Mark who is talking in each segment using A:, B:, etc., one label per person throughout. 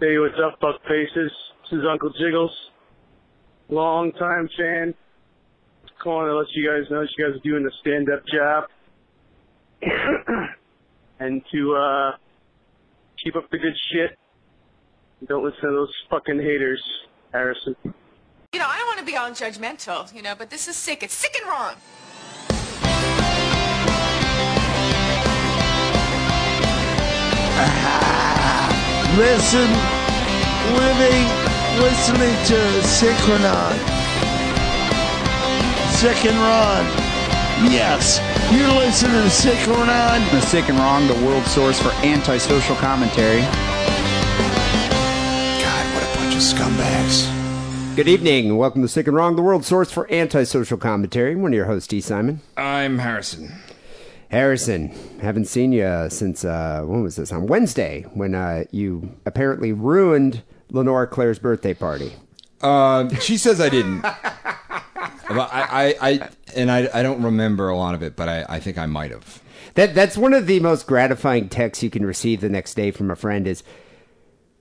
A: Hey, what's up, Buck Faces? This is Uncle Jiggles. Long time fan. Just Calling to let you guys know that you guys are doing a stand up job. and to uh, keep up the good shit. Don't listen to those fucking haters, Harrison.
B: You know, I don't want to be all judgmental, you know, but this is sick. It's sick and wrong.
C: Listen, living, listening to Synchronon. Synchronon. Yes, you're listening to Synchronon.
D: The Sick and Wrong, the world source for antisocial commentary.
C: God, what a bunch of scumbags.
E: Good evening. Welcome to Sick and Wrong, the world source for antisocial commentary. One of your hosts, D. Simon.
F: I'm Harrison.
E: Harrison, haven't seen you since, uh, when was this? On Wednesday, when uh, you apparently ruined Lenora Claire's birthday party.
F: Um, she says I didn't. But I, I, I and I, I don't remember a lot of it, but I, I think I might have.
E: That That's one of the most gratifying texts you can receive the next day from a friend is,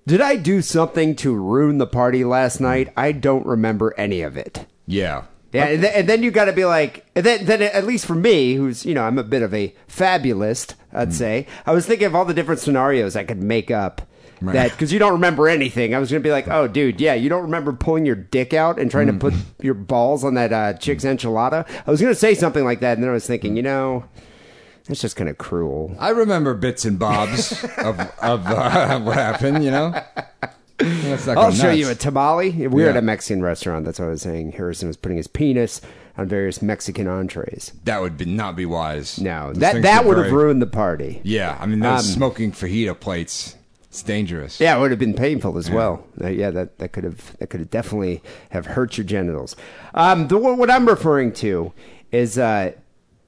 E: did I do something to ruin the party last night? I don't remember any of it.
F: Yeah.
E: Yeah, and, th- and then you got to be like, and then, then at least for me, who's you know I'm a bit of a fabulist, I'd
F: Hmm.
E: say. I was thinking of all the different scenarios I could make up that because you don't remember anything. I was gonna be like, oh, dude, yeah, you don't remember pulling your dick out and
F: Hmm.
E: trying to put your balls on that uh, chick's enchilada. I was gonna say something like that, and then I was
F: Hmm.
E: thinking, you know, that's just kind of cruel.
F: I remember bits and bobs of of uh, what happened. You know. That's not
E: I'll
F: going
E: show
F: nuts.
E: you a tamale. We were at
F: Yeah.
E: a Mexican restaurant. That's what I was saying. Harrison was putting his penis on various Mexican entrees.
F: that would be, not be wise.
E: No,
F: Those
E: that
F: things
E: that
F: are
E: would have
F: very-
E: ruined the party.
F: Yeah, I mean those
E: Um,
F: smoking fajita plates. It's dangerous.
E: Yeah, it would have been painful as well. Uh, yeah, that, that could have that could have definitely have hurt your genitals. Um, the one- what I'm referring to is uh,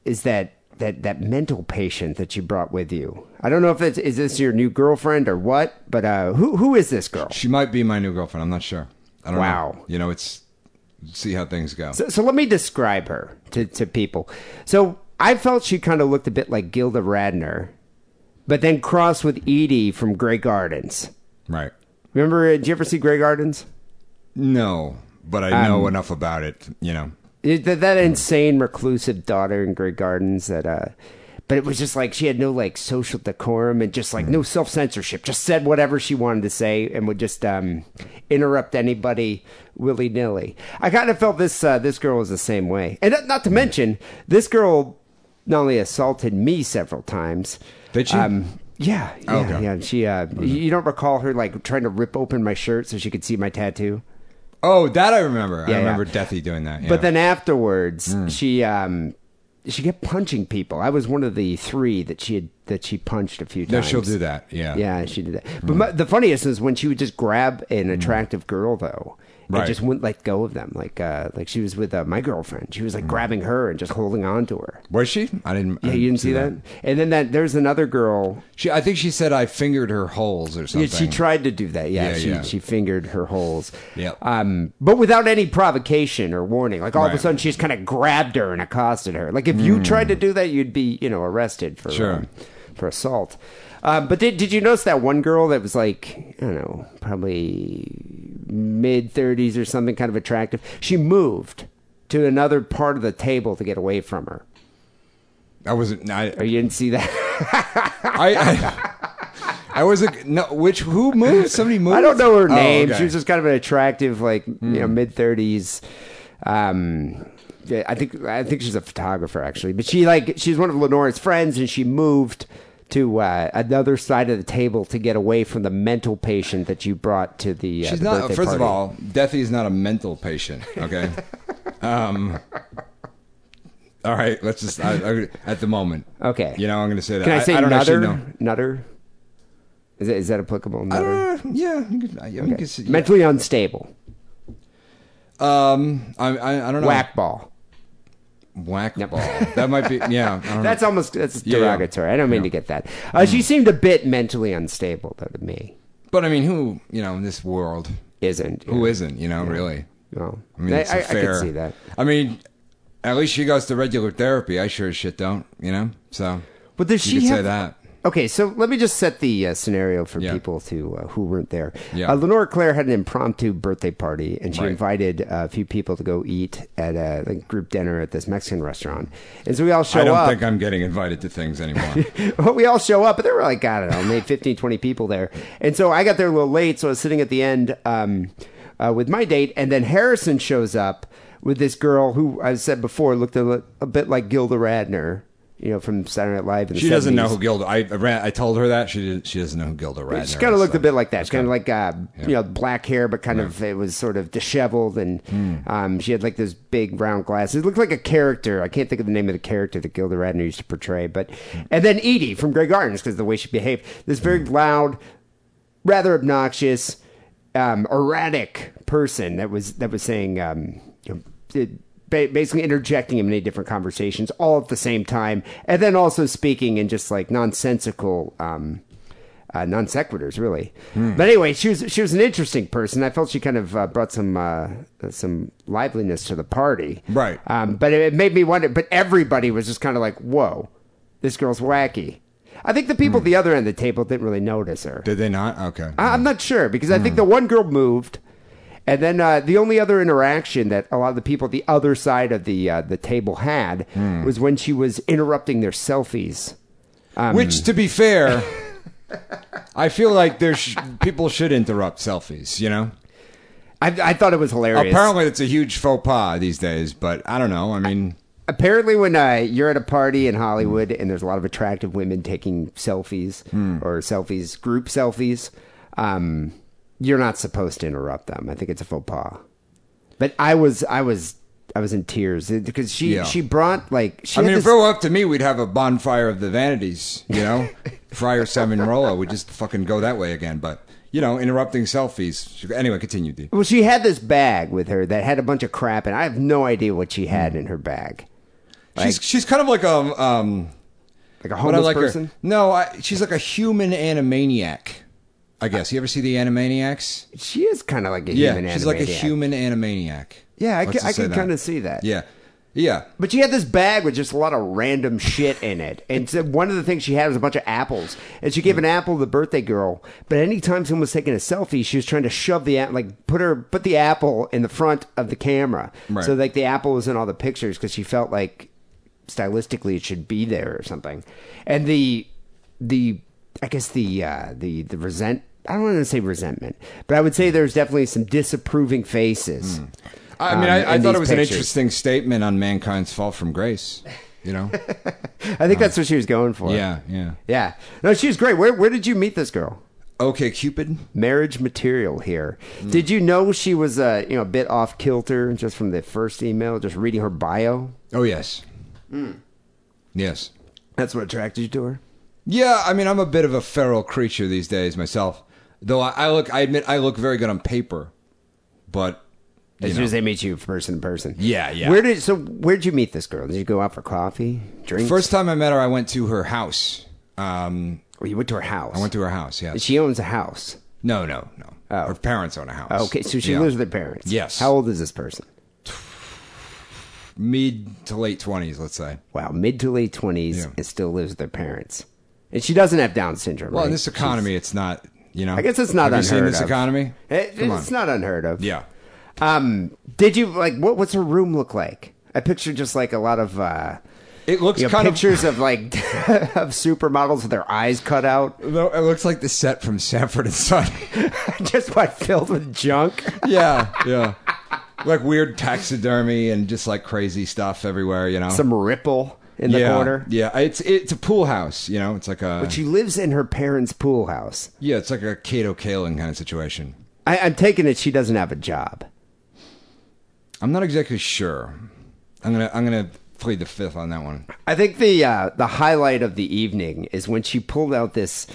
E: is that that that mental patient that you brought with you. I don't know if it's is this your new girlfriend or what, but uh, who who is this girl?
F: She might be my new girlfriend. I'm not sure. I don't know.
E: Wow.
F: You know, it's see how things go.
E: So, so let me describe her to, to people. So I felt she kind of looked a bit like Gilda Radner, but then crossed with Edie from Grey Gardens.
F: right.
E: Remember, uh, did you ever see Grey Gardens?
F: No, but I
E: Um,
F: know enough about it, you know.
E: It- that, that insane reclusive daughter in Grey Gardens that, uh, but it was just like she had no like social decorum and just like no self censorship. Just said whatever she wanted to say and would just um, interrupt anybody willy nilly. I kind of felt this uh, this girl was the same way, and not- not to mention this girl not only assaulted me several times.
F: Did she?
E: um, yeah, yeah,
F: Okay.
E: yeah. And she, uh, you- you don't recall her like trying to rip open my shirt so she could see my tattoo.
F: oh, that I remember.
E: Yeah,
F: I remember
E: yeah.
F: Deathy doing that.
E: But
F: yeah. Hmm.
E: then afterwards, she um, she kept punching people. I was one of the three that she had that she punched a few
F: no,
E: times.
F: she'll do that. Yeah. Hmm.
E: Yeah, she did that. But my, the funniest is when she would just grab an attractive girl though. And
F: Right.
E: just wouldn't let go of them, like uh, like she was with uh, my girlfriend. She was like grabbing her and just holding on to her.
F: Was she? I didn't. Hmm. I
E: Yeah, you didn't see that. And then that there's another girl.
F: She, I think she said I fingered her holes or
E: Yeah,
F: something.
E: she tried to do that. Yeah,
F: Yeah,
E: she
F: yeah.
E: she fingered her holes.
F: Yep.
E: Um, but without any provocation or warning. Like all of a
F: Right. Hmm.
E: sudden, she just kind of grabbed her and accosted her. Like if you tried to do that, you'd be you know arrested for
F: Sure.
E: um, for assault. Um, but did did you notice that one girl that was like I don't know probably mid thirties or something, kind of attractive? She moved to another part of the table to get away from her.
F: I wasn't. I.
E: Oh, you didn't see that?
F: I, I, I wasn't. No. Which? Who moved? Somebody moved.
E: I don't know her
F: Oh,
E: name.
F: okay. Hmm.
E: She was just kind of an attractive, like you know, mid thirties. Um, yeah, I think I think she's a photographer actually, but she like she's one of Lenora's friends, and she moved to uh, another side of the table to get away from the mental patient that you brought to the. Uh,
F: She's
E: the
F: not.
E: birthday
F: First of
E: party.
F: all, Deathy is not a mental patient. Okay. um. All right. Let's just. I, I, at the moment.
E: okay.
F: You know, I'm going to say that.
E: can I say
F: I don't actually
E: nutter?
F: know.
E: Nutter. Is that, is that applicable? Nutter.
F: Uh, yeah. You could, I, I mean, you could say-
E: Mentally unstable.
F: Um. I. I, I don't know.
E: Whackball.
F: Whack ball. That might be. Yeah. I don't know.
E: That's almost that's
F: Uh-huh. Yeah, yeah. Mm.
E: derogatory. I don't mean to get that. Uh, She seemed a bit mentally unstable though to me.
F: But I mean, who you know in this world?
E: Isn't
F: Who isn't? You know, really.
E: Well,
F: I mean,
E: I,
F: it's a
E: I- I
F: fair.
E: could see that.
F: I mean, at least she goes to regular therapy. I sure as shit don't. You know, so.
E: But does
F: you
E: she
F: could say
E: have-
F: that?
E: okay, so let me just set the uh, scenario for
F: Yeah.
E: people to uh, who weren't there.
F: Yeah.
E: Uh, Lenora Claire had an impromptu birthday party, and she
F: Right.
E: invited uh, a few people to go eat at a like, group dinner at this Mexican restaurant. And so we all show
F: I don't
E: up.
F: think I'm getting invited to things anymore.
E: Well, we all show up, but there were like, I don't know, maybe 15, 20 people there. And so I got there a little late, so I was sitting at the end um, uh, with my date. And then Harrison shows up with this girl who I said before looked a, li- a bit like Gilda Radner, you know, from Saturday Night Live. In the
F: she doesn't know
E: 70s.
F: who Gilda. I, I ran. I told her that she didn't, she doesn't know who Gilda Radner.
E: She kind of
F: is,
E: looked
F: so
E: a bit like that.
F: it's
E: Kind of
F: kinda-
E: like uh, you know black hair, but kind of it was sort of disheveled, and um, she had like those big round glasses. It looked like a character. I can't think of the name of the character that Gilda Radner used to portray, but and then Edie from Grey Gardens because the way she behaved, this very loud, rather obnoxious, um, erratic person that was that was saying. Um, you know, it, ba- Basically interjecting in many different conversations all at the same time, and then also speaking in just like nonsensical um, uh, non sequiturs, really. But anyway, she was she was an interesting person. I felt she kind of uh, brought some uh, some liveliness to the party,
F: Right.
E: Um, but it, it made me wonder. But everybody was just kind of like, "Whoa, this girl's wacky." I think the people at the other end of the table didn't really notice her.
F: Did they not? Okay.
E: I- I'm not sure because I
F: Hmm.
E: think the one girl moved, and then uh, the only other interaction that a lot of the people at the other side of the uh, the table had
F: Hmm.
E: was when she was interrupting their selfies.
F: Which, to be fair, I feel like there's sh- people should interrupt selfies. You know.
E: I, I thought it was hilarious.
F: Apparently, it's a huge faux pas these days. But I don't know. I mean,
E: apparently when uh, you're at a party in hollywood and there's a lot of attractive women taking selfies
F: Hmm.
E: or selfies group selfies um, you're not supposed to interrupt them i think it's a faux pas but i was i was i was in tears because she
F: Yeah.
E: she brought like she
F: I
E: had
F: mean,
E: this-
F: if it were up to me, we'd have a bonfire of the vanities. You know, Friar Seven Rolla would just fucking go that way again. But you know, interrupting selfies. Anyway, continue, D.
E: well she had this bag with her that had a bunch of crap and i have no idea what she had in her bag
F: She's she's kind of like a um
E: like a
F: what I
E: homeless
F: like her-
E: person
F: No, I, she's like a human animaniac. I guess you ever see the Animaniacs?
E: she is kind of like a
F: Yeah,
E: human
F: she's like a
E: animaniac.
F: human animaniac.
E: yeah i,
F: Let's just
E: ca- I
F: say
E: can
F: that.
E: kind of see that
F: Yeah, yeah.
E: But she had this bag with just a lot of random shit in it. And so one of the things she had was a bunch of apples. And she gave an apple to the birthday girl. But anytime someone was taking a selfie, she was trying to shove the app- like put her put the apple in the front of the camera.
F: Right.
E: So like the apple was in all the pictures because she felt like stylistically it should be there or something. And the the I guess the uh, the the resent I don't want to say resentment, but I would say there's definitely some disapproving faces.
F: Hmm. I mean,
E: um,
F: I, I
E: in
F: thought
E: these
F: it was an
E: pictures.
F: interesting statement on mankind's fall from grace. You know?
E: I think that's what she was going for.
F: yeah, yeah.
E: Yeah. No, she was great. Where where did you meet this girl?
F: Okay, Cupid.
E: Marriage material here. Did you know she was uh, you know a bit off kilter just from the first email, just reading her bio?
F: Oh yes,
E: Hmm.
F: yes.
E: That's what attracted you to her?
F: Yeah, I mean, I'm a bit of a feral creature these days myself. Though I, I look, I admit, I look very good on paper, but you
E: As soon
F: know.
E: as they meet you person to person.
F: Yeah, yeah.
E: Where did so where'd you meet this girl? Did you go out for coffee? Drinks?
F: First time I met her, I went to her house. Um,
E: Or you went to her house.
F: I went to her house. Yeah.
E: she owns a house.
F: no, no, no. Her parents own a house.
E: Oh, Okay, so she
F: Yeah.
E: lives with her parents.
F: Yes.
E: How old is this person?
F: mid to late twenties, let's say.
E: Wow, mid to late twenties
F: Yeah.
E: and still lives with her parents. And she doesn't have Down syndrome.
F: Well,
E: right?
F: in this economy, it's not. You know,
E: I guess it's not
F: Have you
E: unheard
F: seen this
E: of. Eh.
F: economy?
E: It-
F: Come
E: it's
F: on.
E: not unheard of.
F: Yeah.
E: Um, did you like what? What's her room look like? I picture just like a lot of uh,
F: It looks
E: you know,
F: kind of.
E: pictures of, like of supermodels with their eyes cut out,
F: No, It looks like the set from Sanford and Son.
E: just like filled with junk.
F: yeah, yeah. Like weird taxidermy and just like crazy stuff everywhere, you know.
E: Some ripple in the
F: Oh. yeah,
E: corner.
F: Yeah, it's it's a pool house, you know. It's like a
E: She lives in her parents' pool house.
F: yeah, it's like a Cato Kaling kind of situation.
E: I, I'm taking it she doesn't have a job.
F: I'm not exactly sure. I'm gonna I'm gonna plead the fifth on that one.
E: I think the uh, the highlight of the evening is when she pulled out this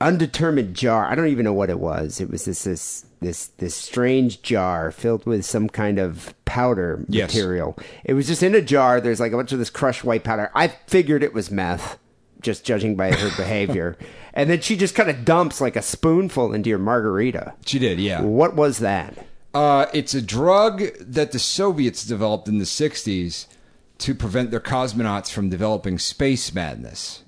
E: undetermined jar. I don't even know what it was. It was this this this this strange jar filled with some kind of powder
F: Yes.
E: material. It was just in a jar. There's like a bunch of this crushed white powder. I figured it was meth, just judging by her behavior. And then she just kind of dumps like a spoonful into your margarita.
F: She did, yeah.
E: What was that?
F: Uh, it's a drug that the Soviets developed in the 60s to prevent their cosmonauts from developing space madness.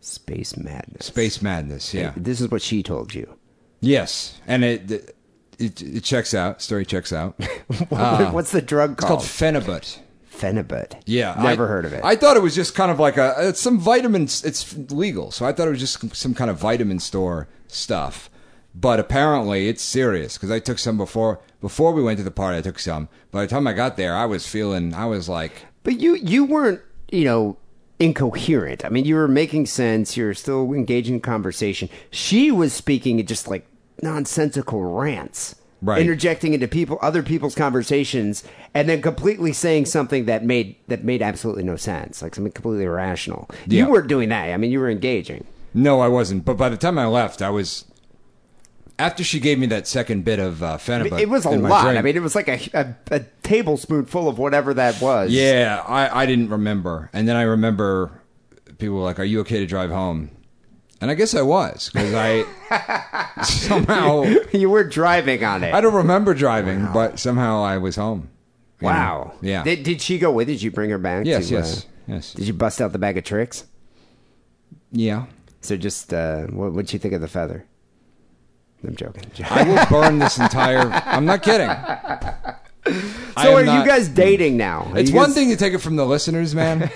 E: Space madness.
F: Space madness. Yeah.
E: This is what she told you.
F: Yes, and it it, it checks out. Story checks out. It's
E: What's the drug called?
F: Uh, called Phenibut.
E: Phenibut.
F: Oh. Yeah,
E: Never
F: I-
E: heard of it.
F: I thought it was just kind of like a it's some vitamins. It's legal, so I thought it was just some kind of vitamin store stuff. But apparently, it's serious because I took some before before we went to the party. I took some. By the time I got there, I was feeling. I was like,
E: But you you weren't, you know, incoherent. I mean, you were making sense. You were still engaging in conversation. She was speaking in just like nonsensical rants.
F: Right.
E: Interjecting into people other people's conversations and then completely saying something that made that made absolutely no sense. Like something completely irrational.
F: Yeah.
E: You weren't doing that. I mean you were engaging.
F: no, I wasn't. But by the time I left, I was. After she gave me that second bit of uh, Phenibut,
E: it was a
F: in my
E: lot.
F: drink-
E: I mean, it was like a, a, a tablespoonful of whatever that was.
F: Yeah, I, I didn't remember. And then I remember people were like, Are you okay to drive home? And I guess I was because I somehow,
E: you were driving on it.
F: I don't remember driving, but somehow I was home. you know?
E: Wow.
F: Yeah.
E: Did, did she go with? you? Did you bring her back?
F: yes,
E: to, uh,
F: yes, yes.
E: Did you bust out the bag of tricks?
F: Yeah.
E: So just uh, what would you think of the feather? I'm joking.
F: I will burn this entire. I'm not kidding. So
E: so are you guys dating now? Are
F: It's
E: you
F: one
E: guys-
F: thing to take it from the listeners, man.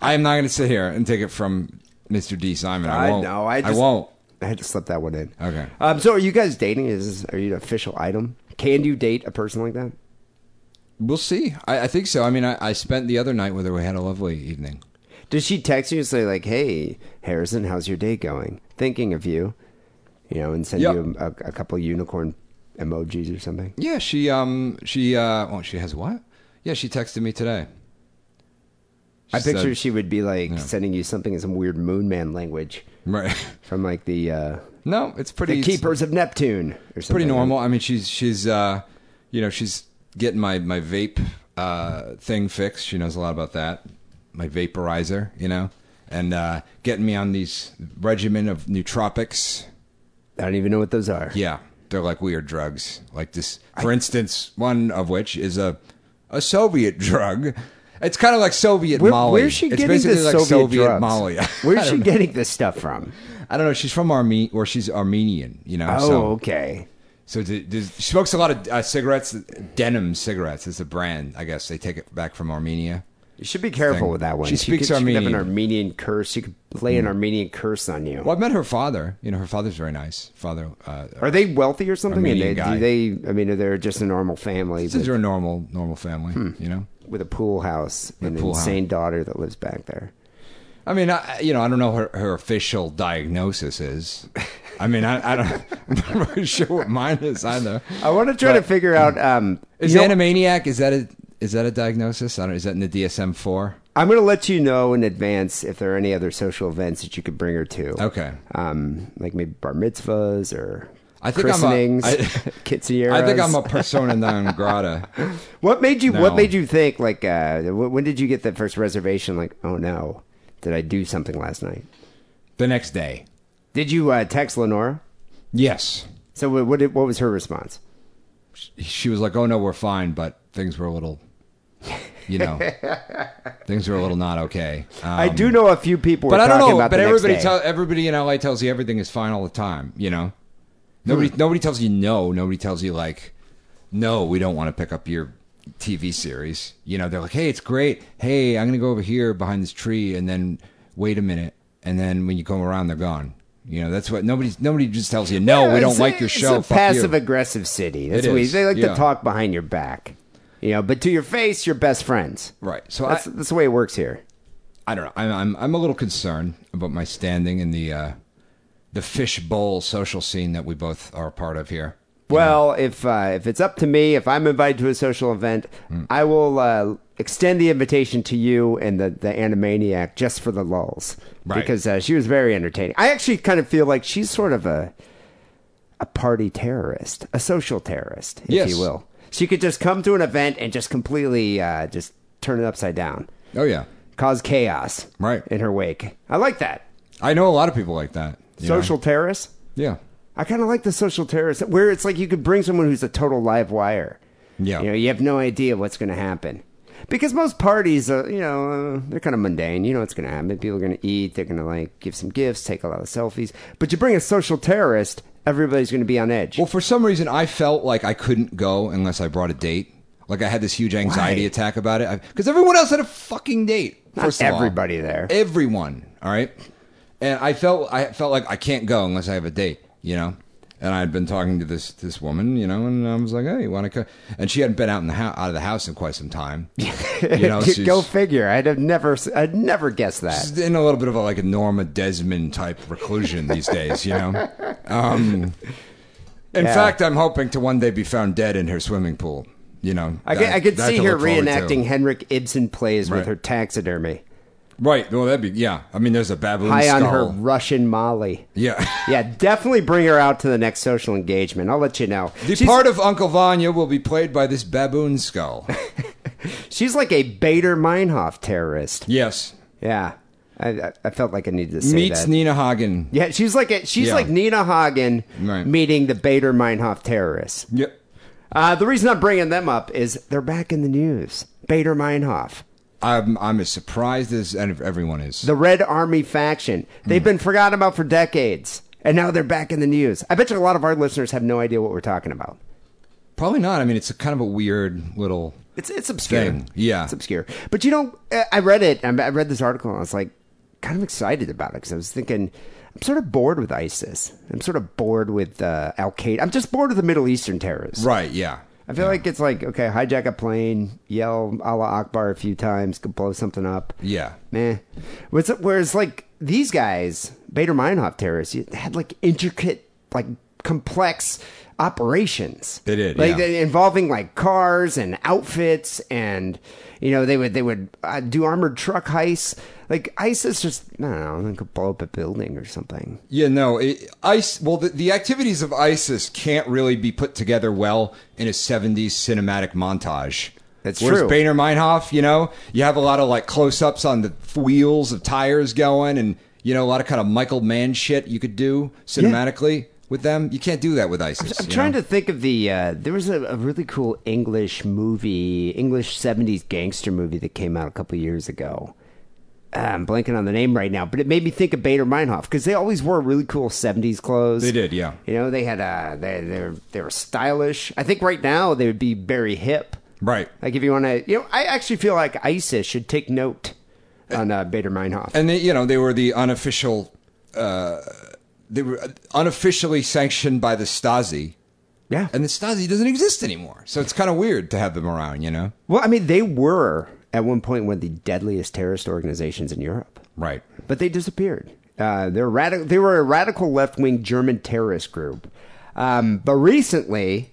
F: I am not going to sit here and take it from Mr. D. Simon. I
E: I
F: won't.
E: know, I just-
F: won't.
E: I had to slip that one in.
F: Okay.
E: Um, so are you guys dating? Is this, are you an official item? Can you date a person like that?
F: We'll see. I, I think so. I mean, I, I spent the other night with her. We had a lovely evening.
E: Does she text you and say like, "Hey, Harrison, how's your day going? Thinking of you," you know, and send
F: Yep.
E: you a, a couple unicorn emojis or something?
F: Yeah, she um she uh oh she has what? Yeah, she texted me today.
E: I
F: said-
E: picture she would be like sending you something in some weird moon man language
F: right.
E: from like the uh,
F: No, it's pretty
E: the keepers of Neptune or something.
F: It's pretty normal. I mean, she's she's uh you know she's getting my my vape uh thing fixed. She knows a lot about that. My vaporizer, you know, and uh getting me on these regimen of nootropics.
E: I don't even know what those are.
F: Yeah, they're like weird drugs. Like this, for instance, one of which is a a Soviet drug. It's kind of like Soviet
E: Where-
F: Molly.
E: where's she
F: it's
E: getting
F: basically
E: this
F: like
E: Soviet, drugs?
F: Molly.
E: Where's she getting this stuff from?
F: I don't know. She's from Arme or she's Armenian. You know.
E: Oh,
F: so,
E: okay.
F: So th- th- she smokes a lot of uh, cigarettes. Denim cigarettes is a brand. I guess they take it back from Armenia.
E: You should be careful
F: thing.
E: with that one.
F: She speaks
E: could, She could
F: Armenian.
E: have an Armenian Hmm. curse. She could lay an Armenian curse on you.
F: Well, I've met her father. You know, her father's very nice. Father. Uh,
E: Are they wealthy or something? And
F: Armenian
E: they,
F: guy.
E: do they? I mean, are they just a normal family
F: this is
E: with,
F: her normal normal family.
E: Hmm.
F: You know.
E: with a pool house and an
F: pool house.
E: insane daughter that lives back there?
F: I mean, I, you know, I don't know her her official diagnosis is. I mean, I, I don't, I'm not really sure what mine is either.
E: I want to try to
F: But-
E: figure out. Um,
F: Is
E: Oh, you know-
F: animaniac? Is that a is that a diagnosis? I don't. Is that in the DSM four?
E: I'm going to let you know in advance if there are any other social events that you could bring her to.
F: Okay.
E: Um, like maybe bar mitzvahs or
F: I think I'm a-
E: christenings,
F: I-
E: kitsuneras.
F: I think I'm a persona non grata.
E: What made you?
F: No.
E: What made you think? Like, uh, wh- when did you get the first reservation? Like, oh no, did I do something last night?
F: The next day.
E: Did you uh, text Lenora?
F: Yes,
E: So wh- what? Did, what was her response?
F: she was like, "Oh no, we're fine," but things were a little, you know, things were a little not okay. Um,
E: I do know a few people, were
F: but I don't
E: talking
F: know.
E: About
F: But
E: the next
F: everybody
E: day.
F: tell everybody in LA tells you everything is fine all the time. You know, nobody
E: Hmm.
F: nobody tells you no. Nobody tells you like, no, we don't want to pick up your TV series. You know, they're like, hey, it's great. Hey, I'm gonna go over here behind this tree, and then wait a minute, and then when you come around, they're gone. You know, that's what nobody nobody just tells you no. Oh, we
E: It's
F: don't
E: a-
F: like your show.
E: It's a
F: fuck you."
E: passive aggressive city. That's
F: It
E: what
F: is,
E: they like
F: yeah.
E: to talk behind your back, you know. But to your face, you're best friends.
F: Right. So
E: That's
F: I,
E: that's the way it works here.
F: I don't know. I'm, I'm I'm a little concerned about my standing in the uh, the fishbowl social scene that we both are a part of here.
E: Well, if uh, if it's up to me, if I'm invited to a social event,
F: Hmm.
E: I will uh, extend the invitation to you and the the Animaniac just for the lulls,
F: Right.
E: because uh, she was very entertaining. I actually kind of feel like she's sort of a a party terrorist, a social terrorist, if
F: Yes.
E: you will. She could just come to an event and just completely uh, just turn it upside down,
F: Oh yeah,
E: cause chaos,
F: Right.
E: in her wake. I like that
F: I know a lot of people like that. you know?
E: social terrorist.
F: Yeah.
E: I kind of like the social terrorist where it's like you could bring someone who's a total live wire.
F: Yeah.
E: You know, you have no idea what's going to happen. because most parties, uh, you know, uh, they're kind of mundane. You know what's going to happen. People are going to eat. They're going to like give some gifts, take a lot of selfies. But you bring a social terrorist, everybody's going to be on edge.
F: Well, for some reason, I felt like I couldn't go unless I brought a date. Like I had this huge anxiety
E: Why?
F: attack about it because everyone else had a fucking date.
E: Not
F: First of all.
E: everybody there.
F: everyone. All right, and I felt I felt like I can't go unless I have a date. You know, and I had been talking to this this woman. You know, and I was like, hey, you want to come? And she hadn't been out in the ho- out of the house in quite some time. You know, she's
E: go figure. I'd have never, s- I'd never guessed that.
F: she's in a little bit of a, like a Norma Desmond type reclusion these days. You know. Um, in
E: Yeah.
F: fact, I'm hoping to one day be found dead in her swimming pool. You know,
E: I, could,
F: That-
E: I could
F: that
E: see
F: to
E: her
F: look forward to.
E: reenacting Henrik Ibsen plays
F: Right.
E: with her taxidermy.
F: Right. Well, that'd be yeah. I mean, there's a baboon
E: High on
F: skull.
E: her Russian Molly.
F: Yeah.
E: Yeah, definitely bring her out to the next social engagement. I'll let you know.
F: The
E: she's,
F: part of Uncle Vanya will be played by this baboon skull.
E: she's like a Bader Meinhof terrorist.
F: yes.
E: Yeah, I, I, I felt like I needed to say
F: Meets
E: that.
F: Nina Hagen.
E: yeah, she's like a, she's
F: Yeah.
E: like Nina Hagen
F: Right.
E: meeting the Bader Meinhof terrorists.
F: Yep.
E: Uh, the reason I'm bringing them up is they're back in the news. Bader Meinhof.
F: I'm I'm as surprised as ev- everyone is.
E: the Red Army faction. They've been forgotten about for decades, and now they're back in the news. I bet you a lot of our listeners have no idea what we're talking about.
F: Probably not. I mean, it's a kind of a weird little.
E: It's it's obscure.
F: Thing, yeah.
E: it's obscure. But you know, uh, I read it. and I read this article, and I was like, kind of excited about it because I was thinking. I'm sort of bored with ISIS. I'm sort of bored with uh, Al Qaeda. I'm just bored with the Middle Eastern terrorists.
F: Right. Yeah.
E: I feel like it's like okay, hijack a plane, yell Allah Akbar a few times, could blow something up.
F: Yeah.
E: Meh. What's whereas like these guys, Bader Meinhof terrorists, you- had like intricate, like complex operations.
F: They did,
E: like
F: yeah.
E: they- involving like cars and outfits, and you know they would they would uh, do armored truck heists. Like ISIS just I don't know, they could blow up a building or something.
F: Yeah. No. It, ICE. Well, the, the activities of ISIS can't really be put together well in a '70s cinematic montage.
E: That's
F: Whereas
E: true.
F: Bader Meinhof, you know, you have a lot of like close-ups on the wheels of tires going, and you know, a lot of kind of Michael Mann shit you could do cinematically with them. You can't do that with ISIS.
E: I'm
F: you
E: trying
F: know?
E: to think of the. Uh, there was a, a really cool English movie, English 70s gangster movie that came out a couple years ago. Uh, I'm blanking on the name right now, but it made me think of Bader Meinhof because they always wore really cool 70s clothes.
F: They did, yeah.
E: You know, they had uh, they they were- they were stylish. I think right now they would be very hip.
F: Right.
E: Like if you want to, you know, I actually feel like ISIS should take note on uh, Bader Meinhof.
F: and they, you know, they were the unofficial, uh, they were uh, unofficially sanctioned by the Stasi,
E: yeah.
F: and the Stasi doesn't exist anymore. So it's kind of weird to have them around, you know?
E: well, I mean, they were at one point one of the deadliest terrorist organizations in Europe.
F: Right.
E: but they disappeared. Uh, they're radic- they were a radical left wing German terrorist group. Um, but recently,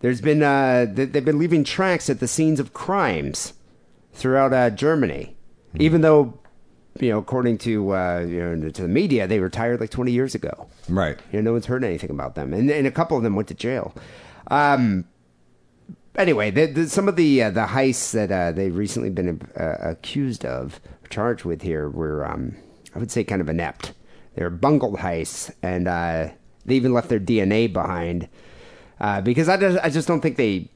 E: there's been uh, th- they've been leaving tracks at the scenes of crimes throughout uh, Germany, even though you know according to uh, you know to the media they retired like 20 years ago.
F: Right.
E: You know, no one's heard anything about them, and, and a couple of them went to jail. Um, anyway, the, the, some of the uh, the heists that uh, they've recently been uh, accused of, charged with here, were um, I would say kind of inept. They're bungled heists, and uh, they even left their DNA behind uh, because I just, I just don't think they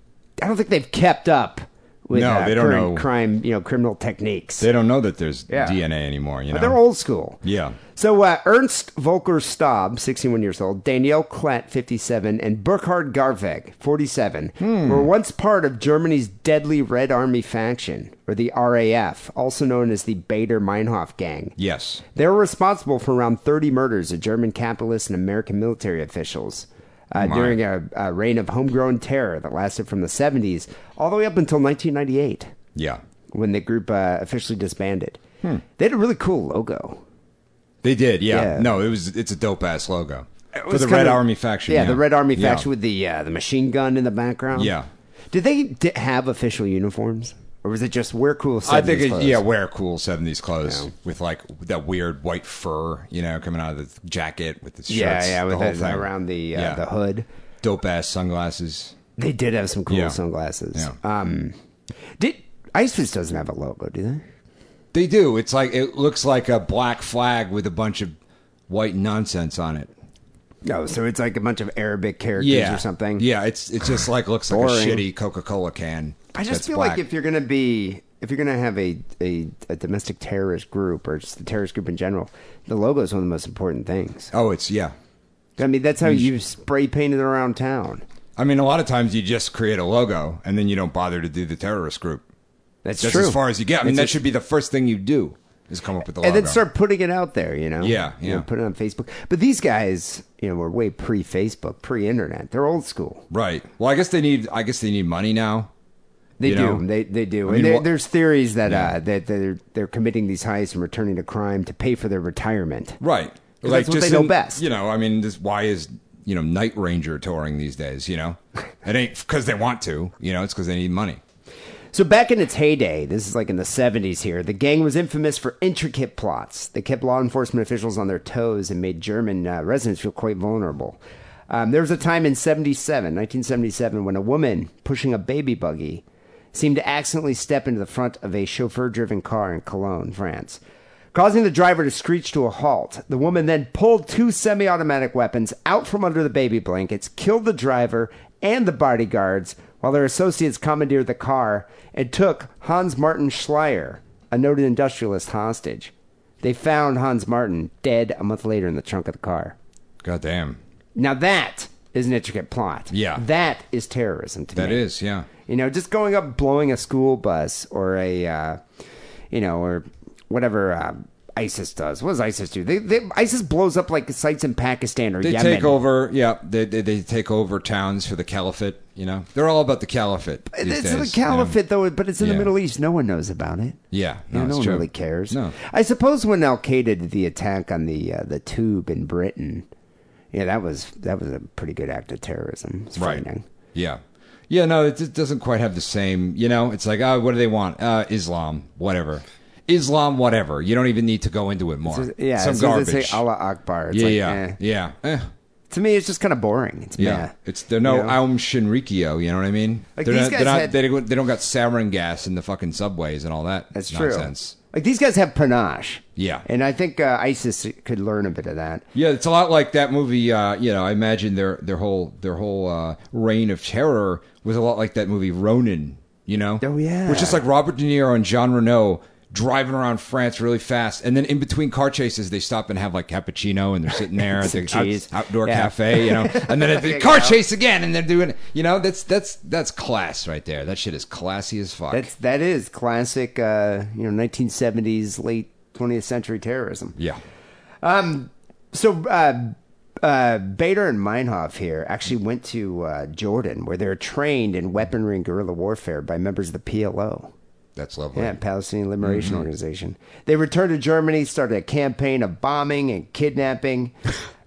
E: I don't think they've kept up with
F: No,
E: uh,
F: they don't
E: current
F: know.
E: crime you know criminal techniques.
F: They don't know that there's
E: Yeah.
F: DNA anymore, you know?
E: But they're old school.
F: Yeah.
E: So uh, Ernst Volker Staub, 61 years old, Danielle Klett, 57, and Burkhard Garveg, 47, were once part of Germany's deadly Red Army faction, or the RAF, also known as the Bader Meinhof Gang.
F: Yes.
E: They were responsible for around 30 murders of German capitalists and American military officials uh,
F: My.
E: during a, a reign of homegrown terror that lasted from the 70s all the way up until 1998
F: Yeah.
E: when the group uh, officially disbanded. They had a really cool logo.
F: They did, yeah.
E: Yeah.
F: No, it was, it's a dope ass logo. For
E: was
F: the
E: kinda-
F: Red Army faction.
E: Yeah, the Red Army
F: Yeah.
E: faction with the uh, the machine gun in the background.
F: Yeah.
E: Did they d- have official uniforms, or was it just wear cool? 70s
F: I think, it,
E: clothes?
F: yeah, wear cool 70s clothes
E: Yeah.
F: with like that weird white fur, you know, coming out of the jacket with the shirts.
E: yeah, yeah, with
F: the whole
E: the-
F: thing.
E: around the uh,
F: Yeah.
E: the hood.
F: Dope ass sunglasses.
E: They did have some cool
F: Yeah.
E: sunglasses.
F: Yeah.
E: Um, did ISIS doesn't have a logo, do they?
F: They do. It's like it looks like a black flag with a bunch of white nonsense on it.
E: No, so it's like a bunch of Arabic characters or something.
F: Yeah, it's it just like looks like a
E: Boring.
F: shitty Coca Cola can.
E: I just
F: that's
E: feel
F: black.
E: like if you're gonna be if you're gonna have a, a a domestic terrorist group or just the terrorist group in general, the logo is one of the most important things.
F: Oh, it's yeah.
E: I mean, that's how you spray painted around town.
F: I mean, a lot of times you just create a logo and then you don't bother to do the terrorist group.
E: That's,
F: That's
E: true.
F: as far as you get. I mean, that
E: That's it.
F: should be the first thing you do is come up with the logo.
E: and then start putting it out there, you know?
F: Yeah,
E: You know,
F: yeah.
E: put it on Facebook. But these guys, you know, were way pre Facebook, pre internet. They're old school.
F: right. Well, I guess they need. I guess they need money now.
E: They
F: You
E: do.
F: know?
E: They they do.
F: I mean,
E: and there-
F: what-
E: there's theories that
F: Yeah.
E: uh, that they're they're committing these heists and returning to crime to pay for their retirement.
F: Right.
E: 'Cause that's what they know best.
F: You know, I mean, this, why is you know Night Ranger touring these days? You know, it ain't because they want to. You know, it's because they need money.
E: So back in its heyday, this is like in the 70s here, the gang was infamous for intricate plots. They kept law enforcement officials on their toes and made German uh, residents feel quite vulnerable. Um, there was a time in 77, 1977, when a woman pushing a baby buggy seemed to accidentally step into the front of a chauffeur-driven car in Cologne, France. Causing the driver to screech to a halt, the woman then pulled two semi automatic weapons out from under the baby blankets, killed the driver and the bodyguards, while their associates commandeered the car and took Hans Martin Schleyer, a noted industrialist, hostage. They found Hans Martin dead a month later in the trunk of the car.
F: God damn.
E: Now, that is an intricate plot.
F: Yeah.
E: That is terrorism to
F: That
E: me.
F: is, yeah.
E: You know, just going up, blowing a school bus or a, uh, you know, or whatever uh, ISIS does. What does ISIS do? They, they, ISIS blows up like sites in Pakistan or
F: They
E: Yemen.
F: take over, yeah. They, they they take over towns for the caliphate. You know, they're all about the caliphate. these
E: It's
F: days,
E: the
F: you know?
E: caliphate, though, but it's in
F: Yeah.
E: the Middle East. No one knows about it.
F: Yeah, no,
E: You know,
F: it's
E: no one
F: true.
E: really cares.
F: No.
E: I suppose when Al Qaeda did the attack on the uh, the tube in Britain, yeah, that was that was a pretty good act of terrorism. It's frightening.
F: Yeah. Yeah, no, it, it doesn't quite have the same, you know, it's like, oh, what do they want? Uh, Islam, whatever. Islam, whatever. You don't even need to go into it more. Some
E: Yeah, as soon as
F: garbage.
E: they say Allah Akbar. It's
F: yeah,
E: like,
F: yeah,
E: eh.
F: yeah. Eh,
E: To me, it's just kind of boring. It's
F: yeah.
E: meh.
F: It's they're no
E: You know?
F: Aum Shinrikyo, you know what I mean?
E: Like,
F: they're
E: these
F: not,
E: guys
F: they're not
E: had-
F: they, don't- they don't got sarin gas in the fucking subways and all that.
E: That's true.
F: nonsense.
E: Like these guys have panache.
F: Yeah.
E: and I think uh, ISIS could learn a bit of that.
F: Yeah, it's a lot like that movie. Uh, you know, I imagine their their whole their whole uh, reign of terror was a lot like that movie Ronin. You know,
E: Oh, yeah.
F: which is like Robert De Niro and Jean Reno driving around France really fast, and then in between car chases they stop and have like cappuccino, and they're sitting there at
E: Some
F: the out-
E: cheese.
F: outdoor
E: Yeah.
F: cafe, you know, and then at
E: There
F: the
E: you
F: car
E: go.
F: chase again, and they're doing, you know, that's that's that's class right there. That shit is classy as fuck.
E: That's that is classic. Uh, you know, nineteen seventies, late twentieth century terrorism.
F: yeah,
E: So uh, uh, Bader and Meinhof here actually went to uh, Jordan, where they're trained in weaponry and guerrilla warfare by members of the PLO.
F: that's lovely.
E: Yeah, Palestinian Liberation Organization. They returned to Germany, started a campaign of bombing and kidnapping.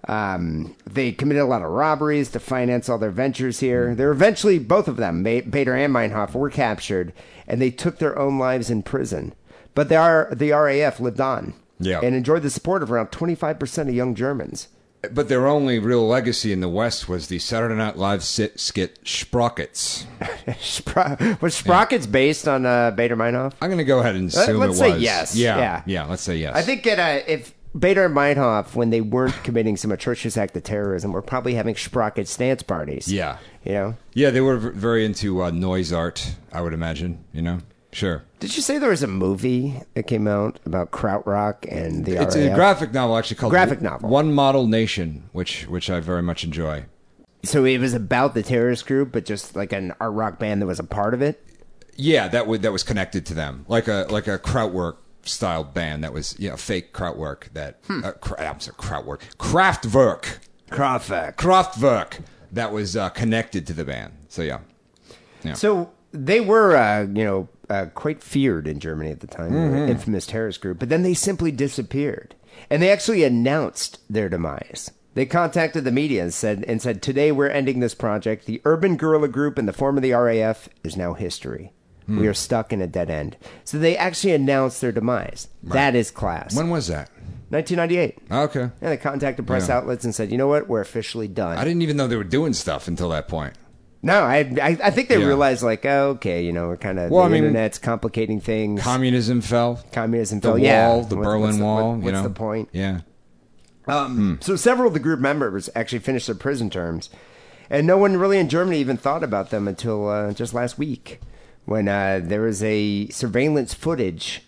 E: um, they committed a lot of robberies to finance all their ventures here. They're eventually, both of them, Ma- Bader and Meinhof, were captured, and they took their own lives in prison. But the, R- the RAF lived on
F: Yeah.
E: and enjoyed the support of around 25% of young Germans.
F: But their only real legacy in the West was the Saturday Night Live sit- skit Sprockets.
E: Spro- was Sprockets based on uh, Bader Meinhof?
F: I'm going to go ahead and assume
E: Uh, let's
F: it
E: say
F: was.
E: yes.
F: Yeah,
E: Yeah.
F: yeah. let's say yes.
E: I think that uh, if Bader and Meinhof, when they weren't committing some atrocious act of terrorism, were probably having sprocket stance parties.
F: Yeah.
E: You know?
F: Yeah, they were v- very into uh, noise art, I would imagine, you know? Sure.
E: Did you say there was a movie that came out about Krautrock and the
F: It's
E: RAF?
F: a graphic novel actually called
E: Graphic novel.
F: One Model Nation, which which I very much enjoy.
E: so it was about the terrorist group, but just like an art rock band that was a part of it?
F: Yeah, that would that was connected to them. Like a like a Krautwerk style band that was yeah, fake Krautwerk that
E: Hmm.
F: uh, Kra- I'm sorry, Krautwerk. Kraftwerk.
E: Krautrock.
F: Kraftwerk that was uh, connected to the band. So yeah.
E: So they were, uh, you know, uh, quite feared in Germany at the time, They
F: Mm-hmm.
E: were an infamous terrorist group. But then they simply disappeared, and they actually announced their demise. They contacted the media and said, "And said today we're ending this project. The urban guerrilla group in the form of the RAF is now history.
F: Hmm.
E: We are stuck in a dead end." So they actually announced their demise. That is class.
F: When was that?
E: 1998.
F: Okay.
E: And they contacted press
F: Yeah.
E: outlets and said, "You know what? We're officially done."
F: I didn't even know they were doing stuff until that point.
E: No, I I, I think they
F: Yeah.
E: realized like, oh, okay, you know, we're kind of
F: Well, I
E: the
F: mean,
E: internet's complicating things.
F: Communism fell.
E: Communism
F: the
E: fell.
F: wall,
E: yeah,
F: the
E: What-
F: Berlin
E: what's the-
F: Wall.
E: what-
F: you
E: what's
F: know? Hmm.
E: the point?
F: Yeah,
E: So several of the group members actually finished their prison terms, and no one really in Germany even thought about them until uh, just last week when uh, there was a surveillance footage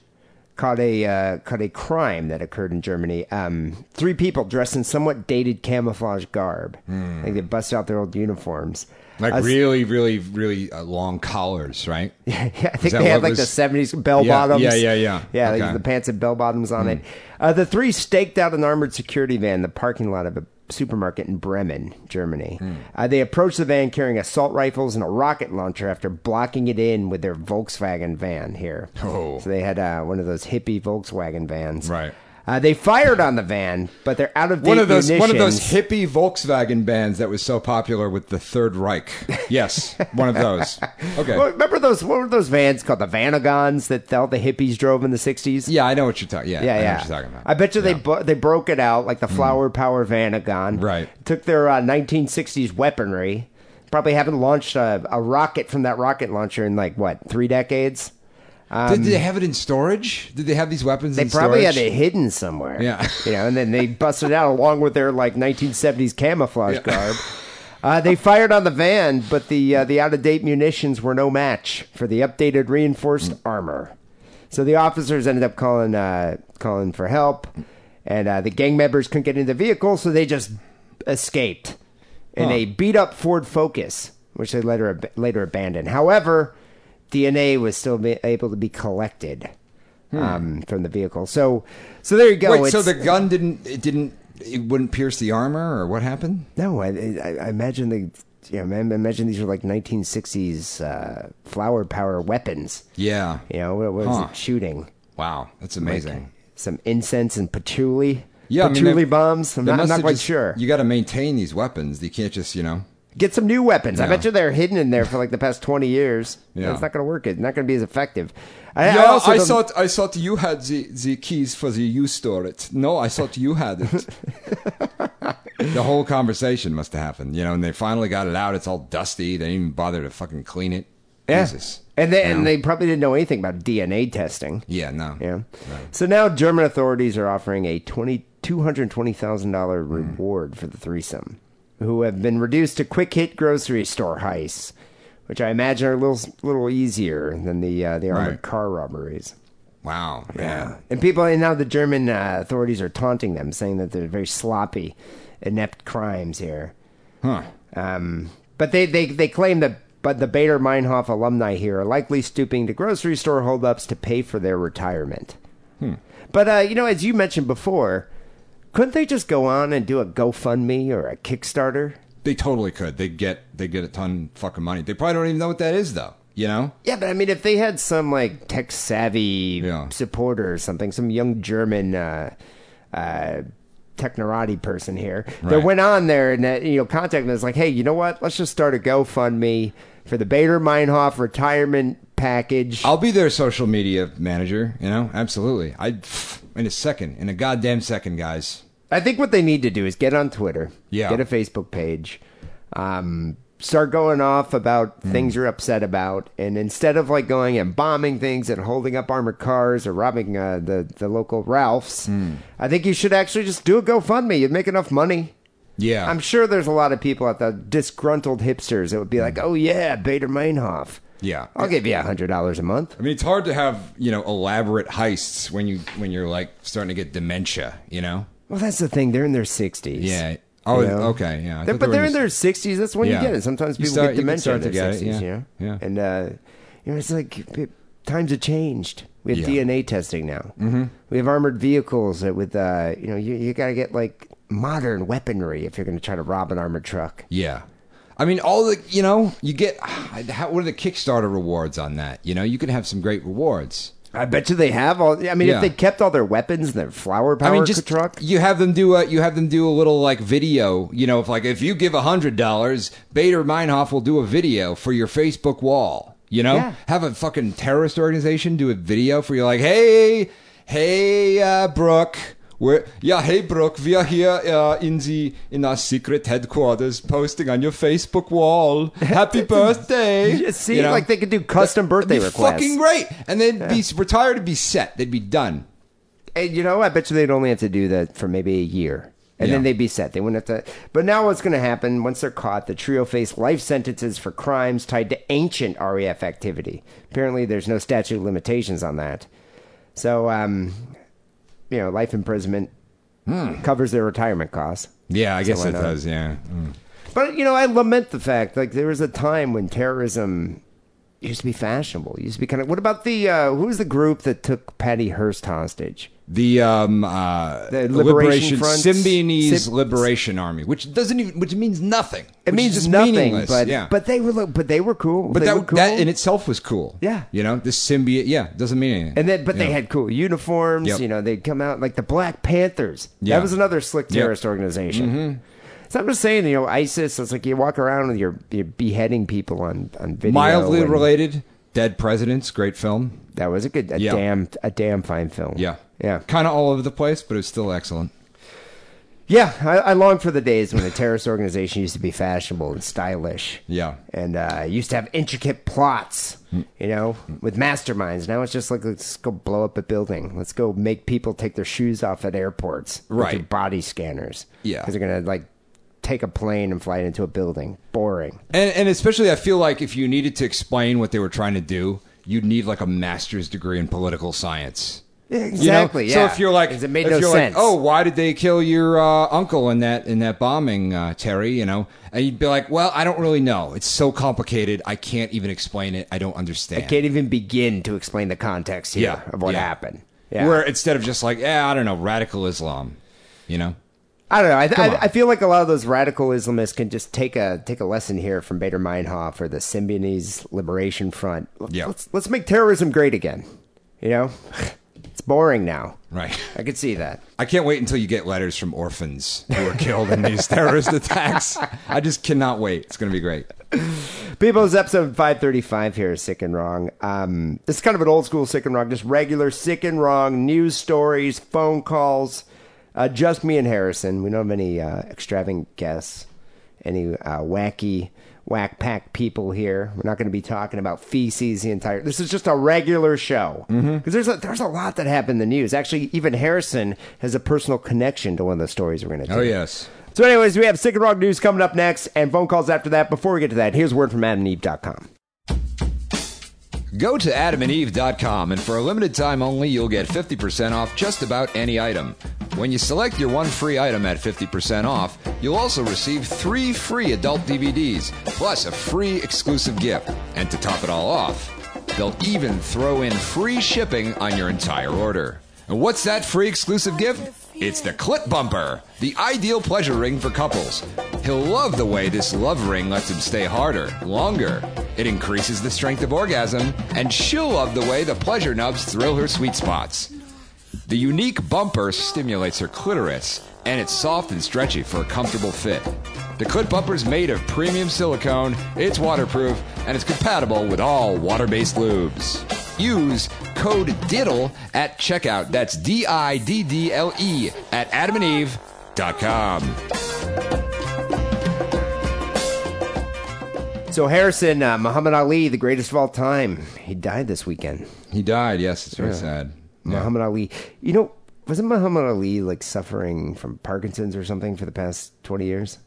E: caught a uh, caught a crime that occurred in Germany. Um, three people dressed in somewhat dated camouflage garb, like they busted out their old uniforms.
F: Hmm.
E: Uh,
F: Like
E: I was-
F: really, really, really uh, long collars, right?
E: yeah, I think
F: that
E: they had
F: what
E: like the
F: was-
E: seventies bell
F: Yeah,
E: bottoms.
F: yeah, yeah, yeah.
E: Yeah, like
F: Okay. Mm-hmm.
E: the pants had bell bottoms on it. Uh, the three staked out an armored security van in the parking lot of a supermarket in Bremen, Germany.
F: Hmm.
E: Uh, they approached the van carrying assault rifles and a rocket launcher after blocking it in with their Volkswagen van here.
F: Oh.
E: So they had uh, one of those hippie Volkswagen vans.
F: Right.
E: Uh, they fired on the van, but they're out of date
F: One of those, one of those
E: munitions.
F: hippie Volkswagen bands that was so popular with the Third Reich. Yes, one of those. Okay.
E: Well, remember those? What were those vans called? The Vanagons that all the hippies drove in the '60s.
F: yeah, I know what you're talking. Yeah,
E: Yeah,
F: I know
E: yeah.
F: what you're talking about.
E: I bet you they
F: Yeah. Mm-hmm.
E: bu- they broke it out like the Flower Power Vanagon.
F: Right.
E: Took their uh, 1960s weaponry. Probably haven't launched a, a rocket from that rocket launcher in like what three decades.
F: Did, did they have it in storage? Did they have these weapons?
E: um, They
F: in
E: probably
F: storage?
E: had it hidden somewhere.
F: Yeah.
E: You know, and then they busted it out along with their like 1970s camouflage garb. Uh, they fired on the van, but the uh, the out of date munitions were no match for the updated reinforced
F: Mm.
E: armor. So the officers ended up calling uh, calling for help, and uh, the gang members couldn't get in the vehicle, so they just escaped in a beat up Ford Focus, which they later ab- later abandoned. However, DNA was still be- able to be collected um, from the vehicle. So, so there you go.
F: Hmm. Wait, so
E: It's-
F: the gun didn't? It didn't. It wouldn't pierce the armor, or what happened?
E: No, I, I, I imagine the yeah, I imagine these were like 1960s uh, flower power weapons.
F: Yeah.
E: You know, what what was
F: Huh.
E: it shooting?
F: Wow, that's amazing.
E: Some incense and patchouli.
F: yeah, I mean,
E: patchouli
F: they-
E: bombs. I'm
F: they
E: not, I'm
F: must
E: not
F: have
E: quite
F: just-
E: sure.
F: You got to maintain these weapons. You can't just, you know.
E: Get some new weapons. I
F: Yeah.
E: bet you they're hidden in there for like the past 20 years.
F: Yeah.
E: It's not going to work. It's not going to be as effective. I,
F: yeah,
E: also
F: I
E: don't-
F: thought I thought you had the, the keys for the U store. It no, I thought you had it. the whole conversation must have happened, you know. And they finally got it out. It's all dusty. They didn't even bother to fucking clean it.
E: Yeah.
F: Jesus.
E: And they, and
F: No.
E: they probably didn't know anything about DNA testing.
F: Yeah, no.
E: Yeah. So now German authorities are offering a twenty two hundred twenty thousand dollar
F: Mm.
E: reward for the threesome, who have been reduced to quick hit grocery store heists, which I imagine are a little little easier than the uh, the armored
F: Right.
E: car robberies.
F: Wow. Man.
E: And people and now the German uh, authorities are taunting them, saying that they're very sloppy, inept crimes here.
F: Huh.
E: Um, but they, they, they claim that but the Bader Meinhof alumni here are likely stooping to grocery store holdups to pay for their retirement. But uh, you know, as you mentioned before, couldn't they just go on and do a GoFundMe or a Kickstarter?
F: They totally could. They get they get a ton fucking money. They probably don't even know what that is though. You know?
E: Yeah, but I mean, if they had some like tech savvy
F: Yeah.
E: supporter or something, some young German uh, uh, technorati person here that
F: Right.
E: went on there and that, you know contacted us like, hey, you know what? Let's just start a GoFundMe for the Bader Meinhof retirement package.
F: I'll be their social media manager. You know, absolutely. I in a second, in a goddamn second, guys.
E: I think what they need to do is get on Twitter,
F: Yeah.
E: get a Facebook page, um, start going off about
F: Mm.
E: things you're upset about, and instead of like going and bombing things and holding up armored cars or robbing uh, the the local Ralphs,
F: Mm.
E: I think you should actually just do a GoFundMe. You'd make enough money.
F: Yeah,
E: I'm sure there's a lot of people out there, disgruntled hipsters, that would be like, "Oh yeah, Bader Meinhof.
F: Mm. Yeah.
E: I'll give you a hundred dollars a month."
F: I mean, it's hard to have you know elaborate heists when you when you're like starting to get dementia. You know?
E: Well, that's the thing; they're in their sixties.
F: Yeah. Oh,
E: You know?
F: okay. Yeah. I
E: They're-
F: thought they
E: but
F: were
E: they're in
F: just-
E: their sixties. That's when
F: Yeah.
E: you get it. Sometimes
F: You
E: people
F: start-
E: get
F: you can
E: dementia
F: start
E: in their
F: to get it,
E: sixties.
F: yeah.
E: You know?
F: Yeah.
E: And uh, you know, it's like it- times have changed. We have
F: Yeah.
E: DNA testing now. Mm-hmm. We have armored vehicles that with uh, you know, you you got to get like modern weaponry if you're going to try to rob an armored truck.
F: Yeah. I mean, all the you know, you get how, what are the Kickstarter rewards on that? You know, you can have some great rewards.
E: I bet you they have all. I mean,
F: Yeah.
E: if they kept all their weapons and their flower power
F: I mean, just
E: truck.
F: You have them do a you have them do a little like video. You know, if like if you give a hundred dollars, Bader Meinhof will do a video for your Facebook wall. You know,
E: Yeah.
F: have a fucking terrorist organization do a video for you, like, hey, hey, uh, Brooke. We're, yeah, hey Brooke, we are here uh, in the in our secret headquarters, posting on your Facebook wall. Happy birthday!
E: Yeah, see,
F: You know?
E: like they could do custom birthday
F: That'd be
E: requests.
F: Fucking great, and they'd be retired, to be set, they'd be done.
E: And, you know, I bet you they'd only have to do that for maybe a year. And then
F: Yeah.
E: they'd be set. They wouldn't have to. But now what's going to happen once they're caught? The trio face life sentences for crimes tied to ancient RAF activity. Apparently, there's no statute of limitations on that. So, um, you know, life imprisonment covers their retirement costs.
F: Yeah, I guess
E: why
F: it
E: not?
F: does. Yeah. Mm.
E: But you know, I lament the fact like there was a time when terrorism used to be fashionable. Used to be kind of. What about the uh, who was the group that took Patty Hearst hostage?
F: The um uh
E: The Liberation Front?
F: Symbionese
E: Sym-
F: Liberation Army, which doesn't even which means nothing.
E: It
F: Which is
E: means
F: just
E: nothing,
F: meaningless.
E: but
F: yeah.
E: but they were lo- but they were cool.
F: But
E: they
F: that
E: were cool.
F: that in itself was cool.
E: Yeah.
F: You know, this symbiote yeah, doesn't mean anything.
E: And then, but
F: you
E: they
F: know.
E: had cool uniforms.
F: Yep.
E: You know, they'd come out like the Black Panthers.
F: Yeah.
E: That was another slick
F: Yep. Mm-hmm.
E: terrorist organization. So I'm just saying, you know, ISIS. It's like you walk around and you're, you're beheading people on on video.
F: mildly
E: and
F: related. Dead Presidents, great film.
E: That was a good, a
F: Yeah.
E: damn, a damn fine film.
F: Yeah.
E: yeah,
F: Kind of all over the place, but it was still excellent.
E: yeah. I, I long for the days when a terrorist organization used to be fashionable and stylish.
F: Yeah.
E: and uh, used to have intricate plots, you know, with masterminds. Now it's just like let's go blow up a building. Let's go make people take their shoes off at airports, with
F: Right.
E: their body scanners,
F: Yeah.
E: because they're gonna like take a plane and fly it into a building. Boring.
F: And, and especially, I feel like if you needed to explain what they were trying to do, you'd need like a master's degree in political science. You know?
E: Exactly.
F: So
E: yeah.
F: if you're like,
E: 'Cause it made
F: if
E: no
F: you're
E: sense.
F: like, oh, why did they kill your uh, uncle in that in that bombing, uh, Terry? You know, and you'd be like, well, I don't really know. It's so complicated. I can't even explain it. I don't understand.
E: can't even begin to explain the context here
F: Yeah,
E: of what
F: yeah.
E: happened. Yeah.
F: Where instead of just like, yeah, I don't know, radical Islam. You know,
E: I don't know. I, th-
F: on.
E: I, I feel like a lot of those radical Islamists can just take a take a lesson here from Bader Meinhof or the Symbionese Liberation Front. L-
F: Yeah.
E: Let's let's make terrorism great again. You know, it's boring now.
F: right?
E: I could see that.
F: I can't wait until you get letters from orphans who were killed in these terrorist attacks. I just cannot wait. It's going to be great.
E: People's episode 535 here is Sick and Wrong. Um, this is kind of an old school Sick and Wrong, just regular Sick and Wrong news stories, phone calls. Uh, just me and Harrison. We don't have any uh, extravagant guests, any uh, wacky, whack pack people here. We're not going to be talking about feces the entire. This is just a regular show because there's a, there's a lot that happened in the news. Actually, even Harrison has a personal connection to one of the stories we're going to.
F: Oh yes.
E: So, anyways, we have Sick and Wrong News coming up next and phone calls after that. Before we get to that, here's a word from adamandeve.com.
F: Go to adamandeve.com and for a limited time only, you'll get 50% off just about any item. When you select your one free item at 50% off, you'll also receive three free adult DVDs, plus a free exclusive gift. And to top it all off, they'll even throw in free shipping on your entire order. And what's that free exclusive gift? It's the clip bumper, the ideal pleasure ring for couples. He'll love the way this love ring lets him stay harder, longer. It increases the strength of orgasm, and she'll love the way the pleasure nubs thrill her sweet spots. The unique bumper stimulates her clitoris, and it's soft and stretchy for a comfortable fit. The clit bumper's made of premium silicone, it's waterproof, and it's compatible with all water based lubes. Use code DIDDLE at checkout. That's D I D D L E at adamandeve.com.
E: So, Harrison, uh, Muhammad Ali, the greatest of all time, he died this weekend.
F: He died, yes, it's very sad.
E: Muhammad Ali, you know, wasn't Muhammad Ali like suffering from Parkinson's or something for the past 20 years?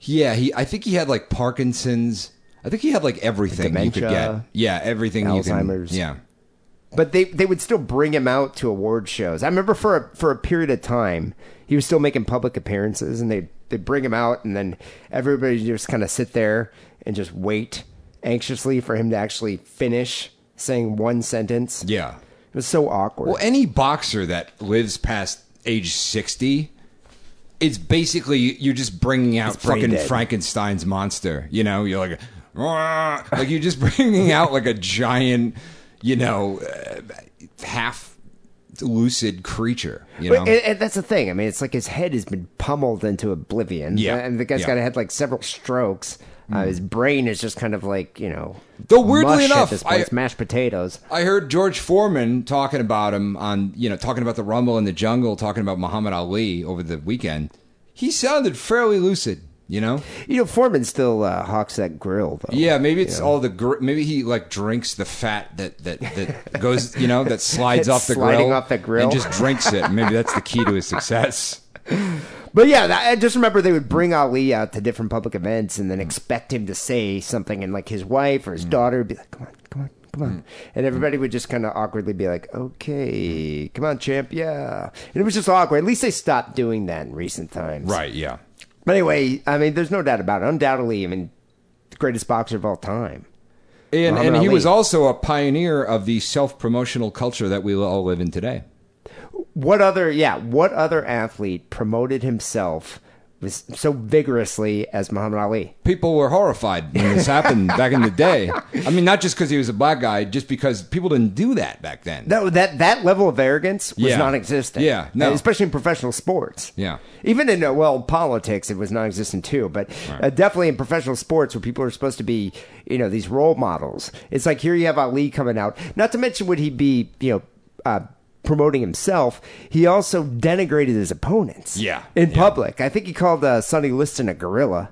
F: Yeah, he. I think he had like Parkinson's. I think he had like everything you could get.
E: Dementia,
F: Yeah, everything
E: Alzheimer's.
F: you can. Yeah,
E: But they, they would still bring him out to award shows. I remember for a, for a period of time, he was still making public appearances, and they they bring him out, and then everybody just kind of sit there and just wait anxiously for him to actually finish saying one sentence.
F: yeah.
E: It was so awkward.
F: Well, any boxer that lives past age 60, it's basically you're just bringing out
E: brain
F: fucking
E: dead.
F: Frankenstein's monster. You know, you're like, "Rah!" like you're just bringing out like a giant, you know, uh, half lucid creature. You know,
E: But- and, and that's the thing. I mean, it's like his head has been pummeled into oblivion.
F: Yeah.
E: And the guy's
F: Yeah. Mm.
E: got had like several strokes. Uh, his brain is just kind of like, you know,
F: Though weirdly
E: mush
F: enough,
E: at this point.
F: I-
E: it's mashed potatoes.
F: I heard George Foreman talking about him on, you know, talking about the Rumble in the Jungle, talking about Muhammad Ali over the weekend. He sounded fairly lucid, you know.
E: You know, Foreman still uh, hawks that grill, though.
F: Yeah, maybe it's all the gr- maybe he like drinks the fat that that that goes, you know, that slides
E: It's
F: off the
E: sliding
F: grill,
E: off the grill.
F: and just drinks it. Maybe that's the key to his success.
E: But yeah, that- I just remember they would bring Ali out to different public events and then expect him to say something, and like his wife or his daughter would be like, "Come on, come on, come on," and everybody would just kind of awkwardly be like, "Okay, come on, champ, yeah." And it was just awkward. At least they stopped doing that in recent times,
F: Right, yeah.
E: But anyway, I mean, there's no doubt about it. Undoubtedly, I mean, the greatest boxer of all time.
F: And,
E: Muhammad
F: and he
E: Ali.
F: was also a pioneer of the self promotional culture that we all live in today.
E: What other, yeah, what other athlete promoted himself was so vigorously as Muhammad Ali?
F: People were horrified when this happened back in the day. I mean, not just because he was a black guy, just because people didn't do that back then.
E: No, that that level of arrogance was
F: Yeah.
E: non-existent.
F: Yeah, no.
E: Uh, especially in professional sports.
F: Yeah.
E: even in uh, well politics, it was non-existent too. But uh, definitely in professional sports, where people are supposed to be, you know, these role models. It's like here you have Ali coming out. Not to mention, would he be, you know. Uh, Promoting himself, he also denigrated his opponents.
F: Yeah.
E: in
F: Yeah.
E: public, I think he called uh, Sonny Liston a gorilla,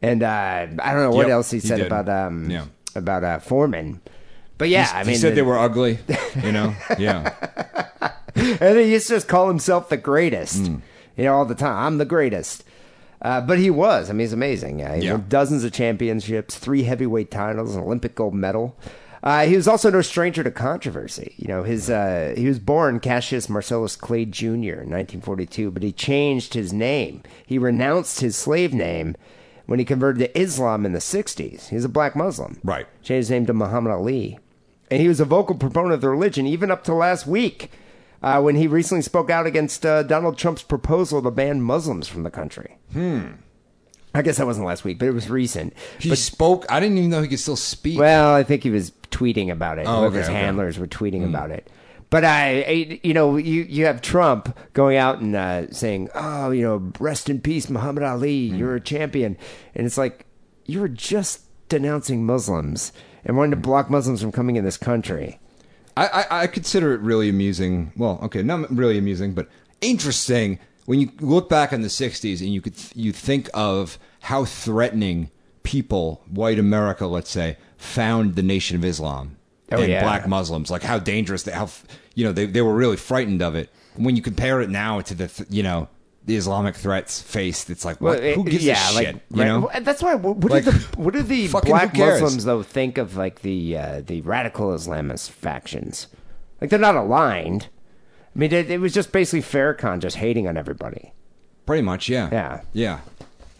E: and uh, I don't know what
F: Yep,
E: else he
F: he
E: said
F: did.
E: about um
F: Yeah.
E: about uh, Foreman. But yeah, I mean,
F: he said
E: the-
F: they were ugly, you know? Yeah.
E: and he used to just call himself the greatest, you know, all the time. I'm the greatest. Uh, but he was. I mean, he's amazing. Yeah, he
F: Yeah.
E: won dozens of championships, three heavyweight titles, an Olympic gold medal. Uh, he was also no stranger to controversy. You know, his uh, he was born Cassius Marcellus Clay Jr. in 1942, but he changed his name. He renounced his slave name when he converted to Islam in the 60s. He was a black Muslim.
F: Right.
E: Changed his name to Muhammad Ali. And he was a vocal proponent of the religion, even up to last week, uh, when he recently spoke out against uh, Donald Trump's proposal to ban Muslims from the country. Hmm. I guess that wasn't last week, but it was recent.
F: He spoke. I didn't even know he could still speak.
E: Well, I think he was tweeting about it.
F: Oh,
E: Whoever
F: okay,
E: his
F: okay. Mm.
E: handlers were tweeting about it. But I, I- you know, you, you have Trump going out and uh, saying, "Oh, you know, rest in peace, Muhammad Ali.
F: Mm.
E: You're a champion," and it's like you were just denouncing Muslims and wanting to block Muslims from coming in this country.
F: I, I, I consider it really amusing. Well, okay, not really amusing, but interesting when you look back in the '60s and you could you think of how threatening people, white America, let's say, found the Nation of Islam
E: Oh,
F: and
E: yeah.
F: black Muslims, like how dangerous they, how f- you know they they were really frightened of it. When you compare it now to the th- you know the Islamic threats faced, it's like what,
E: Well,
F: who
E: it-
F: gives a
E: yeah, like,
F: shit? you
E: right.
F: know,
E: Well, that's why. What, what
F: Like,
E: do the what do the
F: fucking who
E: black
F: cares?
E: Muslims though think of like the uh, the radical Islamist factions? Like they're not aligned. I mean, it, it was just basically Farrakhan just hating on everybody.
F: pretty much, yeah,
E: Yeah.
F: yeah,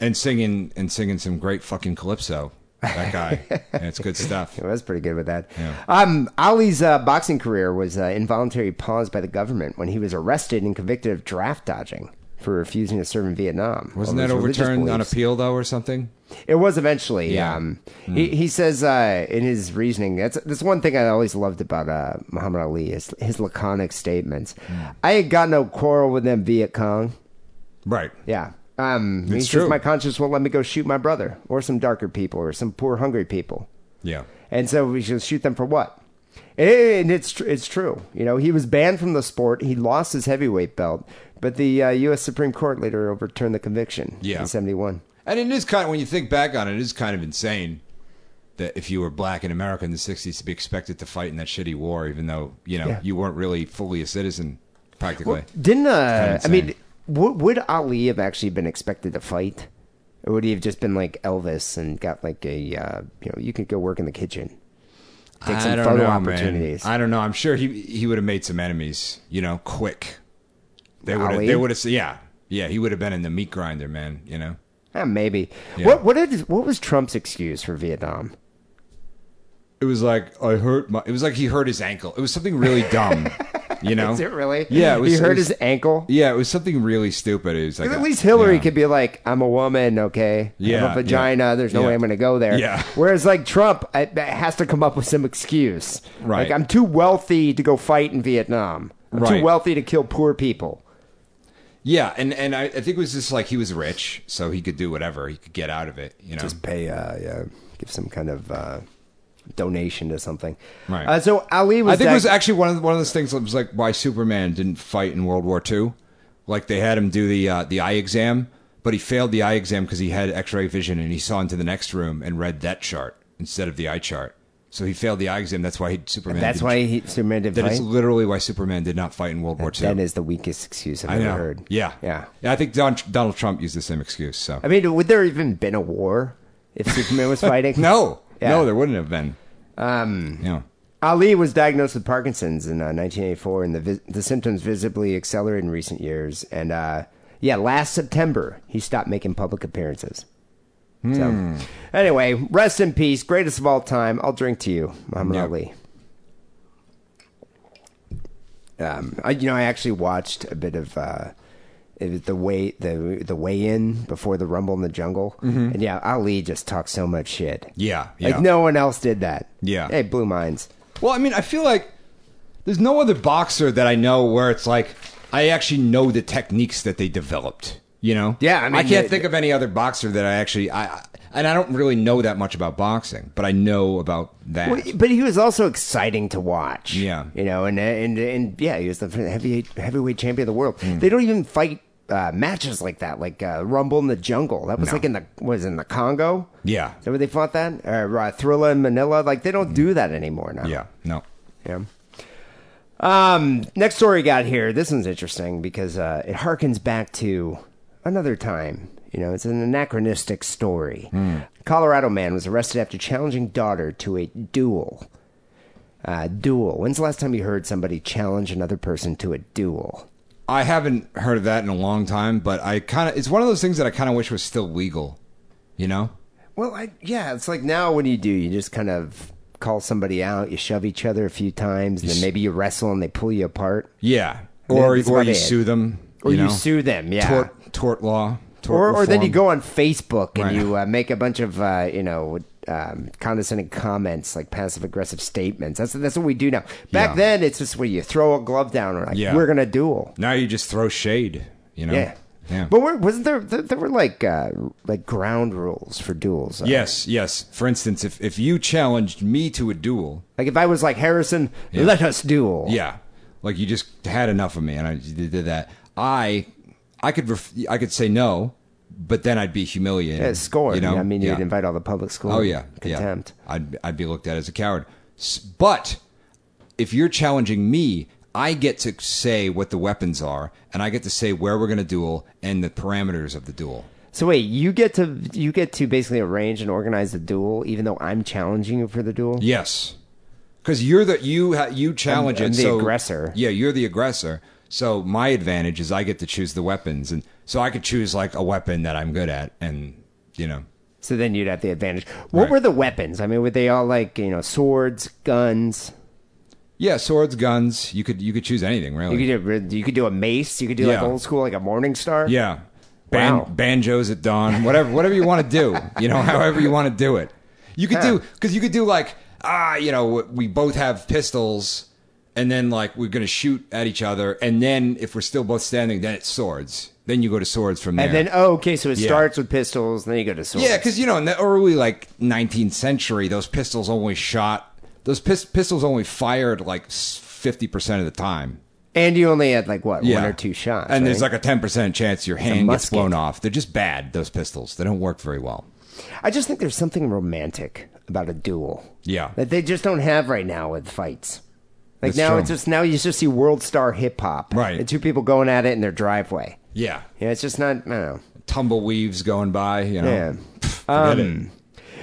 F: and singing and singing some great fucking calypso. That guy, yeah, it's good stuff.
E: It was pretty good with that.
F: Yeah.
E: Um, Ali's uh, boxing career was uh, involuntarily paused by the government when he was arrested and convicted of draft dodging for refusing to serve in Vietnam.
F: Wasn't
E: All
F: that
E: these religious
F: overturned on
E: beliefs.
F: appeal though, or something?
E: It was eventually.
F: Yeah. Hmm.
E: Um, he, he says uh, in his reasoning that's that's one thing I always loved about uh, Muhammad Ali is his laconic statements.
F: Hmm.
E: I ain't got no quarrel with them Viet Cong.
F: Right.
E: Yeah. Um, he
F: It's
E: says
F: true.
E: my conscience won't let me go shoot my brother or some darker people or some poor hungry people.
F: Yeah.
E: And so we should shoot them for what? And it's tr- it's true. You know, he was banned from the sport. He lost his heavyweight belt, but the uh, U.S. Supreme Court later overturned the conviction
F: Yeah.
E: in '71.
F: And it is kind of when you think back on it, it is kind of insane that if you were black in America in the '60s to be expected to fight in that shitty war, even though you know
E: Yeah.
F: you weren't really fully a citizen practically.
E: Didn't uh,
F: It's kinda
E: I mean,
F: insane.
E: w- would Ali have actually been expected to fight, or would he have just been like Elvis and got like a uh, you know you could go work in the kitchen, take some
F: I don't
E: photo
F: know,
E: opportunities?
F: Man. I don't know. I'm sure he he would have made some enemies. You know, quick. They would have.
E: Ali?
F: They would have. Yeah. Yeah. He would have been in the meat grinder, man. You know.
E: Eh, maybe.
F: Yeah.
E: What what did, what was Trump's excuse for Vietnam?
F: It was like I hurt my. It was like he hurt his ankle. It was something really dumb. You know.
E: Is it really?
F: Oh. Yeah. It was,
E: he
F: it
E: hurt
F: was-
E: his ankle.
F: Yeah, it was something really stupid. It was like
E: At
F: a-
E: least Hillary
F: yeah.
E: could be like, "I'm a woman, okay? I
F: Yeah,
E: have a vagina.
F: yeah,
E: There's no
F: yeah.
E: way I'm going to go there."
F: Yeah.
E: Whereas like Trump I, I has to come up with some excuse.
F: Right.
E: Like I'm too wealthy to go fight in Vietnam. I'm
F: Right.
E: too wealthy to kill poor people.
F: Yeah, and and I, I think it was just like he was rich, so he could do whatever he could get out of it. You know.
E: Just pay, uh, yeah, give some kind of uh, donation to something.
F: Right.
E: Uh, so Ali was.
F: I think it
E: that-
F: was actually one of the, one of those things that was like why Superman didn't fight in World War II. Like they had him do the uh, the eye exam, but he failed the eye exam because he had X ray vision and he saw into the next room and read that chart instead of the eye chart. So he failed the eye exam. That's why he, Superman.
E: That's
F: didn't-
E: why he, Superman didn't
F: That
E: fight.
F: is literally why Superman did not fight in World War II.
E: that is the weakest excuse I've
F: I
E: ever
F: know.
E: heard.
F: Yeah.
E: Yeah.
F: I think Don, Donald Trump used the same excuse. So
E: I mean, would there even been a war if Superman was fighting?
F: no,
E: Yeah.
F: no, there wouldn't have been. Um, yeah.
E: Ali was diagnosed with Parkinson's in uh, 1984, and the vis- the symptoms visibly accelerated in recent years. And uh, yeah, last September he stopped making public appearances.
F: Hmm.
E: So, anyway, rest in peace, greatest of all time. I'll drink to you, Muhammad
F: Yep.
E: Ali. Um, I, you know, I actually watched a bit of uh, it was the way the the weigh in before the Rumble in the Jungle, and yeah, Ali just talked so much shit.
F: Yeah, Mm-hmm. yeah.
E: like no one else did that.
F: Yeah.
E: hey, blew minds.
F: Well, I mean, I feel like there's no other boxer that I know where it's like I actually know the techniques that they developed. You know?
E: Yeah, I mean,
F: can't
E: the-
F: think of any other boxer that I actually I I- and I don't really know that much about boxing, but I know about that.
E: Well, but he was also exciting to watch.
F: Yeah.
E: you know, and and and yeah, he was the heavy heavyweight champion of the world.
F: Hmm.
E: They don't even fight uh, matches like that, like uh, Rumble in the Jungle. That was
F: No.
E: like in the was in the Congo.
F: Yeah.
E: is that where they fought that? Or uh, Thrilla in Manila? Like they
F: Hmm.
E: don't do that anymore now.
F: yeah. No.
E: Yeah. Um, next story we got here. This one's interesting because uh, it harkens back to another time. You know, it's an anachronistic story. Colorado man was arrested after challenging daughter to a duel. Uh, duel. When's the last time you heard somebody challenge another person to a duel?
F: I haven't heard of that in a long time, but I kind of it's one of those things that I kind of wish was still legal. You know?
E: Well, I, yeah, it's like now what do you do? You just kind of call somebody out, you shove each other a few times, and then maybe you wrestle and they pull you apart.
F: Yeah.
E: Yeah,
F: Or
E: that's
F: or
E: about
F: you
E: it.
F: sue them.
E: Or you,
F: know?
E: sue them, yeah.
F: Tort tort law. Tort
E: or, or then
F: reform.
E: you go on Facebook and
F: Right.
E: you uh, make a bunch of uh, you know um, condescending comments like passive aggressive statements. That's that's what we do now. Back
F: Yeah.
E: then, it's just where you throw a glove down or like
F: Yeah.
E: we're gonna duel.
F: Now you just throw shade, you know?
E: Yeah.
F: Yeah.
E: But were, wasn't there, there there were like uh, like ground rules for duels? uh,
F: Yes, yes. For instance, if, if you challenged me to a duel,
E: Like if I was like Harrison, let us duel.
F: yeah, like you just had enough of me and I you did that, I I could ref- I could say no, but then I'd be humiliated.
E: Yeah, scorn.
F: you know?
E: I mean,
F: Yeah.
E: you'd invite all the public school.
F: Oh yeah, yeah.
E: contempt.
F: I'd I'd be looked at as a coward. S- But if you're challenging me, I get to say what the weapons are, and I get to say where we're going to duel and the parameters of the duel.
E: So wait, you get to you get to basically arrange and organize the duel, even though I'm challenging you for the duel.
F: Yes, because you're the you ha- you challenge
E: I'm- I'm
F: it.
E: the
F: so,
E: aggressor.
F: Yeah, you're the aggressor. So my advantage is I get to choose the weapons, and so I could choose like a weapon that I'm good at, and you know,
E: So then you'd have the advantage. What
F: Right.
E: were the weapons? I mean, were they all like you know swords, guns?
F: yeah, swords, guns. You could you could choose anything really.
E: You could do, you could do a mace. You could do like
F: Yeah.
E: old school, like a morning star.
F: yeah, Ban-
E: Wow.
F: banjos at dawn. Whatever whatever you want to do. You know, however you want to do it. You could do because you could do like ah, you know, we both have pistols. And then, like, we're going to shoot at each other. And then, if we're still both standing, then it's swords. Then you go to swords from there.
E: And then oh, okay, so it
F: Yeah.
E: starts with pistols, and then you go to swords.
F: Yeah, because you know, in the early like 19th century, those pistols only shot. Those pis- pistols only fired like 50 percent of the time.
E: and you only had like what
F: Yeah.
E: one or two shots.
F: and there's
E: right?
F: like a 10 percent chance your
E: a
F: hand gets
E: musket.
F: blown off. They're just bad. Those pistols. They don't work very well.
E: I just think there's something romantic about a duel.
F: Yeah.
E: that they just don't have right now with fights. Like
F: That's
E: now,
F: true.
E: it's just now you just see world star hip hop.
F: Right.
E: and two people going at it in their driveway.
F: Yeah,
E: Yeah, it's just not. I don't know.
F: tumbleweaves going by. You know.
E: Yeah. Um,
F: Forget it.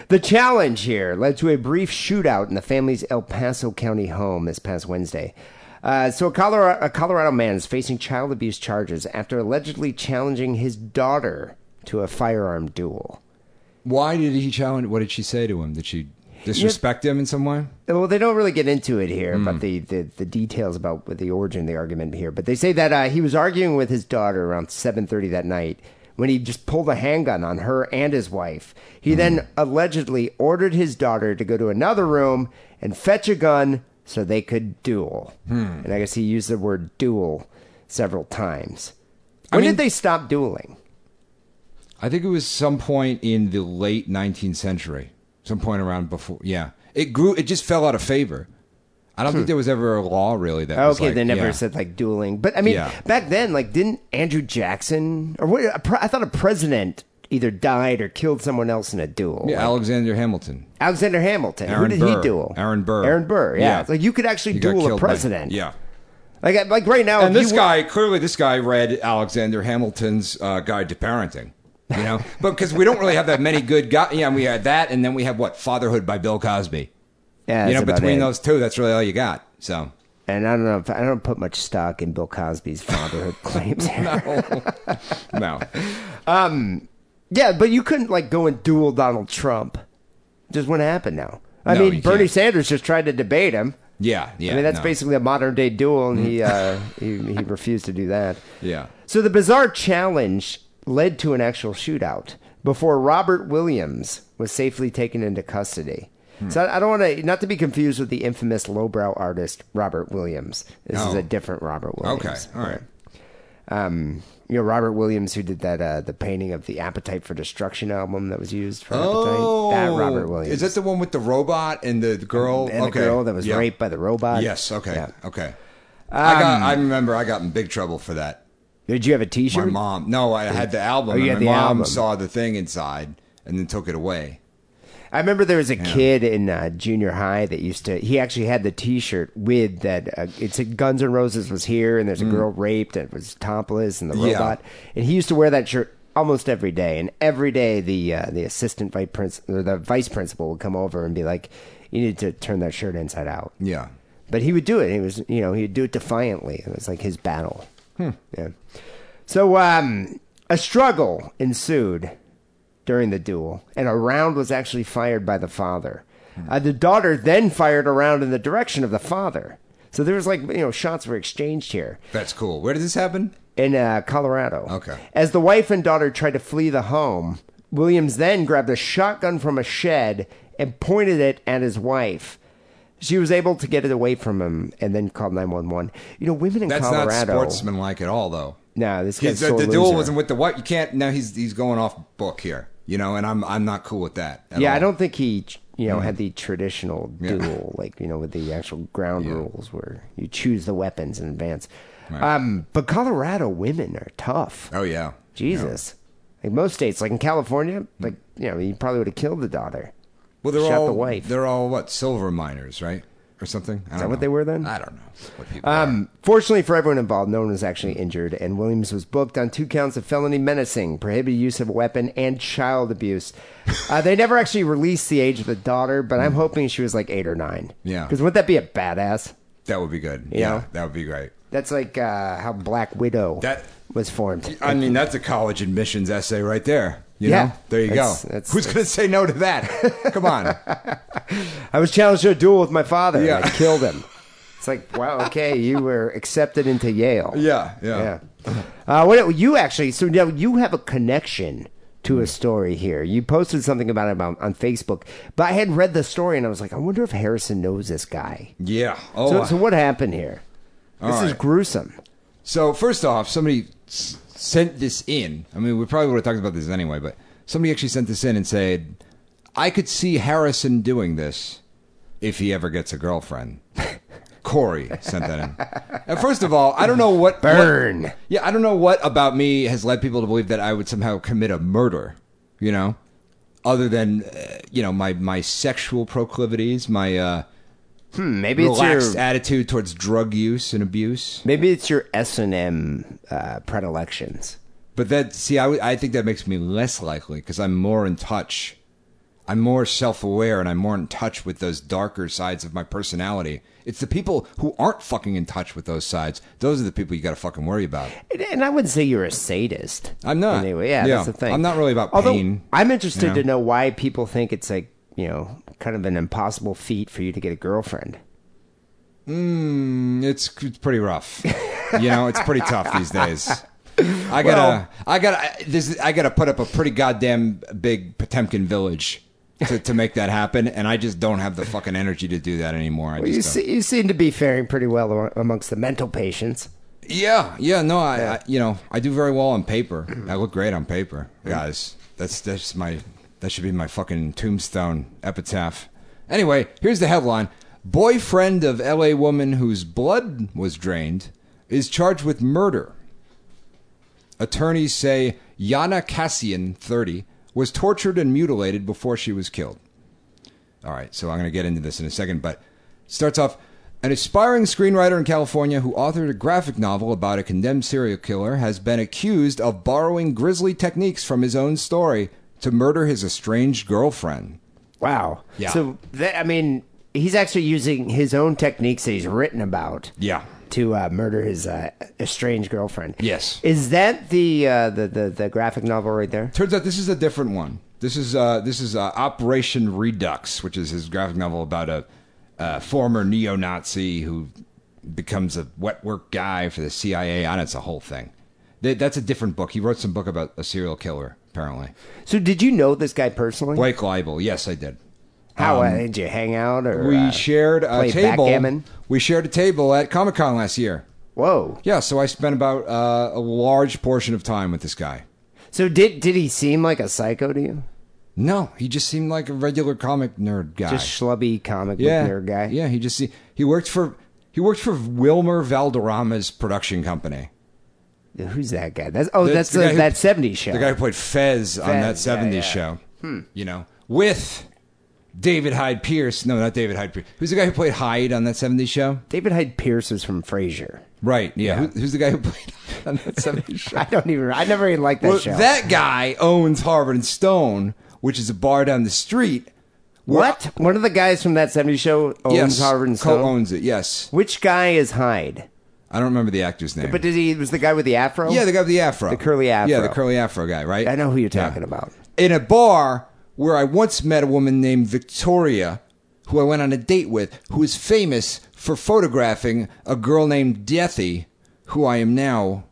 E: The challenge here led to a brief shootout in the family's El Paso County home this past Wednesday. Uh, so, a Colorado, a Colorado man is facing child abuse charges after allegedly challenging his daughter to a firearm duel.
F: Why did he challenge? What did she say to him? Did she disrespect him in some way?
E: Well, they don't really get into it here, but the, the, the details about the origin of the argument here. But they say that uh, he was arguing with his daughter around 7.30 that night when he just pulled a handgun on her and his wife. He then allegedly ordered his daughter to go to another room and fetch a gun so they could duel. And I guess he used the word duel several times. When
F: mean-
E: did they stop dueling?
F: I think it was some point in the late 19th century, some point around before. Yeah, it grew. It just fell out of favor. I don't think there was ever a law really that. was
E: Hmm. Okay,
F: like-
E: they never
F: yeah.
E: said like dueling, but I mean,
F: Yeah.
E: back then, like, didn't Andrew Jackson or what? a pre- I thought a president either died or killed someone else in a duel.
F: Yeah,
E: Like,
F: Alexander Hamilton.
E: Alexander Hamilton. Who
F: Aaron
E: did
F: Burr.
E: he duel?
F: Aaron Burr.
E: Aaron Burr. Yeah,
F: Yeah.
E: It's like you could actually
F: He got
E: duel a
F: killed by-
E: president.
F: yeah.
E: like I- like right now.
F: And
E: if
F: this
E: you were-
F: guy, clearly, this guy read Alexander Hamilton's uh, Guide to Parenting. You know, but because we don't really have that many good guys. Yeah, we had that, and then we have what Fatherhood by Bill Cosby.
E: yeah,
F: you
E: that's
F: know,
E: about
F: between
E: it.
F: those two, that's really all you got. So
E: and I don't know. If, I don't put much stock in Bill Cosby's fatherhood claims.
F: no,
E: Yeah, but you couldn't like go and duel Donald Trump. Just wouldn't happen now. I
F: No,
E: mean,
F: you
E: Bernie
F: can't.
E: Sanders just tried to debate him.
F: yeah, yeah.
E: I mean, that's
F: no.
E: basically a modern day duel, and he uh, he, he refused to do that.
F: Yeah.
E: So the bizarre challenge led to an actual shootout before Robert Williams was safely taken into custody.
F: Hmm.
E: So I I don't want to not to be confused with the infamous lowbrow artist Robert Williams. This is
F: Oh.
E: a different Robert Williams.
F: Okay, all right.
E: Um, you know Robert Williams who did that uh, the painting of the Appetite for Destruction album that was used for Appetite. That Robert Williams.
F: Oh, Is that the one with the robot and the the girl?
E: and the
F: okay.
E: girl that was
F: yeah.
E: raped by the robot?
F: Yes. Okay.
E: Yeah. Um,
F: Okay. I got. I remember. I got in big trouble for that.
E: Did you have a T-shirt?
F: My mom. No, I had the album.
E: you
F: and
E: had
F: my
E: the
F: mom
E: album.
F: saw the thing inside and then took it away.
E: I remember there was a kid in uh, junior high that used to. He actually had the T-shirt with that. Uh, it said Guns N' Roses was here, and there's a girl raped, and it was topless, and the
F: Yeah.
E: robot. And he used to wear that shirt almost every day. And every day, the uh, the assistant vice principal or the vice principal would come over and be like, "You need to turn that shirt inside out."
F: Yeah.
E: But he would do it. He was, you know, he'd do it defiantly. It was like his battle. Yeah. So um, a struggle ensued during the duel, and a round was actually fired by the father. Uh, the daughter then fired a round in the direction of the father. So there was like, you know, shots were exchanged here
F: That's cool. Where did this happen?
E: in uh, Colorado.
F: Okay.
E: As the wife and daughter tried to flee the home, Williams then grabbed a shotgun from a shed and pointed it at his wife. She was able to get it away from him and then called 911. You know, women in
F: That's
E: Colorado.
F: not sportsmanlike at all, though.
E: No, this
F: He's,
E: guy's
F: the,
E: so
F: the duel
E: loser.
F: wasn't with the what. You can't. No, he's he's going off book here. You know, and I'm I'm not cool with that. at
E: Yeah, I
F: all. Mm-hmm.
E: don't think he, you know, had the traditional
F: Yeah.
E: duel, like, you know, with the actual ground
F: Yeah.
E: rules where you choose the weapons in advance. Um, but Colorado women are tough.
F: Oh yeah.
E: Jesus. Like most states, like in California, like you know, you probably would have killed the daughter.
F: Well, they're
E: Shot the
F: all
E: wife.
F: they're all what silver miners, right, or something. I Is
E: that what they were then?
F: I don't know. What people are.
E: Um, fortunately for everyone involved, no one was actually injured, and Williams was booked on two counts of felony menacing, prohibited use of a weapon, and child abuse. Uh, they never actually released the age of the daughter, but I'm hoping she was like eight or nine.
F: Hmm. Yeah.
E: because wouldn't that be a badass?
F: That would be good.
E: you
F: yeah,
E: know?
F: that would be great.
E: That's like uh, how Black Widow
F: That-
E: was formed.
F: I mean, that's a college admissions essay right there. You
E: Yeah.
F: know, there you
E: That's-
F: go.
E: that's-
F: Who's going to say no to that? Come on.
E: I was challenged to a duel with my father.
F: Yeah.
E: and I killed him. It's like, wow, okay, you were accepted into Yale.
F: Yeah, yeah.
E: Yeah. Uh, what you actually? So now you have a connection to a story here. You posted something about it about, on Facebook, but I had read the story and I was like, I wonder if Harrison knows this guy.
F: Yeah. Oh,
E: so, so what happened here? This is
F: right.
E: gruesome.
F: So first off, somebody s- sent this in. I mean, we probably would have talked about this anyway, but somebody actually sent this in and said, "I could see Harrison doing this if he ever gets a girlfriend." Corey sent that in. And first of all, I don't know what what-
E: Burn.
F: yeah, I don't know what about me has led people to believe that I would somehow commit a murder. You know, other than uh, you know my my sexual proclivities, my uh,
E: Maybe it's
F: relaxed
E: your
F: attitude towards drug use and abuse.
E: maybe it's your S and M uh, predilections.
F: But that, see, I, w- I think that makes me less likely because I'm more in touch. I'm more self aware and I'm more in touch with those darker sides of my personality. It's the people who aren't fucking in touch with those sides. Those are the people you got to fucking worry about.
E: And- And I wouldn't say you're a sadist.
F: I'm not.
E: Anyway, yeah,
F: Yeah.
E: that's the thing.
F: I'm not really about
E: Although,
F: pain,
E: I'm interested
F: you know?
E: to know why people think it's like, you know, kind of an impossible feat for you to get a girlfriend.
F: Mm, It's, it's pretty rough. you know, it's pretty tough these days. I gotta, I gotta, I- this, I gotta put up a pretty goddamn big Potemkin village to, to make that happen, and I just don't have the fucking energy to do that anymore. I
E: Well, you,
F: just don't.
E: see, you seem to be faring pretty well amo- amongst the mental patients.
F: Yeah, yeah, no, I, I you know, I do very well on paper. I look great on paper, guys. That's that's my that should be my fucking tombstone epitaph. Anyway, here's the headline: Boyfriend of L.A. woman whose blood was drained is charged with murder. Attorneys say Yana Cassian, 30, was tortured and mutilated before she was killed. All right, so I'm going to get into this in a second, but starts off an aspiring screenwriter in California who authored a graphic novel about a condemned serial killer has been accused of borrowing grisly techniques from his own story to murder his estranged girlfriend.
E: Wow.
F: Yeah.
E: So that, I mean, he's actually using his own techniques that he's written about.
F: Yeah.
E: To uh, murder his uh, estranged girlfriend.
F: Yes.
E: Is that the, uh, the the the graphic novel right there?
F: Turns out this is a different one. This is uh, this is uh, Operation Redux, which is his graphic novel about a, a former neo-Nazi who becomes a wet work guy for the CIA. And it's a whole thing. Th- That's a different book. He wrote some book about a serial killer, apparently.
E: So did you know this guy personally?
F: Blake Libel. Yes, I did.
E: How uh, did you hang out or
F: um, We
E: uh,
F: shared a
E: play
F: table.
E: backgammon?
F: We shared a table at Comic Con last year.
E: Whoa.
F: Yeah, so I spent about uh, a large portion of time with this guy.
E: So did did he seem like a psycho to you?
F: No, he just seemed like a regular comic nerd guy.
E: Just schlubby comic book
F: yeah,
E: nerd guy.
F: Yeah, he just he, he worked for he worked for Wilmer Valderrama's production company.
E: Who's that guy? That's oh, that's,
F: the
E: the-
F: guy who-
E: that '70s show.
F: The guy who played Fez, on that
E: Fez, yeah,
F: '70s
E: yeah. Hmm.
F: show. You know, with David Hyde Pierce. No, not David Hyde Pierce. Who's the guy who played Hyde on that '70s show?
E: David Hyde Pierce was from Frasier.
F: Right. Yeah. Who, who's the guy who played Hyde on that '70s show?
E: I don't even. I never even liked that
F: Well,
E: show.
F: that guy owns Harvard and Stone, which is a bar down the street.
E: what? One of the guys from that '70s show owns
F: yes,
E: Harvard and Stone.
F: co-owns it. Yes,
E: Which guy is Hyde?
F: I don't remember the actor's name.
E: But did he was the guy with the afro?
F: yeah, the guy with the afro, the
E: curly
F: Yeah,
E: afro.
F: the curly afro guy. Right.
E: I know who you're
F: Yeah.
E: talking about.
F: in a bar where I once met a woman named Victoria, who I went on a date with, who is famous for photographing a girl named Deathy, who I am now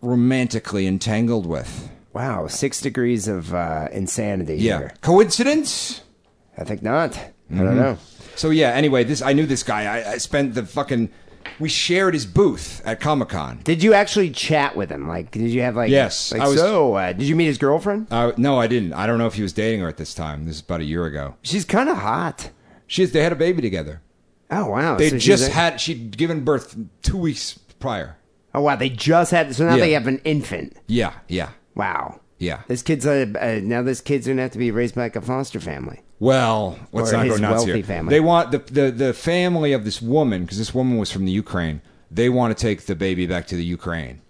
F: romantically entangled with.
E: Wow, six degrees of uh, insanity
F: Yeah. Mm-hmm.
E: here.
F: Coincidence?
E: I think not. I don't know.
F: So yeah. Anyway, this I knew this guy. I, I spent the fucking. We shared his booth at Comic Con.
E: Did you actually chat with him? Like, did you have like?
F: Yes,
E: Like,
F: I was-
E: so, uh, did you meet his girlfriend?
F: Uh, no, I didn't. I don't know if he was dating her at this time. This is about a year ago.
E: She's kind of hot.
F: She's they had a baby together.
E: Oh wow!
F: They
E: So she's
F: just
E: a-
F: had she'd given birth two weeks prior.
E: Oh wow! They just had. So now
F: Yeah.
E: they have an infant.
F: Yeah, yeah,
E: Wow.
F: yeah.
E: This kid's a, uh, now. This kid's gonna have to be raised by like a foster family.
F: Well, let's
E: Or
F: not go
E: his
F: nuts
E: wealthy
F: here.
E: family.
F: They want the, the the family of this woman because this woman was from the Ukraine. They want to take the baby back to the Ukraine.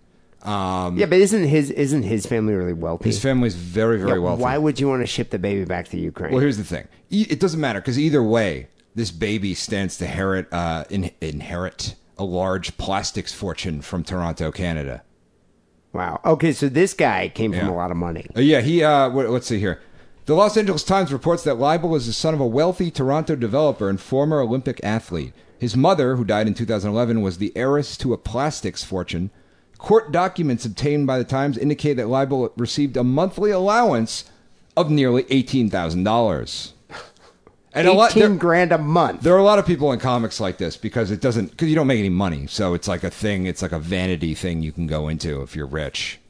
F: Um,
E: Yeah, but isn't his isn't his family really wealthy?
F: his family's very very
E: Yeah,
F: wealthy.
E: Why would you want to ship the baby back to Ukraine?
F: Well, here's the thing. E- It doesn't matter because either way, this baby stands to inherit uh, in- inherit a large plastics fortune from Toronto, Canada.
E: wow. Okay, so this guy came from
F: Yeah.
E: a lot of money.
F: Uh, yeah, he. Uh, wh- let's see here. The Los Angeles Times reports that Libel is the son of a wealthy Toronto developer and former Olympic athlete. His mother, who died in 2011, was the heiress to a plastics fortune. Court documents obtained by the Times indicate that Libel received a monthly allowance of nearly eighteen thousand dollars. And
E: Eighteen
F: a lot, there,
E: grand a month.
F: there are a lot of people in comics like this because it doesn't because you don't make any money, so it's like a thing. It's like a vanity thing you can go into if you're rich.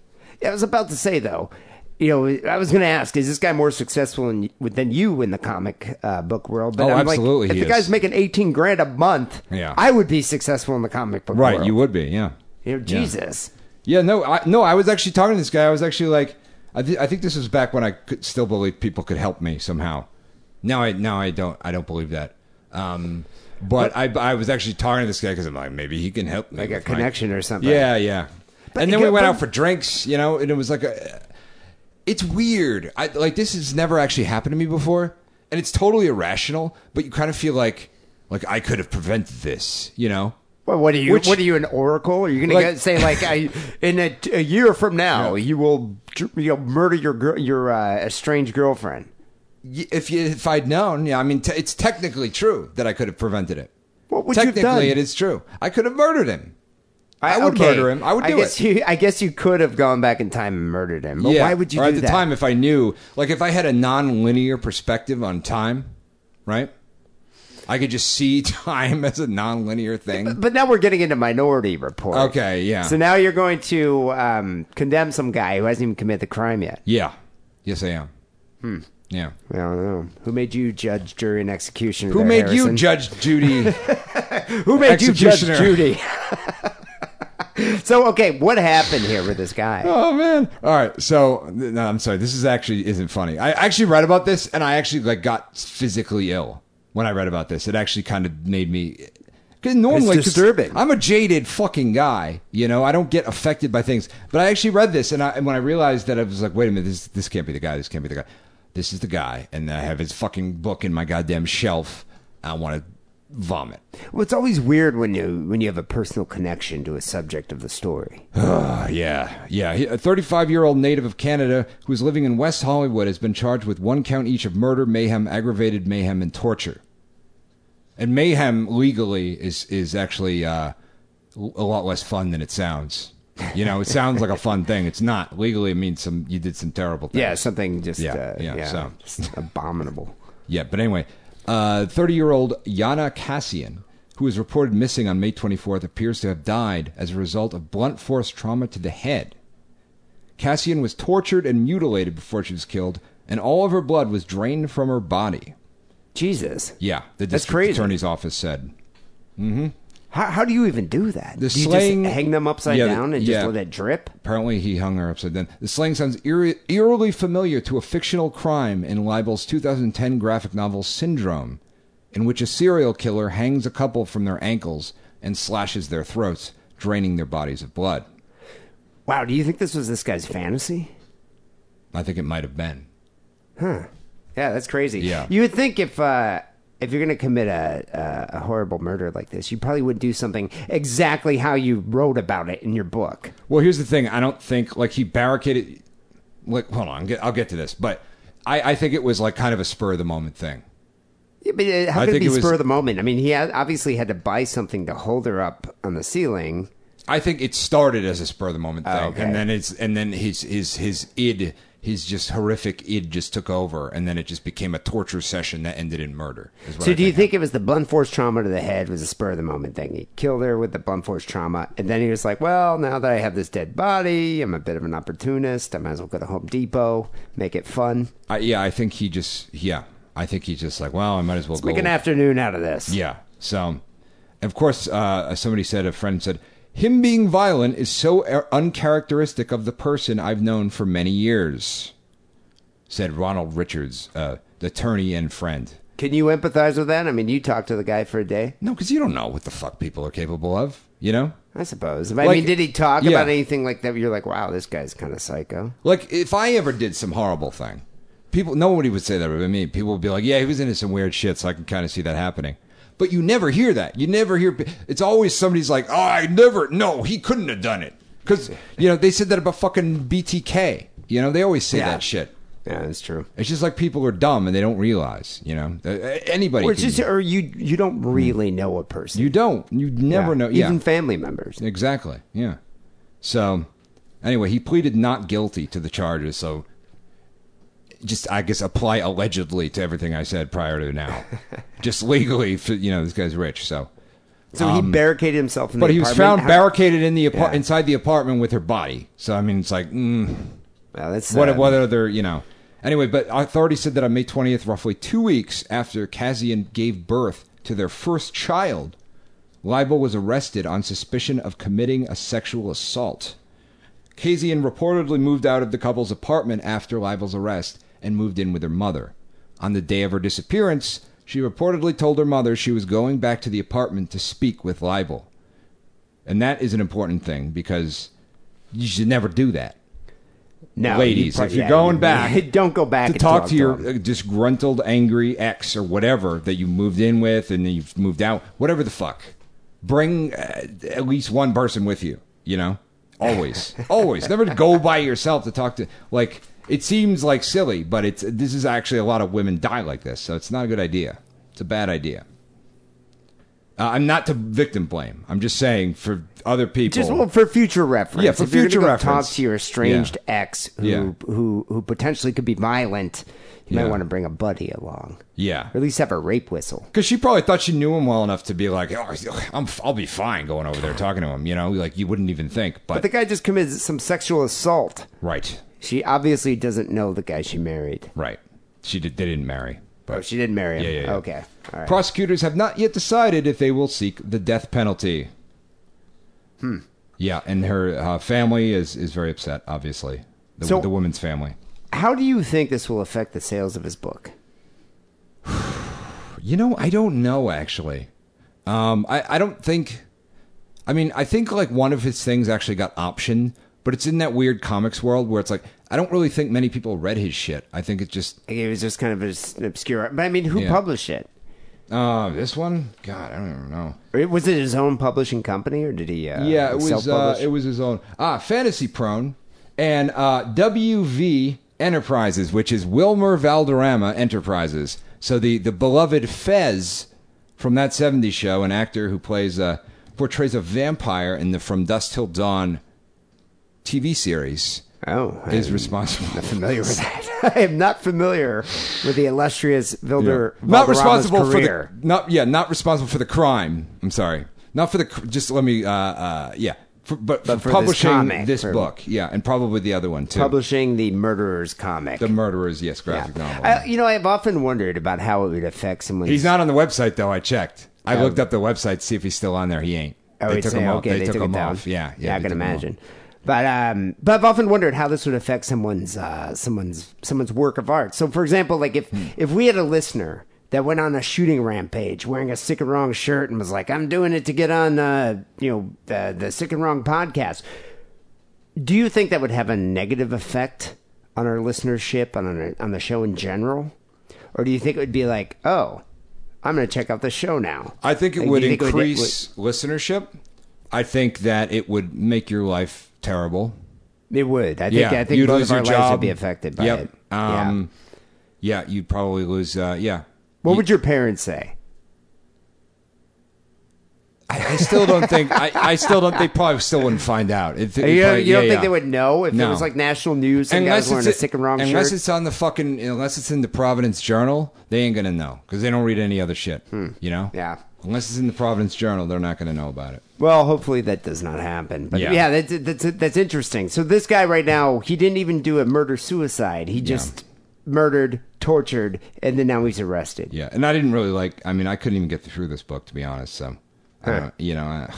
E: I was about to say though, you know, I was going to ask, is this guy more successful in, than you in the comic uh, book world? But
F: Oh,
E: I'm like,
F: absolutely
E: if
F: he
E: the guy's
F: is.
E: making eighteen grand a month,
F: Yeah.
E: I would be successful in the comic book
F: Right,
E: world.
F: you would be, yeah.
E: You know,
F: Yeah.
E: Jesus.
F: Yeah, no, I, no. I was actually talking to this guy. I was actually like, I, th- I think this was back when I could still believe people could help me somehow. Now I now I don't I don't believe that. Um, but I I was actually talking to this guy because I'm like maybe he can help me
E: Like a
F: with my-
E: connection or something.
F: Yeah, yeah. and then we
E: but-
F: went out for drinks, you know, and it was like a. It's weird. I like this has never actually happened to me before, and it's totally irrational. But you kind of feel like like I could have prevented this, you know.
E: Well, what are you?
F: Which-
E: what are you, an oracle? Are you going
F: Like-
E: to say like, I, in a, a year from now,
F: Yeah.
E: you will you'll murder your girl, your uh, estranged girlfriend?
F: Y- if you, if I'd known, yeah, I mean, t- it's technically true that I could have prevented it.
E: What would you have
F: technically,
E: done?
F: it is true. I could have murdered him. I, would
E: okay.
F: murder him. I would do
E: guess
F: it.
E: You, I guess you could have gone back in time and murdered him. But
F: yeah.
E: why would you
F: Or
E: do
F: at the
E: that?
F: time if I knew, like, if I had a non-linear perspective on time, right? I could just see time as a non-linear thing.
E: But now we're getting into Minority Report.
F: Okay, yeah,
E: So now you're going to um, condemn some guy who hasn't even committed the crime yet.
F: yeah, yes, I am. Hmm. Yeah.
E: I don't know. Who made you judge, jury, and executioner?
F: Who
E: there,
F: made you
E: Harrison?
F: Judge Judy?
E: Who made you judge
F: executioner?
E: Judy? So okay, what happened here with this guy?
F: Oh man! All right, so no, I'm sorry. This is actually isn't funny. I actually read about this, and I actually like got physically ill when I read about this. It actually kind of made me. Cause normally, 'cause
E: disturbing.
F: I'm a jaded fucking guy. You know, I don't get affected by things. But I actually read this, and, I, and when I realized that, I was like, wait a minute, this this can't be the guy. This can't be the guy. This is the guy, and I have his fucking book in my goddamn shelf. I want to vomit.
E: Well, it's always weird when you when you have a personal connection to a subject of the story.
F: Uh, yeah, yeah. He- A 35 year old native of Canada who is living in West Hollywood has been charged with one count each of murder, mayhem, aggravated mayhem, and torture. And mayhem legally is is actually uh, l- a lot less fun than it sounds. You know, it sounds like a fun thing. It's not legally. It means some you did some terrible things.
E: Yeah, something just
F: Yeah,
E: uh,
F: yeah, so.
E: just abominable.
F: Yeah, but anyway, uh, 30-year-old Yana Cassian, who was reported missing on May 24th, appears to have died as a result of blunt force trauma to the head. Cassian was tortured and mutilated before she was killed, and all of her blood was drained from her body.
E: Jesus,
F: Yeah, the
E: That's
F: district
E: crazy.
F: attorney's office said.
E: how how do you even do that?
F: The
E: do you
F: slaying-
E: just hang them upside
F: Yeah,
E: down and
F: yeah.
E: just let it drip?
F: Apparently, he hung her upside down. The slang sounds eerie, eerily familiar to a fictional crime in Libel's 2010 graphic novel Syndrome, in which a serial killer hangs a couple from their ankles and slashes their throats, draining their bodies of blood.
E: Wow, do you think this was this guy's fantasy?
F: I think it might have been.
E: Yeah, that's crazy.
F: Yeah.
E: you would think if uh, if you're gonna commit a, a a horrible murder like this, you probably would do something exactly how you wrote about it in your book.
F: Well, here's the thing. I don't think like he barricaded. Like, hold on. Get, I'll get to this, but I, I think it was like kind of a spur of the moment thing.
E: Yeah, but uh, how
F: I
E: could it
F: think
E: be
F: it was-
E: spur of the moment? I mean, he had, obviously had to buy something to hold her up on the ceiling.
F: I think it started as a spur of the moment thing,
E: Ah, okay.
F: and then it's and then his his his id, his just horrific id, just took over, and then it just became a torture session that ended in murder. is what
E: So
F: I
E: do you think it was the blunt force trauma to the head was a spur of the moment thing? He killed her with the blunt force trauma, and then he was like, "Well, now that I have this dead body, I'm a bit of an opportunist. I might as well go to Home Depot, make it fun,
F: I, yeah, I think he just yeah, I think he's just like, well, I might as well go
E: make an afternoon out of this."
F: Yeah. So, of course, uh, somebody said, a friend said, him being violent is so ar- uncharacteristic of the person I've known for many years, said Ronald Richards, uh, the attorney and friend.
E: Can you empathize with that? I mean, you talked to the guy for a day,
F: No, because you don't know what the fuck people are capable of, you know?
E: I suppose. I
F: Like-
E: mean, did he talk
F: yeah.
E: about anything like that? You're like, "Wow, this guy's kind of psycho."
F: Like, if I ever did some horrible thing, people, nobody would say that about me. People would be like, yeah, he was into some weird shit, so I can kind of see that happening. But you never hear that. You never hear, it's always somebody's like, oh, I never, no, he couldn't have done it. Because, you know, they said that about fucking BTK. You know, they always say
E: Yeah.
F: that shit.
E: Yeah, that's true.
F: It's just like people are dumb and they don't realize, you know, Uh, anybody.
E: Or it's
F: can-
E: just, or you you don't really know a person.
F: you don't. You never
E: Yeah.
F: know. Yeah.
E: Even family members.
F: Exactly. Yeah. So, anyway, he pleaded not guilty to the charges. So, just I guess apply allegedly to everything I said prior to now. just legally, f- you know, this guy's rich. So,
E: So he barricaded himself in
F: Um, but
E: the
F: he was found
E: apartment. How-
F: barricaded in the apart
E: Yeah.
F: inside the apartment with her body. So I mean, it's like mm,
E: Well, that's uh,
F: what
E: sad.
F: what other you know. Anyway, but authorities said that on May 20th, roughly two weeks after Kazian gave birth to their first child, Libel was arrested on suspicion of committing a sexual assault. Kazian reportedly moved out of the couple's apartment after Libel's arrest and moved in with her mother. On the day of her disappearance, she reportedly told her mother she was going back to the apartment to speak with Libel. And that is an important thing because you should never do that.
E: No,
F: Ladies,
E: you prob-
F: if you're
E: yeah,
F: going
E: you-
F: back,
E: don't go back
F: to
E: and
F: talk, to your
E: them.
F: uh, disgruntled, angry ex or whatever that you moved in with and then you've moved out, whatever the fuck. Bring uh, at least one person with you. You know, always, always. Never go by yourself to talk to. Like it seems like silly, but it's this is actually a lot of women die like this, so it's not a good idea. It's a bad idea. Uh, I'm not to victim blame. I'm just saying for other people.
E: Just well, for future reference.
F: Yeah, for
E: if you're gonna
F: future
E: go
F: reference.
E: Talk to your estranged ex who,
F: Yeah.
E: who who potentially could be violent. You
F: Yeah.
E: might want to bring a buddy along,
F: yeah.
E: or at least have a rape whistle.
F: Because she probably thought she knew him well enough to be like, oh, I'm, I'll be fine going over there talking to him. You know, like you wouldn't even think. But,
E: But the guy just committed some sexual assault.
F: right,
E: She obviously doesn't know the guy she married.
F: right, she did. They didn't marry. But
E: Oh, she didn't marry him.
F: Yeah, yeah, yeah.
E: Okay, all right. Hmm.
F: prosecutors have not yet decided if they will seek the death penalty. Yeah, and her uh, family is is very upset. Obviously, the,
E: So-
F: the woman's family.
E: How do you think this will affect the sales of his book?
F: You know, I don't know actually. Um, I I don't think. I mean, I think like one of his things actually got optioned, but it's in that weird comics world where it's like I don't really think many people read his shit. I think it's just
E: Like, It was just kind of as- an obscure. But I mean, who
F: Yeah.
E: published it?
F: uh, this one. God, I don't even know.
E: Or Was it his own publishing company, or did he? Uh,
F: yeah, it was uh,
E: self-publish?
F: it was his own ah fantasy prone and uh, WV Enterprises, which is Wilmer Valderrama Enterprises. So the the beloved Fez from that '70s show, an actor who plays uh, portrays a vampire in the From Dusk Till Dawn TV series,
E: oh, I
F: is
E: am
F: responsible.
E: not familiar with that. I am not familiar with the illustrious Vilder.
F: not
E: Valderrama's
F: responsible
E: career.
F: for the not yeah not responsible for the crime. I'm sorry, not for the cr- just let me uh, uh yeah. For, but,
E: But for
F: for
E: this
F: publishing
E: comic,
F: this,
E: for-
F: book, yeah, and probably the other one too.
E: publishing the murderer's comic.
F: The murderers, yes,
E: Yeah. Uh,
F: graphic novel.
E: I, you know, I've often wondered about how it would affect someone.
F: he's not on the website though. I checked. I looked up the website to see if he's still on there. He ain't.
E: Oh,
F: they
E: it's
F: took
E: a-
F: him off.
E: okay,
F: They, took,
E: it
F: him
E: down.
F: off. Yeah, yeah.
E: I
F: they
E: can
F: took him off.
E: imagine. But um, but I've often wondered how this would affect someone's uh, someone's someone's work of art. So, for example, like if
F: Hmm.
E: if we had a listener that went on a shooting rampage wearing a sick and wrong shirt and was like, "I'm doing it to get on, uh, you know, the, the sick and wrong podcast," do you think that would have a negative effect on our listenership on our, on the show in general, or do you think it would be like, "Oh, I'm going to check out the show now"?
F: I think it
E: Like, do
F: would
E: Uh, you think
F: increase listenership. I think that it would make your life terrible.
E: It would. I think.
F: yeah,
E: I think
F: you'd
E: both
F: lose
E: of
F: your
E: our lives
F: job.
E: would be affected by
F: yep.
E: it. yeah.
F: Um, yeah. you'd probably lose. Uh, yeah.
E: What would your parents say?
F: I, I still don't think. I, I still don't. They probably still wouldn't find out. It, it
E: You,
F: probably-
E: you don't
F: yeah,
E: think
F: yeah.
E: they would know if it
F: No.
E: was like national news? Some guy was wearing a sick and wrong
F: unless
E: shirt.
F: it's on the fucking unless it's in the Providence Journal, they ain't gonna know because they don't read any other shit. You know?
E: Hmm. Yeah.
F: Unless it's in the Providence Journal, they're not gonna know about it.
E: Well, hopefully that does not happen. But yeah,
F: Yeah.
E: that's, that's that's interesting. So this guy right now, he didn't even do a murder suicide. He just murdered, tortured, and then now he's arrested.
F: Yeah. And I didn't really like. I mean, I couldn't even get through this book to be honest. So, I
E: Huh.
F: don't- you know, I,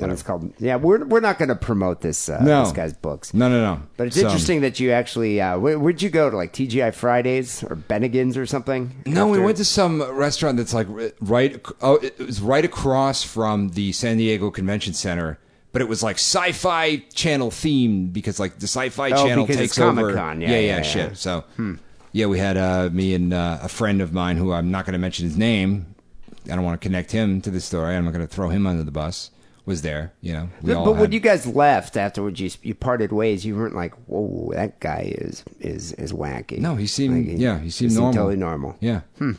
E: And it's called. Yeah, we're we're not going to promote this uh,
F: no,
E: this guy's books.
F: No, no, no.
E: But it's
F: So-
E: interesting that you actually uh, where, where'd you go to like TGI Fridays or Bennigan's or something?
F: No, we
E: After-
F: went to some restaurant that's like ri- right. ac- Oh, it was right across from the San Diego Convention Center, but it was like Sci-Fi Channel themed because like the Sci-Fi
E: Oh,
F: Channel
E: because
F: takes
E: it's Comic-Con.
F: over.
E: Yeah,
F: yeah,
E: yeah, yeah. Hmm.
F: shit. So, yeah, we had uh, me and uh, a friend of mine who I'm not going to mention his name. I don't want to connect him to the story. I'm not going to throw him under the bus. Was there? You know, we
E: But,
F: all
E: but when
F: had-
E: you guys left afterwards, you you parted ways. You weren't like, "Whoa, that guy is is is wacky."
F: No, he seemed
E: Like,
F: yeah, he seemed normal.
E: totally normal. Hmm.
F: Yeah.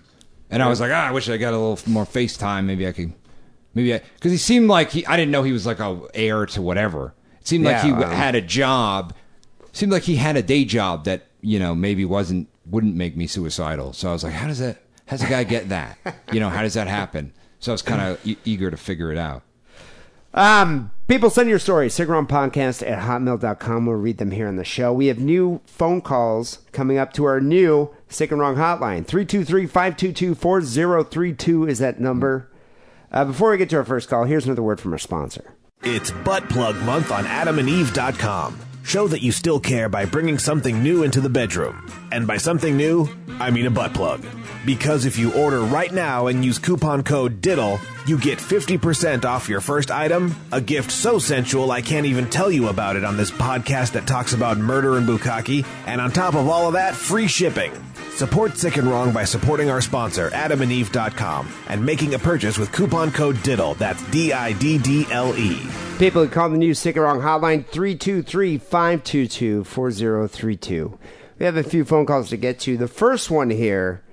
F: And I was like, ah, I wish I got a little more FaceTime. Maybe I could, maybe I, because he seemed like he, I didn't know he was like a heir to whatever. It seemed like
E: Yeah,
F: he w
E: um,
F: had a job. Seemed like he had a day job that you know maybe wasn't wouldn't make me suicidal. So I was like, how does that? How's a guy get that? you know, how does that happen? So I was kind of e- eager to figure it out.
E: Um, people send your stories, podcast at hotmail.com. We'll read them here on the show. We have new phone calls coming up to our new Sick and Wrong hotline. 323-522-4032 is that number. Uh, before we get to our first call, here's another word from our sponsor.
G: It's butt plug month on adamandeve.com. Show that you still care by bringing something new into the bedroom. And by something new, I mean a butt plug. Because if you order right now and use coupon code DIDDLE, you get 50% off your first item, a gift so sensual I can't even tell you about it on this podcast that talks about murder and bukkake, and on top of all of that, free shipping. Support Sick and Wrong by supporting our sponsor, adamandeve.com, and making a purchase with coupon code DIDDLE. That's D I D D L E.
E: People who call the new Sick and Wrong hotline 323-522-4032. We have a few phone calls to get to. The first one here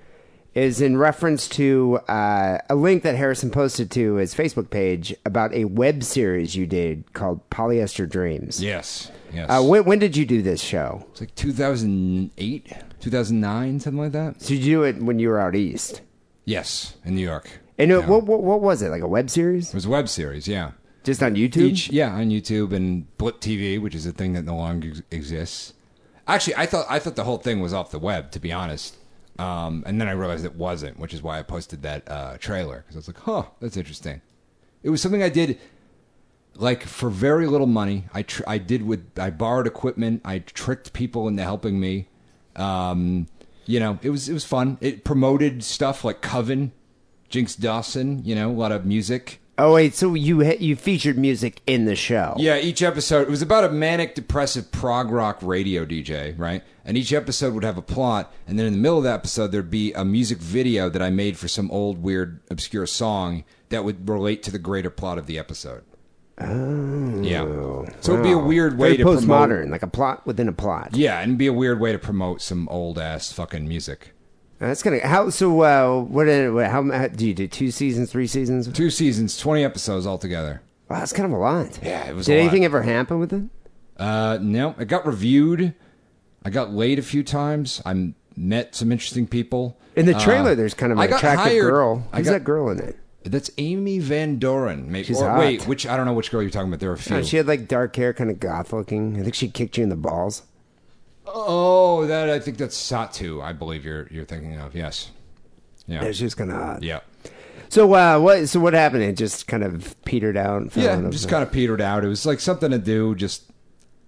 E: is in reference to uh, a link that Harrison posted to his Facebook page about a web series you did called Polyester Dreams.
F: Yes. Yes.
E: Uh, when, when did you do this show?
F: it's like 2008, 2009, something like that.
E: So you do it when you were out east.
F: Yes, in New York.
E: And it,
F: Yeah.
E: what, what what was it? Like a web series?
F: It was a web series. Yeah.
E: Just on YouTube?
F: Each, yeah, on YouTube and Blip TV, which is a thing that no longer ex- exists. Actually, I thought I thought the whole thing was off the web, to be honest. Um, and then I realized it wasn't, which is why I posted that uh, trailer because I was like, "Huh, that's interesting." It was something I did like for very little money. I tr- I did with I borrowed equipment. I tricked people into helping me. Um, you know, it was it was fun. It promoted stuff like Coven, Jinx Dawson. You know, a lot of music.
E: Oh wait, so you ha- you featured music in the show?
F: Yeah, each episode it was about a manic depressive prog rock radio DJ, right? And each episode would have a plot, and then in the middle of the episode there'd be a music video that I made for some old weird obscure song that would relate to the greater plot of the episode. Oh. Yeah. So it'd be a weird way
E: Very
F: to promote
E: postmodern, like a plot within a plot.
F: Yeah, and it'd be a weird way to promote some old ass fucking music.
E: That's gonna how so. Uh, what, did- what how, how do you do? Two seasons, three seasons? Wow,
F: Two seasons, 20 episodes altogether.
E: that's kind of a lot.
F: Yeah, it was
E: Did
F: a lot.
E: anything ever happen with it?
F: Uh, no, it got reviewed. I got laid a few times. I met some interesting people.
E: In the
F: Uh,
E: trailer, there's kind of an
F: I got
E: attractive
F: hired-
E: girl.
F: I
E: Who's
F: got-
E: that girl in it?
F: That's Amy Van Doren. Maybe.
E: She's
F: or,
E: hot.
F: Wait, which I don't know which girl you're talking about. There are a few.
E: Oh, she had like dark hair, kind of goth looking. I think she kicked you in the balls.
F: oh, that I think that's Satu. I believe you're you're thinking of. Yes. Yeah.
E: It was just kind of odd.
F: yeah.
E: So uh, what? So what happened? It just kind of petered out.
F: Yeah. Just kind of petered out. It was like something to do. Just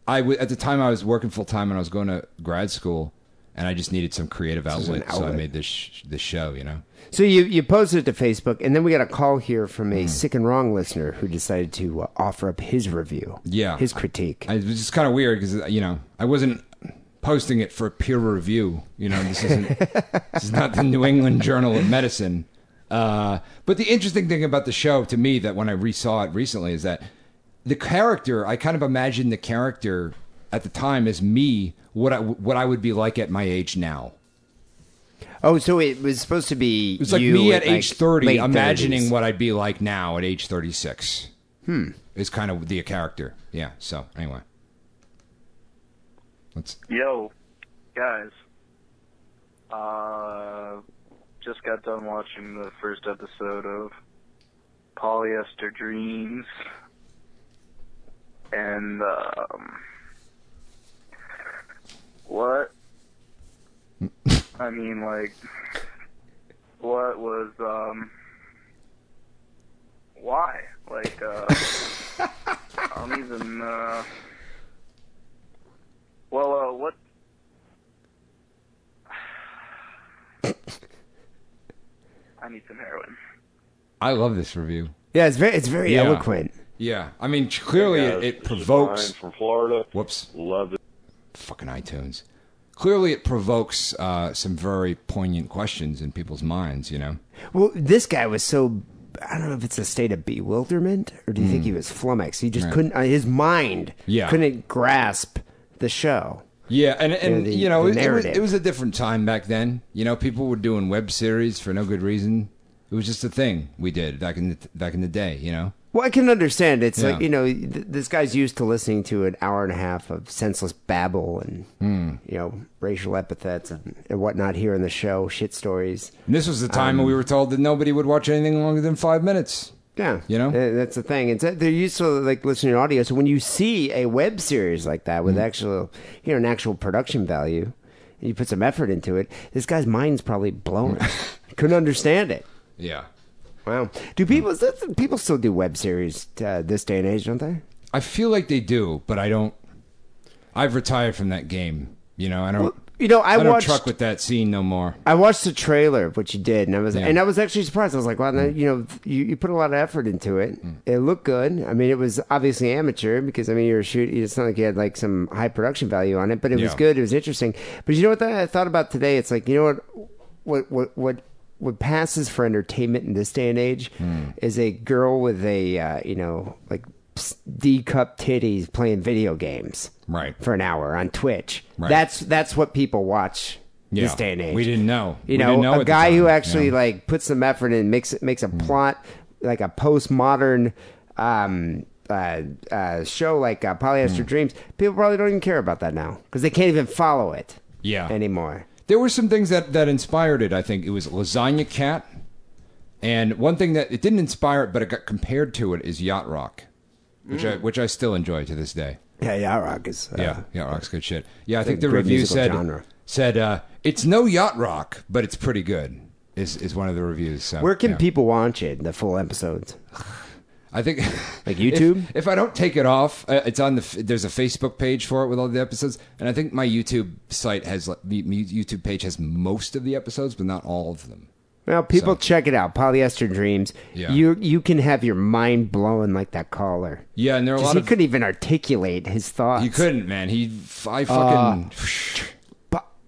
F: I w- at the time I was working full time and I was going to grad school, and I just needed some creative
E: is an
F: outlet, so I
E: outlet.
F: made this sh- this show. You know.
E: So you you posted it to Facebook, and then we got a call here from
F: Hmm.
E: a sick and wrong listener who decided to uh, offer up his review.
F: Yeah.
E: his critique.
F: I, it was just kind of weird because you know I wasn't posting it for peer review. You know, this isn't this is not the New England Journal of Medicine. Uh, but the interesting thing about the show to me that when I resaw it recently is that the character I kind of imagined the character at the time as me what I what I would be like at my age now.
E: oh, so it was supposed to be.
F: It was like
E: you
F: me at
E: like,
F: age 30
E: late
F: imagining
E: 30s.
F: what I'd be like now at age 36. Hmm. Is kind of the character. Yeah, so anyway. Let's
H: Yo, guys. Uh, just got done watching the first episode of Polyester Dreams. And, um, what? I mean, like, what was, um, why? Like, uh, I don't even, uh, well, uh, what? I need some heroin.
F: I love this review.
E: Yeah, it's very it's very
F: Yeah.
E: eloquent.
F: Yeah, I mean, clearly it, it provokes.
I: from Florida.
F: Whoops,
I: Love it.
F: fucking iTunes. Clearly, it provokes uh, some very poignant questions in people's minds. You know,
E: Well, this guy was so. I don't know if it's a state of bewilderment or do you think he was flummoxed? He just couldn't. Uh, his mind
F: Hmm. Yeah.
E: couldn't grasp the show.
F: Yeah, and and
E: the-
F: you know, it, it
E: the
F: was,
E: narrative.
F: it was a different time back then. You know, people were doing web series for no good reason. It was just a thing we did back in the back in the day. You know,
E: Well, I can understand. It's like
F: Yeah.
E: you know, th- this guy's used to listening to an hour and a half of senseless babble and
F: Hmm.
E: you know racial epithets and, and whatnot here in the show, shit stories.
F: and this was the
E: Um,
F: time when we were told that nobody would watch anything longer than five minutes.
E: Yeah,
F: You know?
E: Uh, that's the thing. It's uh, they're used to like listening to audio. So when you see a web series like that with actual, you know, an actual production value, and you put some effort into it, this guy's mind's probably blown. Couldn't understand it.
F: Yeah,
E: Wow. Do people that's, people still do web series uh, this day and age? Don't they?
F: I feel like they do, but I don't. I've retired from that game. You know, I don't.
E: You know, I,
F: I, don't
E: watched.
F: truck with that scene no more.
E: I watched the trailer of what you did, and I was
F: Yeah. Mm.
E: and I was actually surprised. I was like, "Wow, that- you know, you, you put a lot of effort into it. It looked good. I mean, it was obviously amateur because I mean, you were shooting. It's not like you had like some high production value on it, but it was
F: Yeah.
E: good. It was interesting. But you know what? I thought about today. It's like you know what, what, what, what, what passes for entertainment in this day and age
F: Hmm.
E: is a girl with a uh, you know like D cup titties playing video games
F: Right.
E: for an hour on Twitch.
F: Right.
E: That's that's what people watch
F: Yeah.
E: this day and age.
F: We didn't know.
E: You
F: We
E: know,
F: didn't know
E: a
F: at the
E: guy who
F: time,
E: actually
F: yeah. Mm.
E: like puts some effort in, makes it makes a plot like a postmodern um, uh, uh, show like uh,
F: Mm.
E: Polyester Dreams. People probably don't even care about that now because they can't even follow it.
F: Yeah.
E: anymore.
F: There were some things that, that inspired it. I think it was Lasagna Cat, and one thing that it didn't inspire it, but it got compared to it is Yacht Rock, which I which I still enjoy to this day.
E: Yeah, yeah, Rock is. Mm. Uh,
F: yeah, Yacht Rock's good shit. Yeah, I think
E: a
F: the
E: great
F: review
E: musical
F: said
E: genre.
F: said uh, it's no Yacht Rock, but it's pretty good. Is is one of the reviews. So,
E: Where can
F: yeah.
E: people watch it? The full episodes.
F: I think
E: Like YouTube?
F: If, if I don't take it off, uh, it's on the. f- There's a Facebook page for it with all the episodes, and I think my YouTube site has like, the my YouTube page has most of the episodes, but not all of them.
E: Well, people
F: So-
E: check it out. Polyester Dreams.
F: Yeah.
E: You you can have your mind blown like that caller.
F: Yeah, and there are a
E: Just
F: lot
E: he
F: of
E: couldn't even articulate his thoughts.
F: he couldn't, man. He I fucking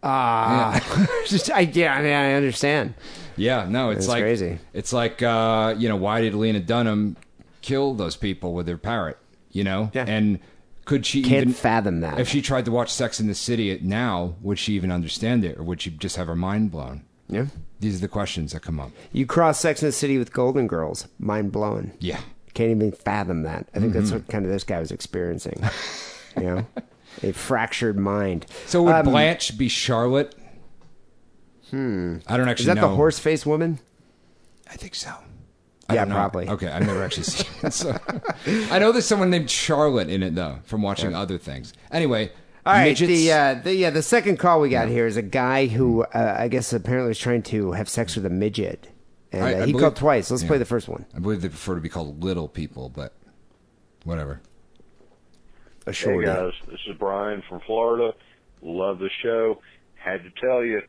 E: Ah, just I, yeah, I mean, I understand.
F: yeah. No, it's,
E: It's
F: like
E: crazy.
F: It's like uh, you know, why did Lena Dunham kill those people with her parrot? You know,
E: Yeah.
F: and could she
E: Can't
F: even
E: fathom that.
F: If she tried to watch Sex in the City now, would she even understand it, or would she just have her mind blown?
E: yeah.
F: These are the questions that come up.
E: You cross Sex and the City with Golden Girls, mind blown.
F: Yeah.
E: Can't even fathom that. I think that's what kind of this guy was experiencing. you know, a fractured mind.
F: So would
E: Um,
F: Blanche be Charlotte? Hmm. I don't actually
E: Is that
F: know.
E: the horse face woman?
F: I think so. I
E: Yeah,
F: don't know.
E: probably.
F: Okay, I've never actually seen it. So. I know there's someone named Charlotte in it though, from watching other things. Anyway,
E: All right,
F: midgets.
E: the, uh, the yeah, the second call we got here is a guy who uh, I guess apparently was trying to have sex with a midget, and
F: I- I
E: uh, he
F: believe-
E: called twice. Let's
F: yeah.
E: play the first one.
F: I believe they prefer to be called little people, but whatever.
E: A
I: Hey
E: shorty.
I: guys, this is Brian from Florida. Love the show. Had to tell you,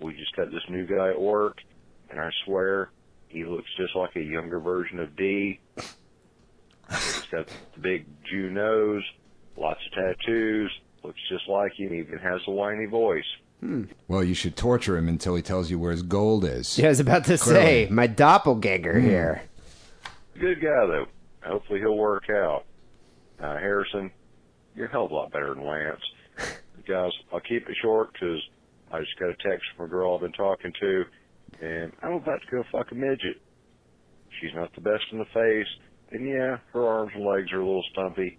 I: we just got this new guy at work, and I swear he looks just like a younger version of D. He's got the big Jew nose, lots of tattoos, looks just like him, even has a whiny voice.
F: Well, you should torture him until he tells you where his gold is.
E: Yeah, I was about to say
F: Clearly.
E: my doppelganger here.
I: Good guy though. Hopefully he'll work out. Uh, Harrison, you're a hell of a lot better than Lance. Guys, I'll keep it short 'cause I just got a text from a girl I've been talking to, and I'm about to go fuck a midget. She's not the best in the face, and yeah, her arms and legs are a little stumpy,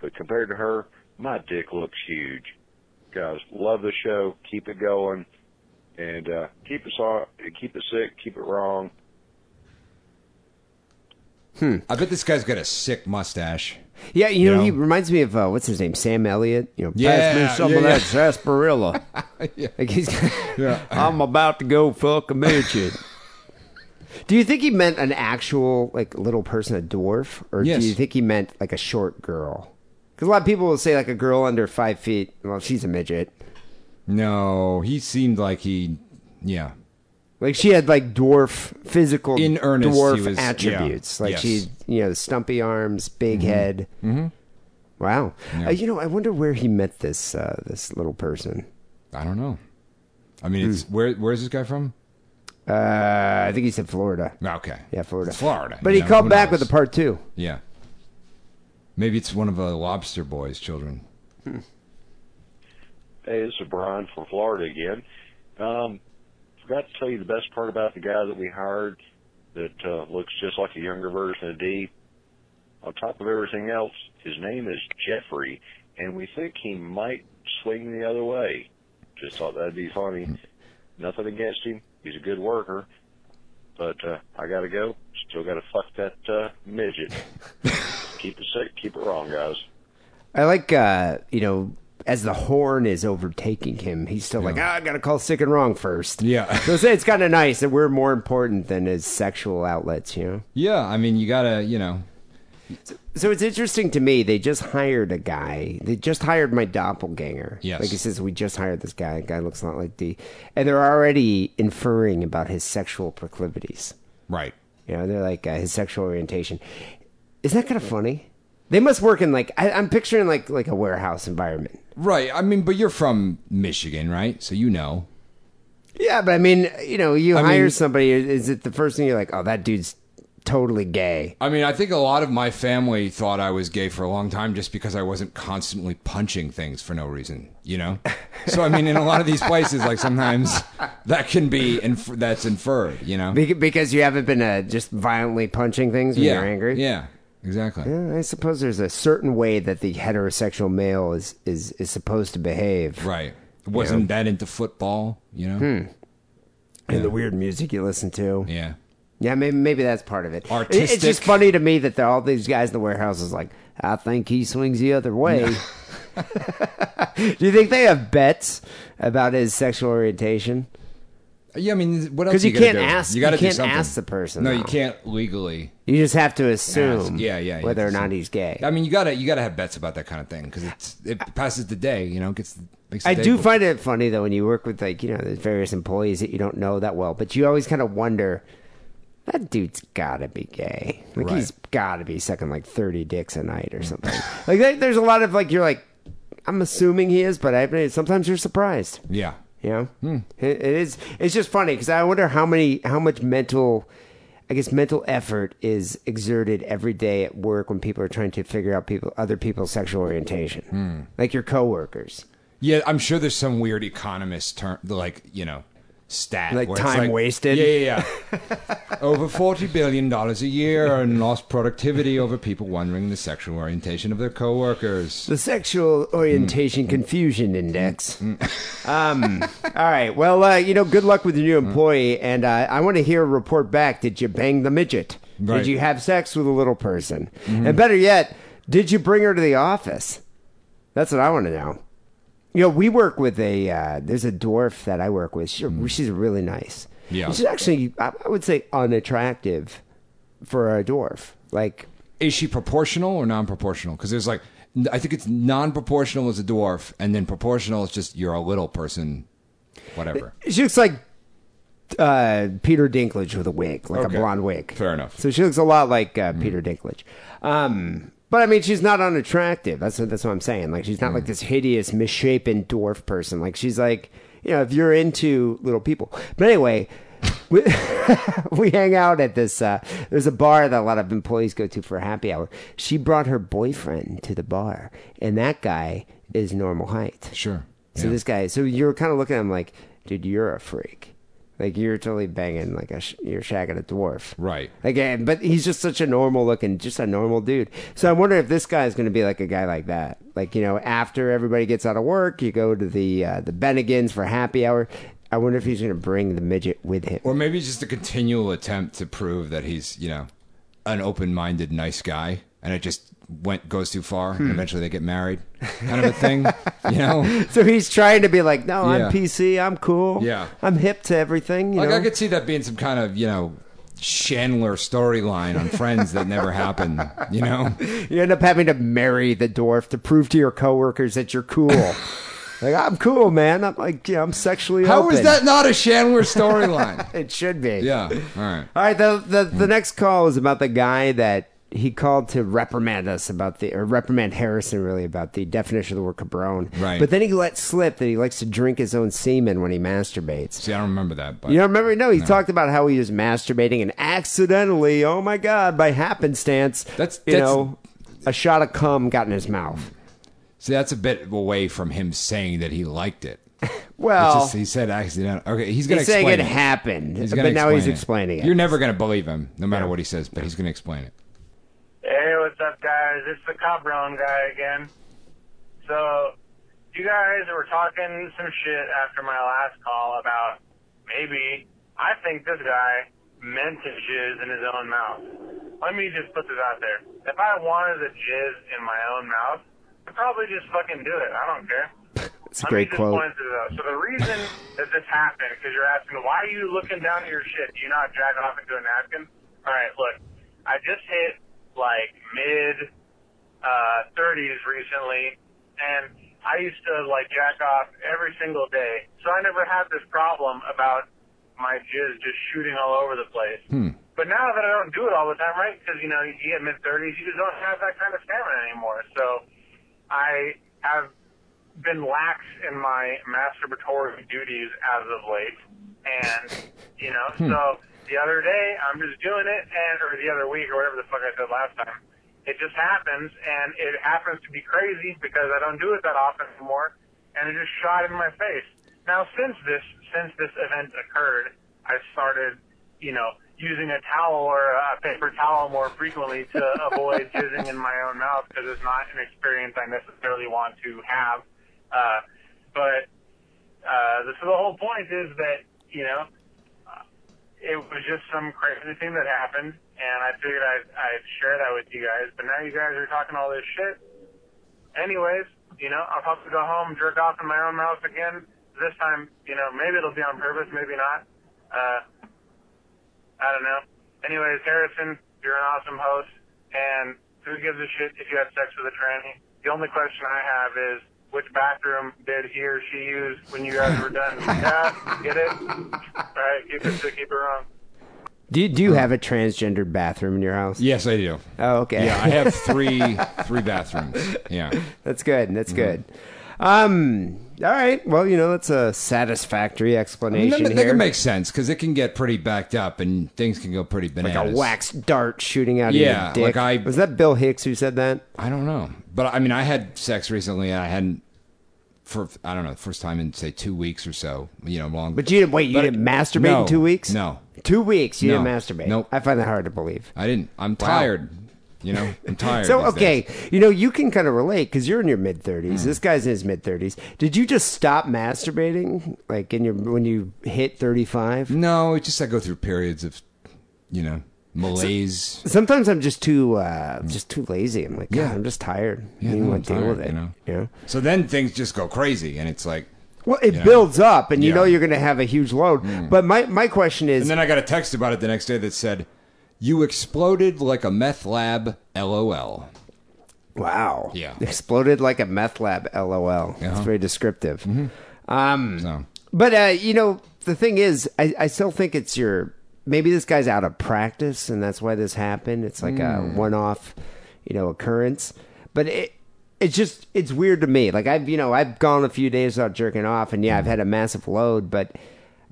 I: but compared to her, my dick looks huge. Guys, love the show. Keep it going, and uh, keep it so- keep it sick, keep it wrong.
F: I bet this guy's got a sick mustache.
E: Yeah, you, know,
F: know?
E: he reminds me of uh, what's his name, Sam Elliott. You know, pass me
F: Yeah,
E: some
F: yeah,
E: of
F: yeah.
E: that sarsaparilla. Like he's, I'm about to go fuck a midget. do you think he meant an actual like little person, a dwarf, or
F: Yes.
E: do you think he meant like a short girl? Because a lot of people will say like a girl under five feet. Well, she's a midget.
F: No, he seemed like he, yeah,
E: Like she had like dwarf physical
F: In earnest,
E: dwarf
F: he was- yeah.
E: attributes. Like
F: Yes.
E: she, you know, stumpy arms, big head. Mm-hmm. Wow. Uh, you know, I wonder where he met this uh, this little person.
F: I don't know. I mean, it's
E: Hmm.
F: where where's this guy from?
E: Uh, I think he said Florida.
F: Okay.
E: Yeah, Florida.
F: It's Florida.
E: But
F: you
E: he
F: know,
E: called
F: who
E: back
F: knows?
E: with a part two.
F: Yeah. Maybe it's one of the lobster boys' children.
I: Hey, this is Brian from Florida again. Um, forgot to tell you the best part about the guy that we hired that uh, looks just like a younger version of D. On top of everything else, his name is Jeffrey, and we think he might swing the other way. Just thought that'd be funny. Nothing against him. He's a good worker. But uh, I gotta go. Still gotta fuck that uh, midget. keep it sick, keep it wrong, guys.
E: I like, uh, you know, as the horn is overtaking him, he's still like, ah, I gotta call sick and wrong first.
F: Yeah.
E: so it's- it's kind of nice that we're more important than his sexual outlets, you know?
F: Yeah, I mean, you gotta, you know,
E: So it's interesting to me. They just hired a guy. They just hired my doppelganger.
F: Yes.
E: Like he says, we just hired this guy. The guy looks not like D. And they're already inferring about his sexual proclivities.
F: right.
E: You know, they're like uh, his sexual orientation. Isn't that kind of funny? They must work in like I, I'm picturing like like a warehouse environment.
F: Right. I mean, but you're from Michigan, right? So you know.
E: Yeah, but I mean, you know, you
F: I
E: hire
F: mean-
E: somebody. Is it the first thing you're like, oh, that dude's totally gay?
F: I mean, I think a lot of my family thought I was gay for a long time just because I wasn't constantly punching things for no reason, you know? So, I mean, in a lot of these places, like sometimes that can be, inf- that's inferred, you know?
E: Bec- Because you haven't been uh, just violently punching things when
F: yeah.
E: you're angry.
F: Yeah, exactly.
E: Yeah, I suppose there's a certain way that the heterosexual male is is, is supposed to behave.
F: Right. Wasn't that into football, you know?
E: Hmm. And the weird music you listen to.
F: Yeah.
E: Yeah, maybe maybe that's part of it. It- It's just
F: Artistic.
E: funny to me that they're- all these guys in the warehouse is like, I think he swings the other way. Do you think they have bets about his sexual orientation?
F: Yeah, I mean, what else?
E: Because you,
F: gotta
E: can't
F: do?
E: ask.
F: You got to
E: can't ask the person.
F: No,
E: though.
F: you can't legally.
E: You just have to assume.
F: Ask. Yeah, yeah, you
E: Whether or
F: have to
E: not
F: assume.
E: he's gay.
F: I mean, you gotta you gotta have bets about that kind of thing because it's it passes the day. You know, gets makes. The
E: I
F: day
E: do
F: go-
E: find it funny though when you work with like you know the various employees that you don't know that well, but you always kind of wonder that dude's got to be gay. Like
F: Right.
E: he's got to be sucking like thirty dicks a night or something. like there- there's a lot of like you're like I'm assuming he is, but I sometimes you're surprised.
F: Yeah.
E: You know, it, it is. It's just funny because I wonder how many, how much mental, I guess, mental effort is exerted every day at work when people are trying to figure out people, other people's sexual orientation, like your coworkers.
F: Yeah, I'm sure there's some weird economist term, like you know, stat
E: Like
F: where it's
E: time wasted?
F: Yeah, yeah, yeah. over forty billion dollars a year in lost productivity over people wondering the sexual orientation of their coworkers.
E: The sexual orientation confusion index. Um, all right. Well, uh, you know, good luck with your new employee, and uh, I want to hear a report back. Did you bang the midget?
F: Right. Mm-hmm.
E: Did you have sex with a little person? And better yet, did you bring her to the office? That's what I want to know. You know, we work with a uh, there's a dwarf that I work with. She, She's really nice.
F: Mm-hmm. Yeah.
E: she's actually I I would say unattractive for a dwarf. Like
F: Is she proportional or non-proportional? Because there's like, I think it's non-proportional is a dwarf, and then proportional is just you're a little person, whatever.
E: She looks like uh, Peter Dinklage with a wig, like
F: Okay.
E: a blonde wig.
F: Fair enough. Mm-hmm.
E: So she looks a lot like uh, Peter Dinklage. Um, but I mean, she's not unattractive. That's what, that's what I'm saying. Like, she's not
F: Mm.
E: like this hideous, misshapen dwarf person. Like, she's like, you know, if you're into little people. But anyway, we, we hang out at this. Uh, there's a bar that a lot of employees go to for happy hour. She brought her boyfriend to the bar, and that guy is normal height.
F: Sure.
E: So
F: Yeah.
E: this guy, so you're kind of looking at him like, dude, you're a freak. Like you're totally banging like a sh- you're shagging a dwarf,
F: Right.
E: Again, but he's just such a normal looking, just a normal dude. So I wonder if this guy is going to be like a guy like that. Like you know, after everybody gets out of work, you go to the uh, the Bennigan's for happy hour. I wonder if he's going to bring the midget with him.
F: Or maybe it's just a continual attempt to prove that he's, you know, an open-minded, nice guy, and it just went goes too far,
E: Hmm.
F: and eventually they get married, kind of a thing, you know.
E: So he's trying to be like, no,
F: Yeah.
E: I'm PC, I'm cool,
F: Yeah.
E: I'm hip to everything. You
F: Like
E: know?
F: I could see that being some kind of, you know, Chandler storyline on Friends that never happened, you know.
E: You end up having to marry the dwarf to prove to your coworkers that you're cool. like I'm cool, man. I'm like yeah, I'm sexually.
F: How
E: open.
F: is that not a Chandler storyline?
E: It should be.
F: yeah. All right.
E: All right. The the, the next call is about the guy that he called to reprimand us about the or reprimand Harrison really about the definition of the word cabron.
F: Right.
E: But then he let slip that he likes to drink his own semen when he masturbates.
F: See, I don't remember that, but
E: You don't remember? No, he talked about how he was masturbating and accidentally, oh my god, by happenstance,
F: That's-
E: you
F: that's-
E: know, a shot of cum got in his mouth.
F: see, that's a bit away from him saying that he liked it.
E: Well,
F: It's just, he said accidental. Okay, he's gonna
E: he's saying
F: explain
E: it
F: it.
E: happened,
F: He's gonna
E: but now he's
F: explain
E: explaining it.
F: You're never gonna believe him, no matter what he says, but he's gonna explain it.
H: Hey, what's up, guys? It's the Cabron guy again. So, you guys were talking some shit after my last call about maybe I think this guy meant to jizz in his own mouth. Let me just put this out there. If I wanted to jizz in my own mouth, I'd probably just fucking do it. I don't care.
E: it's a great
H: Let me just
E: quote.
H: point to this. So the reason that this happened, because you're asking, why are you looking down at your shit? Do you not drag off into a napkin? All right, look, I just hit like mid uh, 30s recently, and I used to like jack off every single day, so I never had this problem about my jizz just shooting all over the place.
E: Hmm.
H: But now that I don't do it all the time, right? Because you know, you get mid 30s, you just don't have that kind of stamina anymore. So I have been lax in my masturbatory duties as of late, and you know, so the other day I'm just doing it, and or the other week or whatever the fuck I said last time, it just happens, and it happens to be crazy because I don't do it that often anymore, and it just shot in my face. Now since this since this event occurred, I started, you know. Using a towel or a paper towel more frequently to avoid jizzing in my own mouth because it's not an experience I necessarily want to have. Uh, but uh, the- so the whole point is that you know uh, it was just some crazy thing that happened, and I figured I'd, I'd share that with you guys. But now you guys are talking all this shit. Anyways, you know I'll probably go home, jerk off in my own mouth again. This time, you know maybe it'll be on purpose, maybe not. Uh, I don't know. Anyways, Harrison, you're an awesome host, and who gives a shit if you have sex with a tranny? The only question I have is, which bathroom did he or she use when you guys were done? yeah, get it? All right, keep it, keep it wrong.
E: Do you, do
F: Uh-huh.
E: you have a transgendered bathroom in your house?
F: Yes, I do.
E: Oh, okay.
F: Yeah, I have three three bathrooms. Yeah.
E: That's good.
F: Mm-hmm.
E: That's good. Um. All right. Well, you know that's a satisfactory
F: I mean,
E: explanation
F: that, that
E: here.
F: can make sense because it can get pretty backed up and things can go pretty
E: like
F: bananas.
E: a wax dart shooting out
F: Yeah,
E: of your dick.
F: like I-
E: was that Bill Hicks who said that?
F: I don't know, but I mean, I had sex recently and I hadn't for I don't know first time in say two weeks or so. You know, long.
E: But you didn't wait. You
F: But-
E: didn't masturbate
F: no,
E: in two weeks.
F: No,
E: two weeks. You
F: No.
E: didn't masturbate.
F: Nope.
E: I find that hard to believe.
F: I didn't. I'm tired. You know, I'm tired.
E: So
F: these
E: okay,
F: days. Hmm.
E: you know you can kind of relate because you're in your mid 30s. This guy's in his mid 30s. Did you just stop masturbating like in your when you hit 35?
F: No, it's just I go through periods of, you know, malaise.
E: Sometimes I'm just too uh, just too lazy. I'm like, God,
F: Yeah.
E: I'm just tired.
F: Yeah,
E: you
F: no,
E: want to
F: I'm
E: deal
F: tired,
E: with it.
F: you know?
E: Yeah.
F: So then things just go crazy, and it's like,
E: Well, it
F: You know?
E: builds up, and you
F: Yeah. Hmm.
E: know you're going to have a huge load. But my my question is,
F: and then I got a text about it the next day that said, "You exploded like a meth lab." LOL.
E: wow,
F: Yeah.
E: exploded like a meth lab. LOL. It's
F: Uh-huh.
E: very descriptive.
F: So
E: But uh, you know, the thing is, I, I still think it's your maybe this guy's out of practice, and that's why this happened. It's like
F: Hmm.
E: a one-off, you know, occurrence. But it it's just it's weird to me. Like I've you know I've gone a few days without jerking off, and yeah, I've had a massive load, but.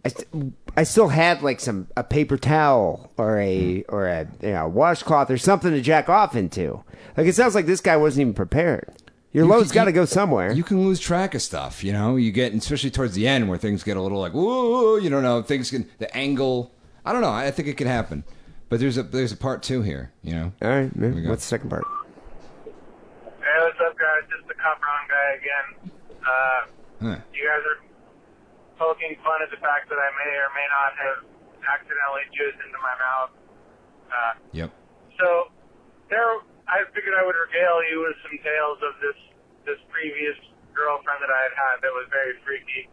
E: I, st- I still had like some a paper towel or
F: Hmm.
E: a or a you know, washcloth or something to jack off into. Like it sounds like this guy wasn't even prepared. Your
F: You
E: load's
F: can-
E: got to
F: you-
E: go somewhere.
F: you can lose track of stuff. You know, you get especially towards the end where things get a little like, "Ooh," you don't know. Things can the angle. I don't know. I think it could happen, but there's a there's a part two here. You know.
E: All right, man.
F: we go.
E: What's the second part?
H: Hey, what's up, guys? Just the cop wrong guy again. Uh,
F: Huh.
H: you guys are poking fun at the fact that I may or may not have accidentally juiced into my mouth. Uh,
F: Yep.
H: so there, I figured I would regale you with some tales of this this previous girlfriend that I had had that was very freaky.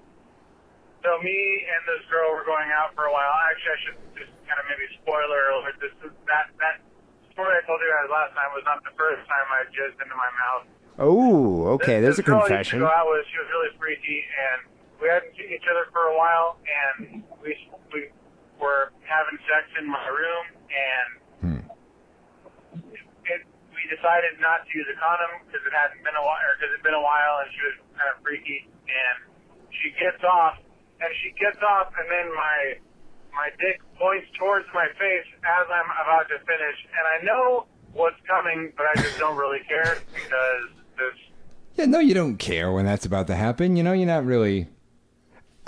H: So me and this girl were going out for a while. Actually, I should just kind of maybe spoiler alert. This is- that that story I told you guys last time was not the first time I jizzed into my mouth.
E: Oh, okay. There's a
H: This- this girl I
E: confession.
H: used to go out with, she was really freaky, and we hadn't seen each other for a while, and we we were having sex in my room, and
E: Hmm.
H: it, we decided not to use a condom because it hadn't been a while, or because it'd been a while, and she was kind of freaky. And she gets off, and she gets off, and then my my dick points towards my face as I'm about to finish, and I know what's coming, but I just don't really care because this.
F: Yeah. No, you don't care when that's about to happen. You know, you're not really.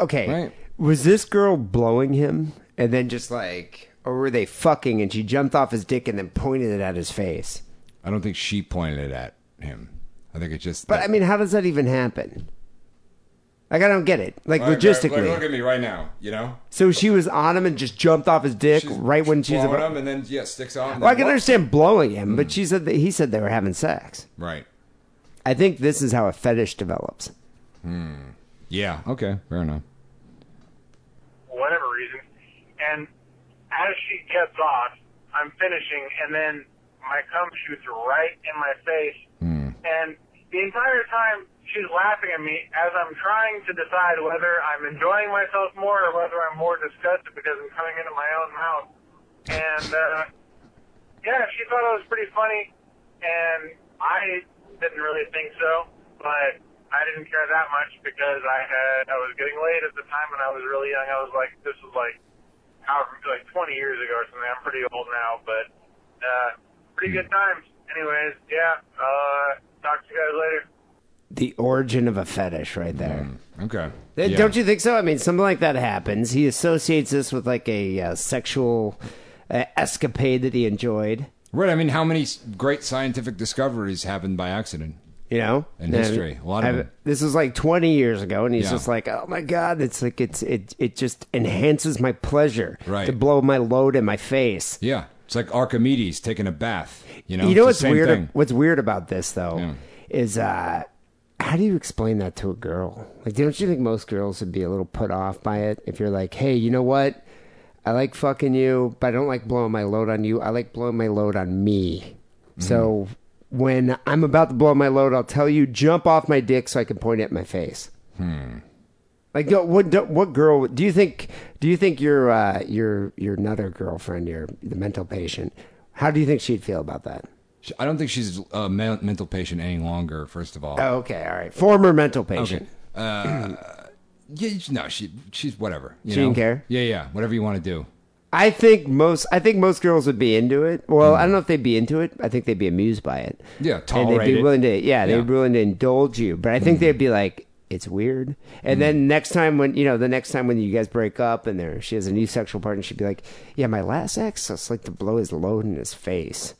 E: Okay.
F: Right.
E: Was this girl blowing him and then just like, or were they fucking and she jumped off his dick and then pointed it at his face?
F: I don't think she pointed it at him. I think it just.
E: But I mean, how does that even happen? Like, I don't get it. Like,
F: Like,
E: logistically.
F: like, look at me right now. You know.
E: so she was on him and just jumped off his dick
F: She's
E: right when she's
F: blowing
E: about.
F: him, and then yeah, sticks on.
E: Well, I can understand blowing him, but she said that he said they were having sex.
F: Right.
E: I think this is how a fetish develops.
F: Yeah. Okay. Fair enough.
H: whatever reason. And as she gets off, I'm finishing, and then my cum shoots right in my face. And the entire time, she's laughing at me as I'm trying to decide whether I'm enjoying myself more or whether I'm more disgusted because I'm coming into my own mouth. And uh, yeah, she thought it was pretty funny, and I didn't really think so, but I didn't care that much because I had I was getting laid at the time and I was really young. I was like, this was like however like 20 years ago or something. I'm pretty old now, but uh, pretty good times. Anyways, yeah. Uh, talk to you guys later.
E: The origin of a fetish, right there.
F: Okay.
E: Uh,
F: Yeah.
E: Don't you think so? I mean, something like that happens. He associates this with like a uh, sexual uh, escapade that he enjoyed.
F: Right. I mean, how many s- great scientific discoveries happened by accident?
E: You know,
F: In history, a lot of them.
E: This was like twenty years ago, and he's
F: Yeah.
E: just like, "Oh my god, it's like it's it it just enhances my pleasure
F: Right.
E: to blow my load in my face."
F: Yeah. It's like Archimedes taking a bath. You know.
E: You know
F: It's
E: what's
F: the same
E: weird?
F: thing.
E: What's weird about this though
F: Yeah.
E: is uh, how do you explain that to a girl? Like, don't you think most girls would be a little put off by it if you're like, "Hey, you know what? I like fucking you, but I don't like blowing my load on you. I like blowing my load on me. So when I'm about to blow my load, I'll tell you, jump off my dick so I can point it at my face. Like yo, what do- what girl do you think do you think your uh, your your nutter girlfriend, your the mental patient, how do you think she'd feel about that?
F: She- I don't think she's a men- mental patient any longer. First of all,
E: Oh, okay, all right. Former mental patient.
F: okay. Uh, yeah, no, she she's whatever. You
E: She
F: know?
E: didn't care?
F: Yeah, yeah, whatever you want to do.
E: I think most I think most girls would be into it. Well, I don't know if they'd be into it. I think they'd be amused by it.
F: Yeah,
E: and they'd
F: tolerate
E: be
F: it.
E: willing to yeah,
F: Yeah. Mm-hmm.
E: they'd be willing to indulge you. But I think they'd be like, it's weird. And then next time when you know, the next time when you guys break up and there she has a new sexual partner, she'd be like, Yeah, my last ex I like to blow his load in his face.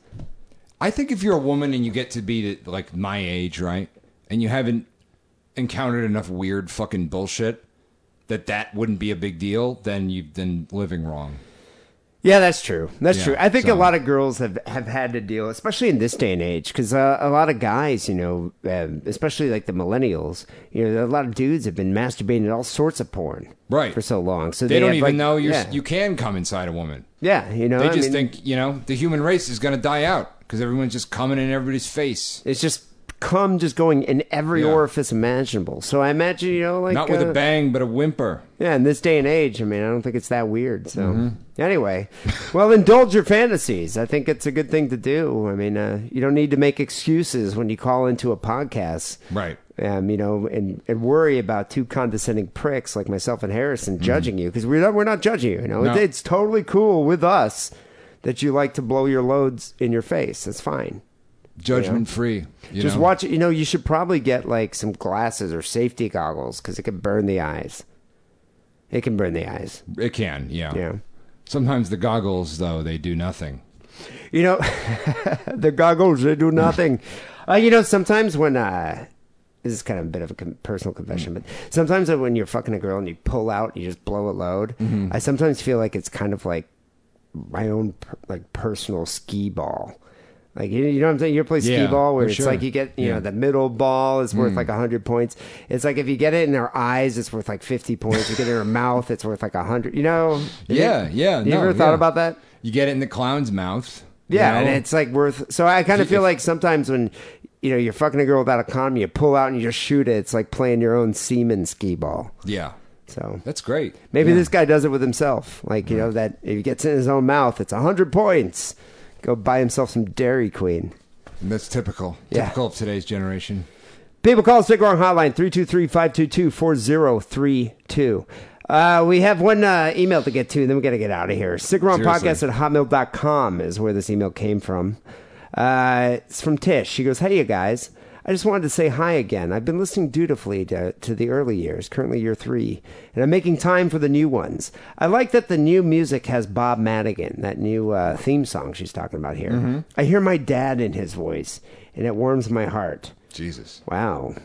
F: I think if you're a woman and you get to be like my age, right, and you haven't encountered enough weird fucking bullshit that that wouldn't be a big deal, then you've been living wrong.
E: Yeah, that's true. That's
F: Yeah,
E: true. I think a
F: so-
E: lot of girls have, have had to deal, especially in this day and age, because uh, a lot of guys, you know, um, especially like the millennials, you know, a lot of dudes have been masturbating to all sorts of porn,
F: Right.
E: for so long. So
F: They,
E: they,
F: don't
E: have,
F: even
E: like-
F: know you
E: Yeah,
F: you can come inside a woman.
E: yeah, you know,
F: They
E: I
F: just
E: mean,
F: think you know the human race is going to die out because everyone's just coming in everybody's face,
E: it's just cum just going in every
F: Yeah.
E: orifice imaginable. So I imagine, you know, like
F: not with
E: uh,
F: a bang but a whimper.
E: Yeah, in this day and age, I mean, I don't think it's that weird. So,
F: Mm-hmm.
E: anyway, well, indulge your fantasies. I think it's a good thing to do. I mean, uh, you don't need to make excuses when you call into a podcast,
F: Right.
E: Um, you know, and, and worry about two condescending pricks like myself and Harrison judging you because we're not, we're not judging you. You know,
F: Mm-hmm. No.
E: It- it's totally cool with us that you like to blow your loads in your face. That's fine.
F: Judgment free. you
E: Just
F: know?
E: watch it. You know, you should probably get like some glasses or safety goggles because it can burn the eyes. It can burn the eyes.
F: It can. Yeah.
E: Yeah.
F: Sometimes the goggles though they do nothing.
E: You know, the goggles, they
F: Mm.
E: do nothing. uh, you know, sometimes when, uh, this is kind of a bit of a con- personal
F: Mm.
E: confession, but sometimes when you're fucking a girl and you pull out, you just blow a load,
F: Mm-hmm.
E: I sometimes feel like it's kind of like my own, per- like, personal skee ball. Like, you, you know what I'm saying? You ever play
F: Yeah,
E: skee ball where
F: for
E: it's
F: sure.
E: like you get, you
F: Yeah. Mm.
E: know, the middle ball is worth like like 100 points. It's like if you get it in her eyes, it's worth like 50 points. You get it in her mouth, it's worth like 100. You know?
F: Yeah, yeah,
E: You
F: no,
E: ever thought
F: yeah.
E: about that?
F: You get it in the clown's mouth. you
E: Yeah,
F: know?
E: and it's like worth. So I kind of feel like sometimes when you know you're fucking a girl without a condom, you pull out and you just shoot it. It's like playing your own semen skee ball.
F: yeah.
E: So
F: That's great.
E: maybe this guy does it with himself. Like you know that if he gets it in his own mouth, it's hundred points. Go buy himself some Dairy Queen.
F: That's typical.
E: Yeah.
F: Typical of today's generation.
E: People call Stick Wrong Hotline 323-522-4032. Uh, we have one uh, email to get to, then we got to get out of here. Podcast
F: Seriously.
E: at hotmail.com is where this email came from. Uh, it's from Tish. She goes, Hey, you guys. I just wanted to say hi again. I've been listening dutifully to, to the early years, currently year three, and I'm making time for the new ones. I like that the new music has Bob Madigan, that new uh, theme song she's talking about here. I hear my dad in his voice, and it warms my heart.
F: Jesus.
E: Wow.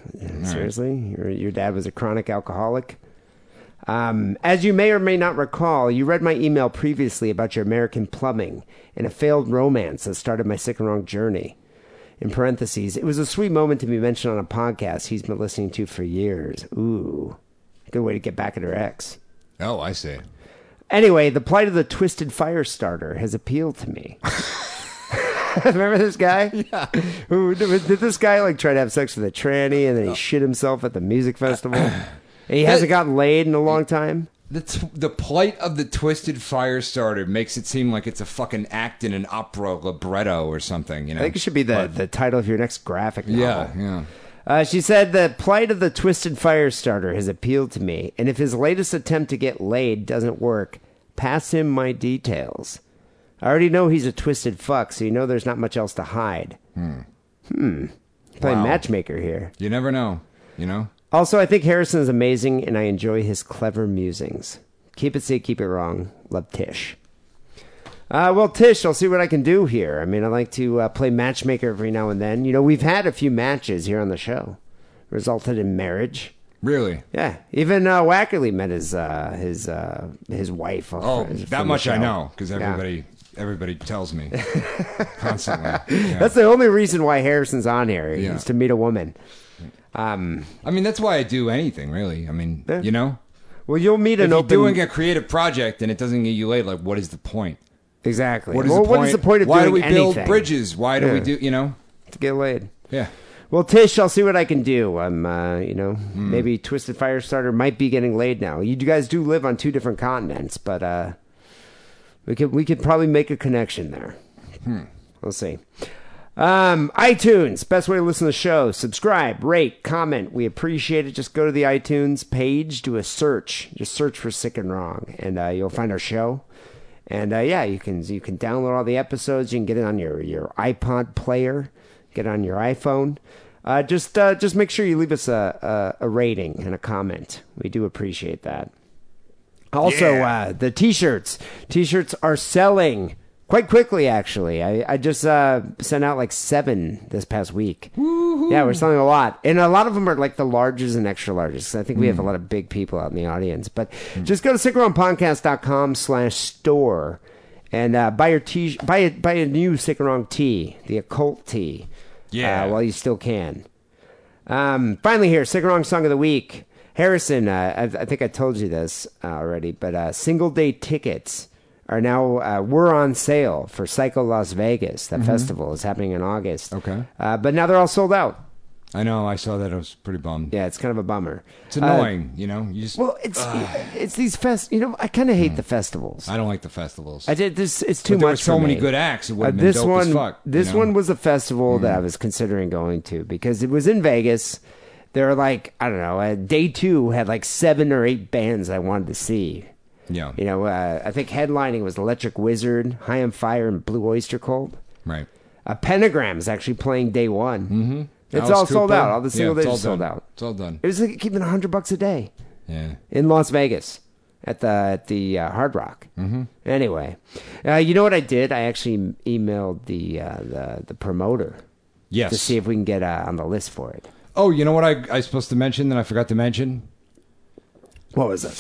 E: Seriously? Your, your dad was a chronic alcoholic? Um, as you may or may not recall, you read my email previously about your American plumbing and a failed romance that started my sick and wrong journey. In parentheses, it was a sweet moment to be mentioned on a podcast he's been listening to for years. Ooh, good way to get back at her ex.
F: Oh, I see.
E: Anyway, the plight of the twisted fire starter has appealed to me. Remember this guy? Yeah. Who did this guy like try to have sex with a tranny and then he shit himself at the music festival? and he hasn't gotten laid in a long time.
F: The, t- the plight of the twisted fire starter makes it seem like it's a fucking act in an opera libretto or something, you know?
E: I think it should be the, the title of your next graphic novel.
F: Yeah, yeah.
E: Uh, she said the plight of the twisted fire starter has appealed to me, and if his latest attempt to get laid doesn't work, pass him my details. I already know he's a twisted fuck, so you know there's not much else to hide. Hmm. Hmm. Playing
F: Wow.
E: matchmaker here.
F: You never know, you know?
E: Also, I think Harrison is amazing, and I enjoy his clever musings. Keep it sick, keep it wrong. Love Tish. Uh, well, Tish, I'll see what I can do here. I mean, I like to uh, play matchmaker every now and then. You know, we've had a few matches here on the show, resulted in marriage.
F: Really?
E: Yeah, even uh, Wackerly met his uh, his uh, his wife. off-
F: Oh,
E: from the
F: that much I
E: show.
F: know because
E: Yeah.
F: everybody everybody tells me constantly. Yeah.
E: That's the only reason why Harrison's on here
F: Yeah.
E: is to meet a woman.
F: I mean, that's why I do anything, really. I mean,
E: Yeah.
F: you know?
E: Well, you'll meet
F: If
E: an
F: you're
E: open.
F: doing a creative project and it doesn't get you laid, like what is the point?
E: exactly.
F: What is,
E: well,
F: the,
E: what
F: point?
E: is the point of
F: Why
E: doing
F: do we build
E: anything?
F: bridges? Why do
E: Yeah.
F: we do? You know?
E: to get laid?
F: Yeah.
E: Well, Tish, I'll see what I can do. I'm, uh, you know, maybe Twisted Firestarter might be getting laid now. You guys do live on two different continents, but uh, we could we could probably make a connection there. We'll see. Um, iTunes, best way to listen to the show. Subscribe, rate, comment. We appreciate it. Just go to the iTunes page, do a search. Just search for Sick and Wrong, and uh, you'll find our show. And uh, yeah, you can you can download all the episodes. You can get it on your your iPod player, get it on your iPhone. Uh, just uh, just make sure you leave us a, a a rating and a comment. We do appreciate that. Also, uh, the t-shirts. T-shirts are selling quite quickly. Actually, I, I just uh, sent out like seven this past week. Yeah, we're selling a lot, and a lot of them are like the larges and extra larges. 'cause I think we have a lot of big people out in the audience. But just go to sickaroundpodcast.com slash store and uh, buy your t buy a, buy a new sick and wrong tea, the occult tea.
F: Yeah.
E: uh, while you still can. Um, finally, here, sick and wrong song of the week. Harrison, uh, I, I think I told you this uh, already, but uh, single day tickets are now uh, were on sale for Psycho Las Vegas. That festival is happening in August.
F: Mm-hmm. Okay.
E: uh, but now they're all sold out.
F: I know. I saw that. I was pretty bummed.
E: Yeah, it's kind of a bummer. Uh,
F: It's annoying. you know. You just.
E: Well, it's it's these fest. You know, I kind of hate the festivals.
F: Mm. I don't like the festivals.
E: I did this. It's too
F: But there were
E: much.
F: so
E: for
F: many
E: me. Uh,
F: good acts, it would've been
E: this
F: dope
E: one,
F: as fuck, you
E: this
F: know? Mm.
E: one was a festival that I was considering going to because it was in Vegas. There were like I don't know. Uh, day two had like seven or eight bands I wanted to see.
F: yeah.
E: You know, uh, I think headlining was Electric Wizard, High on Fire, and Blue Oyster Cult.
F: Right.
E: Uh, Pentagram is actually playing day one. Mm-hmm. It's
F: Alice
E: all sold
F: Cooper.
E: out. All the
F: Yeah,
E: single
F: it's
E: days
F: all
E: are sold
F: done.
E: out.
F: It's all done.
E: It was like keeping hundred bucks a day
F: Yeah.
E: in Las Vegas at the at the uh, Hard Rock. Mm-hmm. Anyway, uh, you know what I did? I actually emailed the uh, the the promoter
F: Yes.
E: to see if we can get uh, on the list for it.
F: Oh, you know what I I supposed to mention that I forgot to mention?
E: What was it?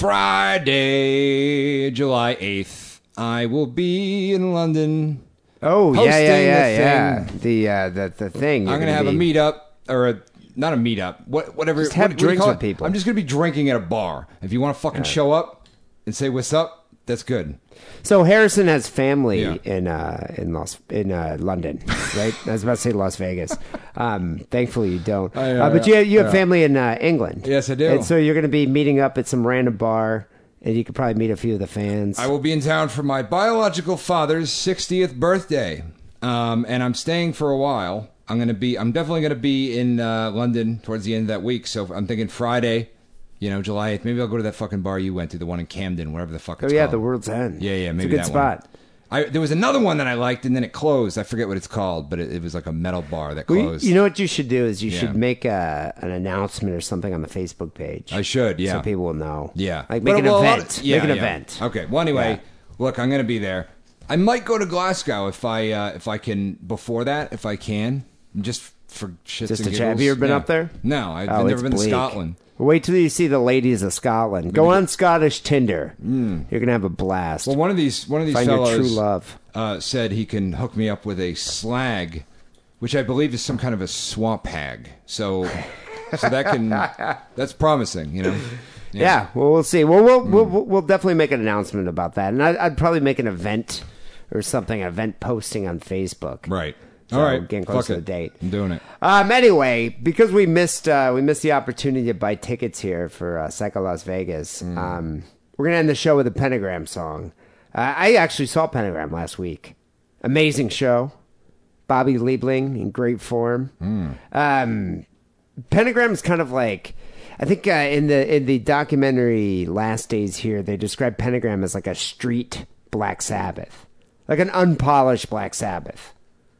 F: Friday, July 8th, I will be in London.
E: Oh yeah yeah
F: Hosting
E: yeah
F: the
E: yeah
F: thing.
E: the uh, the the thing. You're
F: I'm going to have
E: be-
F: a meetup or a not a meetup. What whatever
E: Just have
F: what- what do you
E: drinks
F: call
E: with
F: it?
E: people.
F: I'm just going to be drinking at a bar. If you want to fucking show up and say what's up, that's good.
E: So Harrison has family
F: Yeah.
E: in uh, in Los in uh, London, right? I was about to say Las Vegas. Um, thankfully, you don't.
F: I know,
E: uh, but
F: yeah,
E: you have, you have
F: yeah.
E: family in uh, England.
F: Yes, I do.
E: And so you're going to be meeting up at some random bar, and you could probably meet a few of the fans.
F: I will be in town for my biological father's 60th birthday, um, and I'm staying for a while. I'm gonna be. I'm definitely gonna be in uh, London towards the end of that week. So I'm thinking Friday, you know, July 8th. Maybe I'll go to that fucking bar you went to, the one in Camden, whatever the fuck.
E: Oh
F: It's
E: yeah,
F: called.
E: the World's End.
F: Yeah, yeah,
E: It's
F: maybe
E: a
F: that
E: good
F: one.
E: spot.
F: I, there was another one that I liked, and then it closed. I forget what it's called, but it, it was like a metal bar that
E: Well, you-
F: closed.
E: you know what you should do is you
F: Yeah.
E: should make a, an announcement or something on the Facebook page.
F: I should, yeah.
E: so people will know.
F: Yeah.
E: like make
F: But,
E: an
F: well, a lot
E: event.
F: of- yeah,
E: make an
F: yeah.
E: event.
F: Okay. Well, anyway, look, I'm going to be there. I might go to Glasgow if I uh, if I can before that if I can just for shits
E: Just
F: and
E: to
F: giggles.
E: chat. Have you ever been
F: Yeah.
E: up there?
F: No, I've
E: Oh,
F: never
E: it's
F: been
E: bleak.
F: to Scotland. Mm.
E: Wait till you see the ladies of Scotland. Go on Scottish Tinder. You're gonna have a blast.
F: Well, one of these one of these
E: Find your
F: fellows
E: true love.
F: Uh, said he can hook me up with a slag, which I believe is some kind of a swamp hag. So, so that can that's promising, you know.
E: yeah. well, we'll see. Well, we'll,
F: Mm.
E: we'll we'll we'll definitely make an announcement about that, and I, I'd probably make an event or something, event posting on Facebook.
F: Right.
E: So
F: All right.
E: we're getting
F: Fuck
E: close to
F: it.
E: the date.
F: I'm doing it.
E: Um, anyway, because we missed uh, we missed the opportunity to buy tickets here for uh, Psycho Las Vegas, um, we're gonna end the show with a Pentagram song. Uh, I actually saw Pentagram last week. Amazing show. Bobby Liebling in great form. Um, Pentagram is kind of like I think uh, in the in the documentary Last Days here they describe Pentagram as like a street Black Sabbath, like an unpolished Black Sabbath.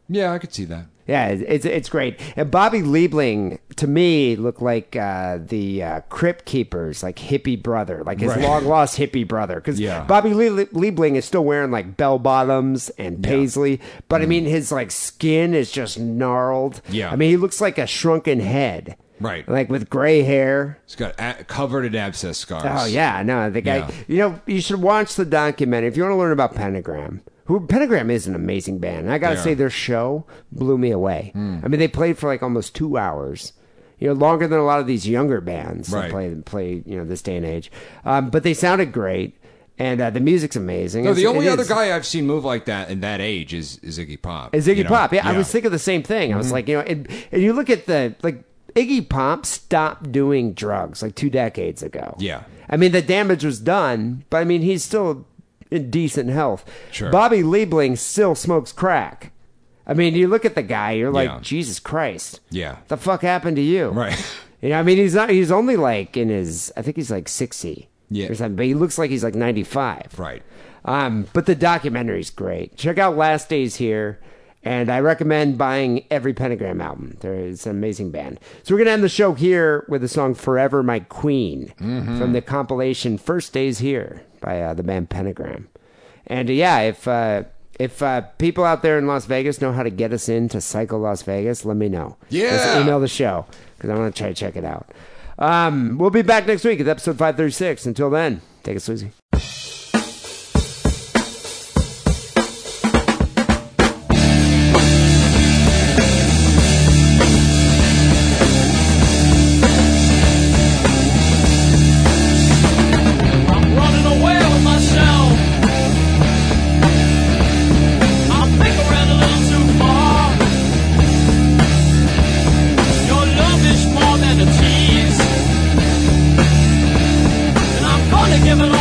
F: Yeah, I could see that.
E: Yeah, it- it's it's great. And Bobby Liebling to me looked like uh, the uh, Crypt Keepers, like hippie brother, like his
F: Right.
E: long lost hippie brother. Because
F: Yeah.
E: Bobby Lie- Liebling is still wearing like bell bottoms and paisley, but I mean his like skin is just gnarled.
F: Mm. Yeah.
E: I mean he looks like a shrunken head,
F: Right.
E: Like with gray hair.
F: It's got a- covered in abscess scars.
E: Oh yeah, no, the guy.
F: Yeah.
E: You know, you should watch the documentary if you want to learn about Pentagram. Who Pentagram is an amazing band. And I gotta
F: They are. Hmm.
E: say, their show blew me away. I mean, they played for like almost two hours, You know, longer than a lot of these younger bands
F: Right.
E: that play play you know this day and age. Um, but they sounded great, and uh, the music's amazing.
F: No, the
E: It's-
F: only
E: it
F: other
E: is.
F: guy I've seen move like that in that age is, is Iggy Pop.
E: is Iggy
F: you know? Mm-hmm.
E: Pop. Yeah, I was thinking the same thing. I was like, you know, and, and you look at the like Iggy Pop stopped doing drugs like two decades ago.
F: Yeah.
E: I mean the damage was done, but I mean he's still in decent health.
F: Sure.
E: Bobby Liebling still smokes crack. I mean, you look at the guy, you're like,
F: Yeah.
E: Jesus Christ.
F: Yeah.
E: The fuck happened to you?
F: Right.
E: You know, I mean, he's not. He's only like in his. I think he's like sixty.
F: Yeah.
E: Or something, but he looks like he's like ninety-five.
F: Right.
E: Um, but the documentary's great. Check out Last Days here, and I recommend buying every Pentagram album. There is an amazing band. So we're gonna end the show here with the song "Forever My Queen" from the compilation First Days Here" by uh, the band Pentagram. And uh, yeah, if uh, if uh, people out there in Las Vegas know how to get us into Psycho Las Vegas, let me know.
F: Yeah.
E: Just email the show because I want to try to check it out. Um, we'll be back next week with episode five thirty six. Until then, take it sleazy.
H: "Oh,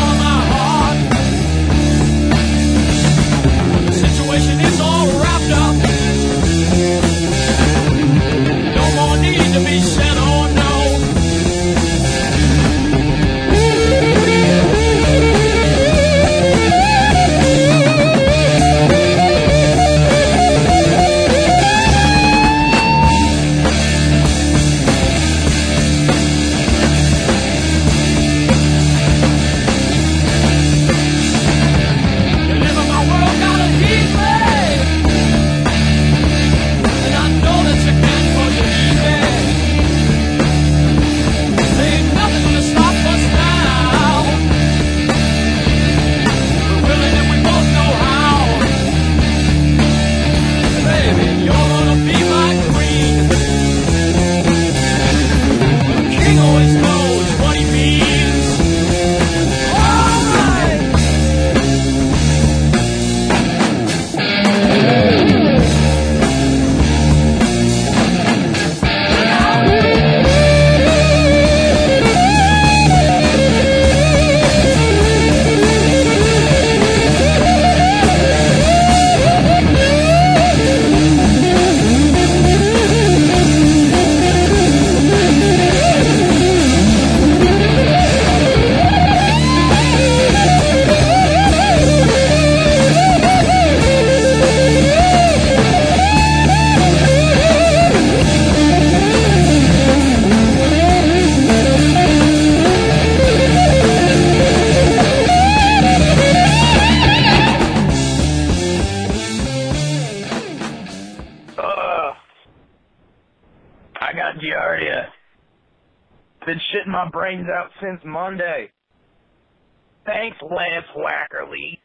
H: Ugh. I got giardia. Been shitting my brains out since Monday. Thanks, Lance Wackerly.